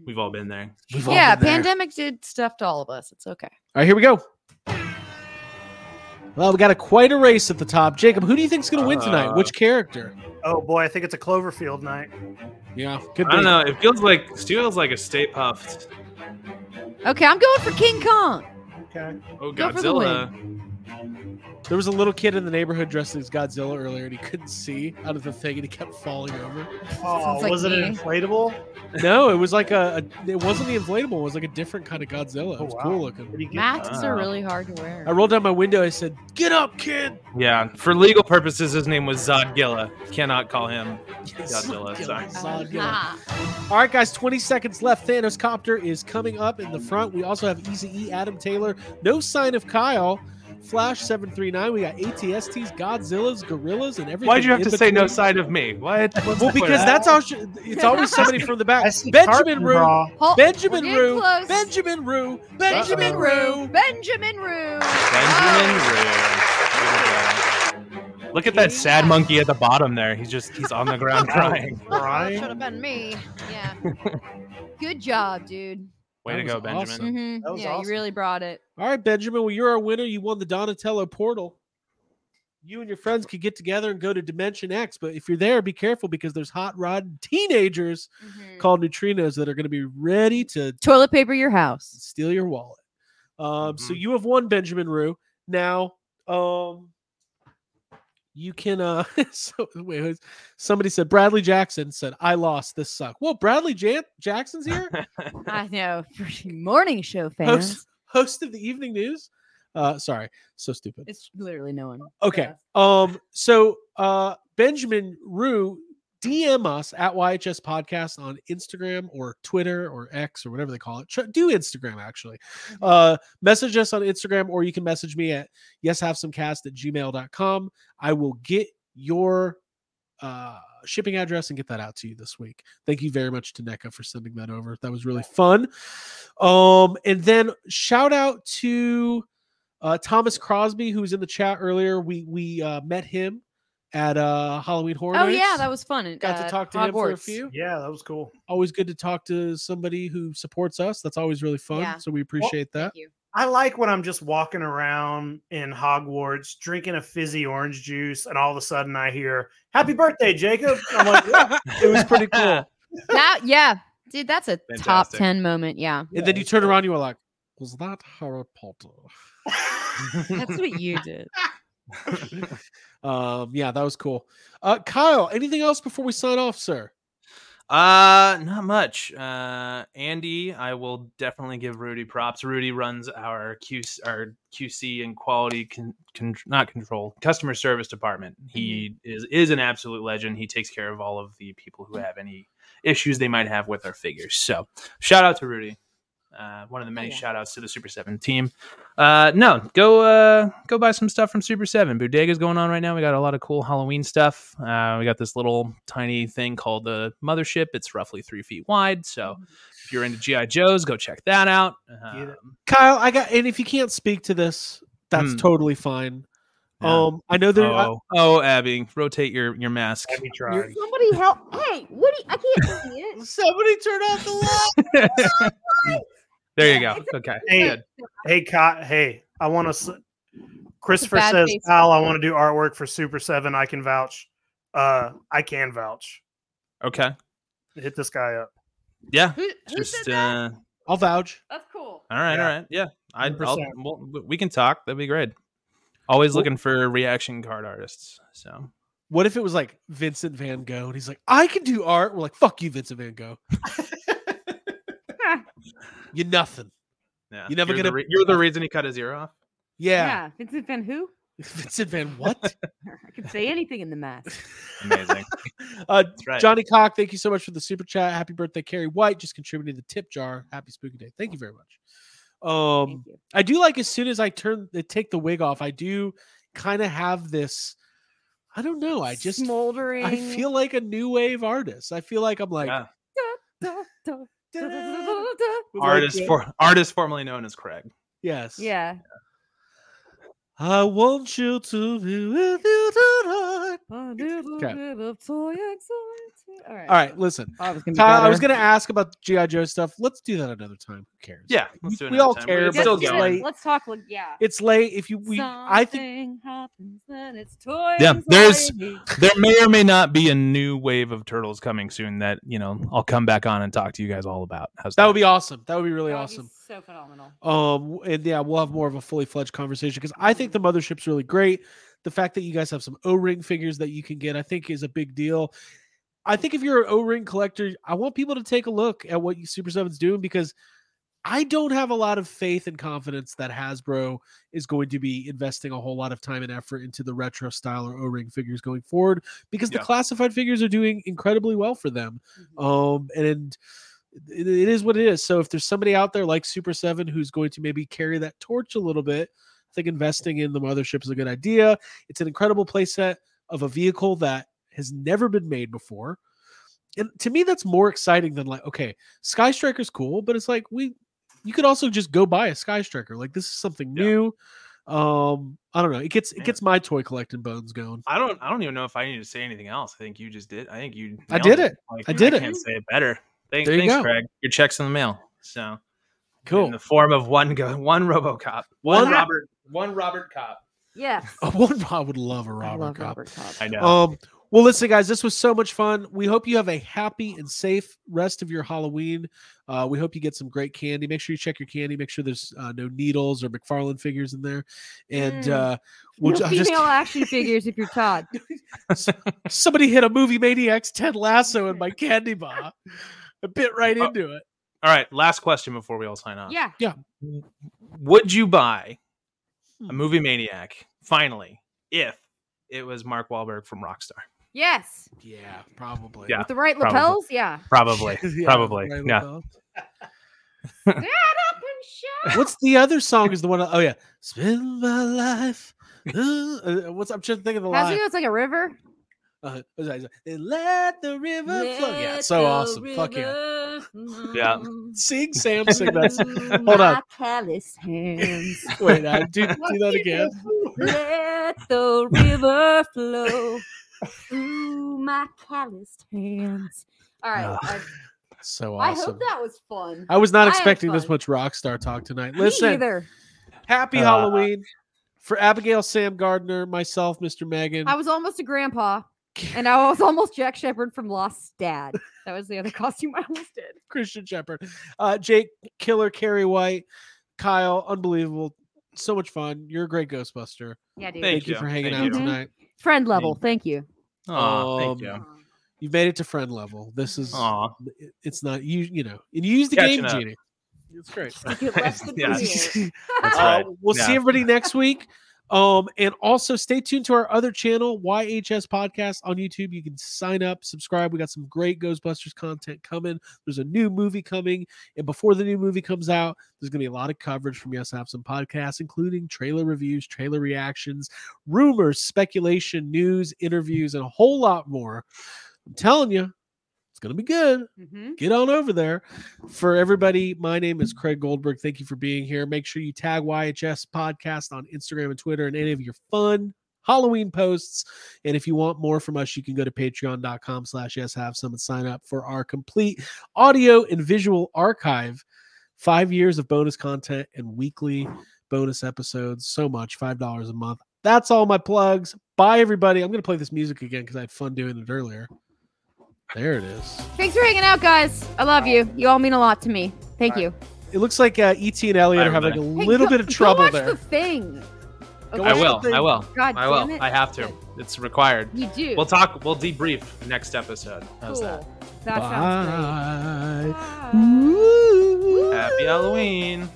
D: we've all been there.
A: We've all
E: yeah,
A: been there.
E: pandemic did stuff to all of us. It's okay.
A: All right, here we go. Well, we got a quite a race at the top. Jacob, who do you think's going to win tonight?
D: Uh,
A: Which character?
C: oh boy, I think it's a Cloverfield night.
A: Yeah, could
D: I
A: be.
D: don't know. It feels like it feels like a Stay Puffed.
E: Okay, I'm going for King Kong.
C: Okay.
D: Oh,
E: Go for the
D: Godzilla!
A: There was a little kid in the neighborhood dressed as Godzilla earlier, and he couldn't see out of the thing, and he kept falling over.
C: Oh,
E: Sounds like
C: was it
E: me.
C: an inflatable?
A: No, it was like a, a- It wasn't the inflatable. It was like a different kind of Godzilla. It
C: Oh,
A: was
C: wow.
A: cool looking.
C: Pretty good.
E: Masks are
D: Wow.
E: really hard to wear.
A: I rolled down my window. I said, "Get up, kid!"
D: Yeah, for legal purposes, his name was Zodgilla. Cannot call him Godzilla, sorry.
A: Uh, Godzilla.
E: Ah.
A: All right, guys, 20 seconds left. Thanos Copter is coming up in the front. We also have Easy E, Adam Taylor. No sign of Kyle. Flash 739. We got ATSTs, Godzillas, Gorillas, and everything.
D: Why'd you have
A: in
D: to say no
A: between.
D: side of me? What? What's
A: Well,
D: the point of
A: because
D: that?
A: that's how sh- it's always somebody from the
C: I
A: back.
C: see
A: Benjamin
C: Tartan
A: Rue.
C: Bra.
E: Hol-
A: Benjamin
E: We're getting
A: Rue.
E: close.
A: Benjamin Rue.
E: Benjamin
A: Benjamin
E: Rue.
A: Rue.
E: Benjamin Rue.
D: Benjamin
E: Oh,
D: Rue. Here we go. Look at that sad monkey at the bottom there. He's just he's on the ground crying.
E: Should
C: Brian.
E: have been me. Yeah. Good job, dude.
D: Way
A: That
D: to
A: was
D: go, Benjamin.
A: awesome.
E: Mhm.
C: That was
E: Yeah,
C: awesome.
E: you really brought it.
A: All right, Benjamin. Well, you're our winner. You won the Donatello portal. You and your friends could get together and go to Dimension X, but if you're there, be careful because there's hot rod teenagers
E: Mhm.
A: called neutrinos that are going to be ready to
E: Toilet paper your house.
A: steal your wallet. Um, So
D: Mhm.
A: you have won, Benjamin Rue. Now, um, you can. Uh, so wait, who's- somebody said Bradley Jackson said I lost. This suck. Well, Bradley Jan- Jackson's here,
E: I know. Morning show fans.
A: host host of the evening news. Uh, sorry, so stupid.
E: It's literally no one.
A: Okay. Um. So, uh, Benjamin Rue, DM us at YHS Podcast on Instagram or Twitter or X or whatever they call it. Tr- Do Instagram actually.
E: Mm-hmm.
A: Uh, message us on Instagram or you can message me at yeshavesomecast at gmail.com. I will get your uh shipping address and get that out to you this week. Thank you very much to NECA for sending that over. That was really fun. Um, and then shout out to uh, Thomas Crosby, who was in the chat earlier. We we uh, met him at uh, Halloween Horror.
E: Oh yeah,
A: Nights.
E: that was fun. at,
A: got
E: uh,
A: to talk to him for a
E: Hogwarts.
A: few.
C: Yeah, that was cool.
A: Always good to talk to somebody who supports us. That's always really fun.
E: Yeah.
A: So we appreciate that.
E: Thank you.
C: I like when I'm just walking around in Hogwarts drinking a fizzy orange juice, and all of a sudden I hear "Happy birthday, Jacob." And I'm like, "What?"
A: It was pretty cool.
E: That yeah, dude, that's a top
D: Fantastic.
E: ten moment. Yeah,
A: And then you turn around, you were like, "Was that Harry Potter?"
E: that's what you did.
A: Um, yeah, that was cool. Uh, Kyle, anything else before we sign off, sir?
D: Uh, not much. Uh, Andy, I will definitely give Rudy props. Rudy runs our QC, our QC and quality, con, con, not control, customer service department. He is is an absolute legend. He takes care of all of the people who have any issues they might have with our figures. So, shout out to Rudy. Uh, one of the many
E: yeah.
D: shout outs to the Super Seven team. Uh, no, go uh, go buy some stuff from Super Seven. Bodega's going on right now. We got a lot of cool Halloween stuff. Uh, we got this little tiny thing called the Mothership. It's roughly three feet wide. So if you're into GI Joes, go check that out.
C: Get it.
D: Um,
A: Kyle, I got, and if you can't speak to this, that's
D: Hmm.
A: totally fine.
D: Yeah.
A: Um, I know there. I-
D: Oh, oh, Abby, rotate your your mask.
C: Have you tried?
B: Somebody help! Hey, what? Do you, I can't see it.
A: somebody turn off the light.
D: there you go. Okay.
C: Hey, hey, Cot. Hey, I want to. Christopher
E: bad
C: says,
E: face.
C: "Al, I want to do artwork for Super Seven. I can vouch. Uh, I can vouch.
D: Okay.
C: Hit this guy up.
D: Yeah.
E: Who, who said
D: Just
E: that?
D: uh,
A: I'll vouch.
E: That's cool.
D: all right,
C: Yeah.
D: all right. Yeah. I I'll,
C: 100%.
D: we'll, we can talk. That'd be great. Always
A: Cool.
D: looking for reaction card artists. So
A: What if it was like Vincent Van Gogh, and he's like, "I can do art." We're like, "Fuck you, Vincent Van Gogh. You're nothing."
D: yeah.
A: You're never
D: you're
A: gonna-
D: the re- you're the reason he cut his ear off.
A: Yeah,
E: Vincent Van Who?
A: Vincent Van what?
E: I could say anything in the mask.
D: Amazing.
A: uh,
D: That's right.
A: Johnny Cock, thank you so much for the super chat. Happy birthday, Carrie White. Just contributed the tip jar. Happy spooky day. Thank you very much. Um,
E: Thank you.
A: I do like as soon as I turn the take the wig off, I do kind of have this. I don't know. I just
E: smoldering.
A: I feel like a new wave artist. I feel like I'm like
D: Yeah.
E: Da, da, da, da, da,
A: "Da-da-da-da-da,"
E: da,
A: with,
E: da.
A: like,
D: artist
A: the-
D: for artist formerly known as Craig.
A: yes.
E: Yeah.
A: I want you to be with you tonight.
E: A little
A: Okay.
E: bit of toy anxiety. All right.
A: All right, listen.
E: Oh, I was gonna. be
A: Ty, I was
E: better.
A: gonna ask about the GI Joe stuff. Let's do that another time. Who cares?
D: Yeah. Let's do
A: We-
D: it
A: we
D: another
A: all
D: time.
A: care,
D: We're
A: but
E: Yeah,
D: still
E: let's,
A: it's
D: going.
A: like-
E: let's talk. Like, yeah.
A: It's late. If you, we, I think
E: Something happens and it's toy
D: Yeah, there's-
E: anxiety.
D: there may or may not be a new wave of turtles coming soon that you know I'll come back on and talk to you guys all about. How's that?
A: that would be awesome. That would be really
E: That would be
A: awesome.
E: So phenomenal.
A: Um, and yeah, we'll have more of a fully fledged conversation because I think the mothership's really great. The fact that you guys have some O ring figures that you can get, I think, is a big deal. I think if you're an O ring collector, I want people to take a look at what you- Super Seven's doing because I don't have a lot of faith and confidence that Hasbro is going to be investing a whole lot of time and effort into the retro style or O ring figures going forward because
D: Yeah.
A: the classified figures are doing incredibly well for them
E: Mhm.
A: um and it, it is what it is so if there's somebody out there like super seven who's going to maybe carry that torch a little bit i think investing in the mothership is a good idea it's an incredible playset of a vehicle that has never been made before and to me that's more exciting than like okay sky striker's cool but it's like we you could also just go buy a sky striker like this is something
D: Yeah.
A: new um i don't know it gets it
D: Man.
A: gets my toy collecting bones going
D: I don't. I don't even know if I need to say anything else. I think you just did. I think you.
A: I
D: nailed
A: did it.
D: Like,
A: I did it.
D: Can't say it better. Thank,
A: There you
D: thanks,
A: go.
D: Craig. Your check's in the mail. So in
A: cool
D: the form of one go, one RoboCop, one,
A: One-
D: Robert, one Robert Cop.
E: Yes.
A: one i would love a
E: I
A: robert
E: love
A: Cop.
E: Robert Cobb.
D: I know.
A: Um, well, listen, guys, this was so much fun. We hope you have a happy and safe rest of your Halloween. Uh, we hope you get some great candy. Make sure you check your candy. Make sure there's uh, no needles or McFarlane figures in there. And
E: Mm.
A: uh, we'll
E: no
A: ju- I'm
E: female
A: just
E: action figures if you're Todd.
A: somebody hit a movie maniac's Ted Lasso in my candy bar. I bit right
D: Oh.
A: into it.
D: all right. Last question before we all sign off.
E: Yeah.
D: Would you buy a
A: Hmm.
D: movie maniac finally if it was Mark Wahlberg from Rockstar?
E: Yes.
A: Yeah, Uh, probably.
D: Yeah.
E: With the right
D: Probably.
E: lapels. Yeah.
D: Probably.
A: Yeah,
D: Probably.
A: right,
D: Yeah.
A: LaBelle.
E: Stand up and shout.
A: What's the other song? Is the one? Oh yeah, spend my life. uh, what's I'm just thinking of the
E: How's
A: line.
E: it go? It's like a river.
A: Uh, what was I saying? And let the river flow. Yeah, it's so awesome. Fuck yeah.
D: Yeah.
A: Sing, Sam, sing that. song. Hold on.
E: Callous hands.
A: Wait, I do, do that again.
E: Let the river flow through my calloused hands. All right.
D: Ugh.
E: I,
A: So
E: I
A: Ah, awesome. I,
E: hope that was fun.
A: was not
E: I had
A: expecting this
E: fun.
A: much rock star talk tonight.
E: Me
A: Listen,
E: either.
A: happy
D: Uh,
A: Halloween for Abigail, Sam Gardner, myself, Mr. Megan.
E: I was almost a grandpa, and I was almost Jack Shepherd from Lost Dad. That was the other costume I almost did.
A: Christian Shepherd, uh, Jake Killer, Carrie White, Kyle, unbelievable. So much fun. You're a great Ghostbuster.
E: Yeah, dude.
D: Thank
A: Thank, you.
D: you.
A: for hanging
D: Thank
A: out
E: you.
A: tonight.
E: Friend level. Thank you.
D: Aw, thank
A: Um,
D: you. Oh,
A: You've made it to friend level. This is
D: Aw.
A: it- it's not you you know and you use the
D: Catching
A: game
D: up.
A: genie it's great
E: You left the
D: Yeah.
E: beer.
D: That's
A: Uh,
D: right.
A: we'll see
D: Yeah.
A: everybody next week um and also stay tuned to our other channel yhs podcast on youtube you can sign up subscribe we got some great ghostbusters content coming there's a new movie coming and before the new movie comes out there's going to be a lot of coverage from yes have some podcasts including trailer reviews trailer reactions rumors speculation news interviews and a whole lot more i'm telling you it's going to be good
E: Mhm.
A: get on over there. For everybody, my name is Craig Goldberg. Thank you for being here. Make sure you tag YHS Podcast on Instagram and Twitter and any of your fun Halloween posts. And if you want more from us, you can go to patreon.com slash yes have some and sign up for our complete audio and visual archive. Five years of bonus content and weekly bonus episodes. So much, $5 a month. That's all my plugs. Bye, everybody. I'm going to play this music again because I had fun doing it earlier. There it is.
E: Thanks for hanging out, guys. I love you. You all mean a lot to me. Thank
C: Bye.
E: you.
A: It looks like uh, ET and Elliot
D: Bye,
A: are having a
D: everybody.
E: Hey,
A: little
E: go-
A: bit of
E: go
A: trouble
E: watch
A: there.
E: The thing.
D: I
A: watch
D: will.
A: the thing.
D: I will.
E: God
D: I
E: damn
D: will.
E: it.
D: I have to. It's required.
E: You do.
D: We'll talk. We'll debrief next episode. How's
E: cool.
D: that?
E: That sounds great.
A: Bye. Mm.
E: Bye.
A: Ooh.
D: Happy Halloween.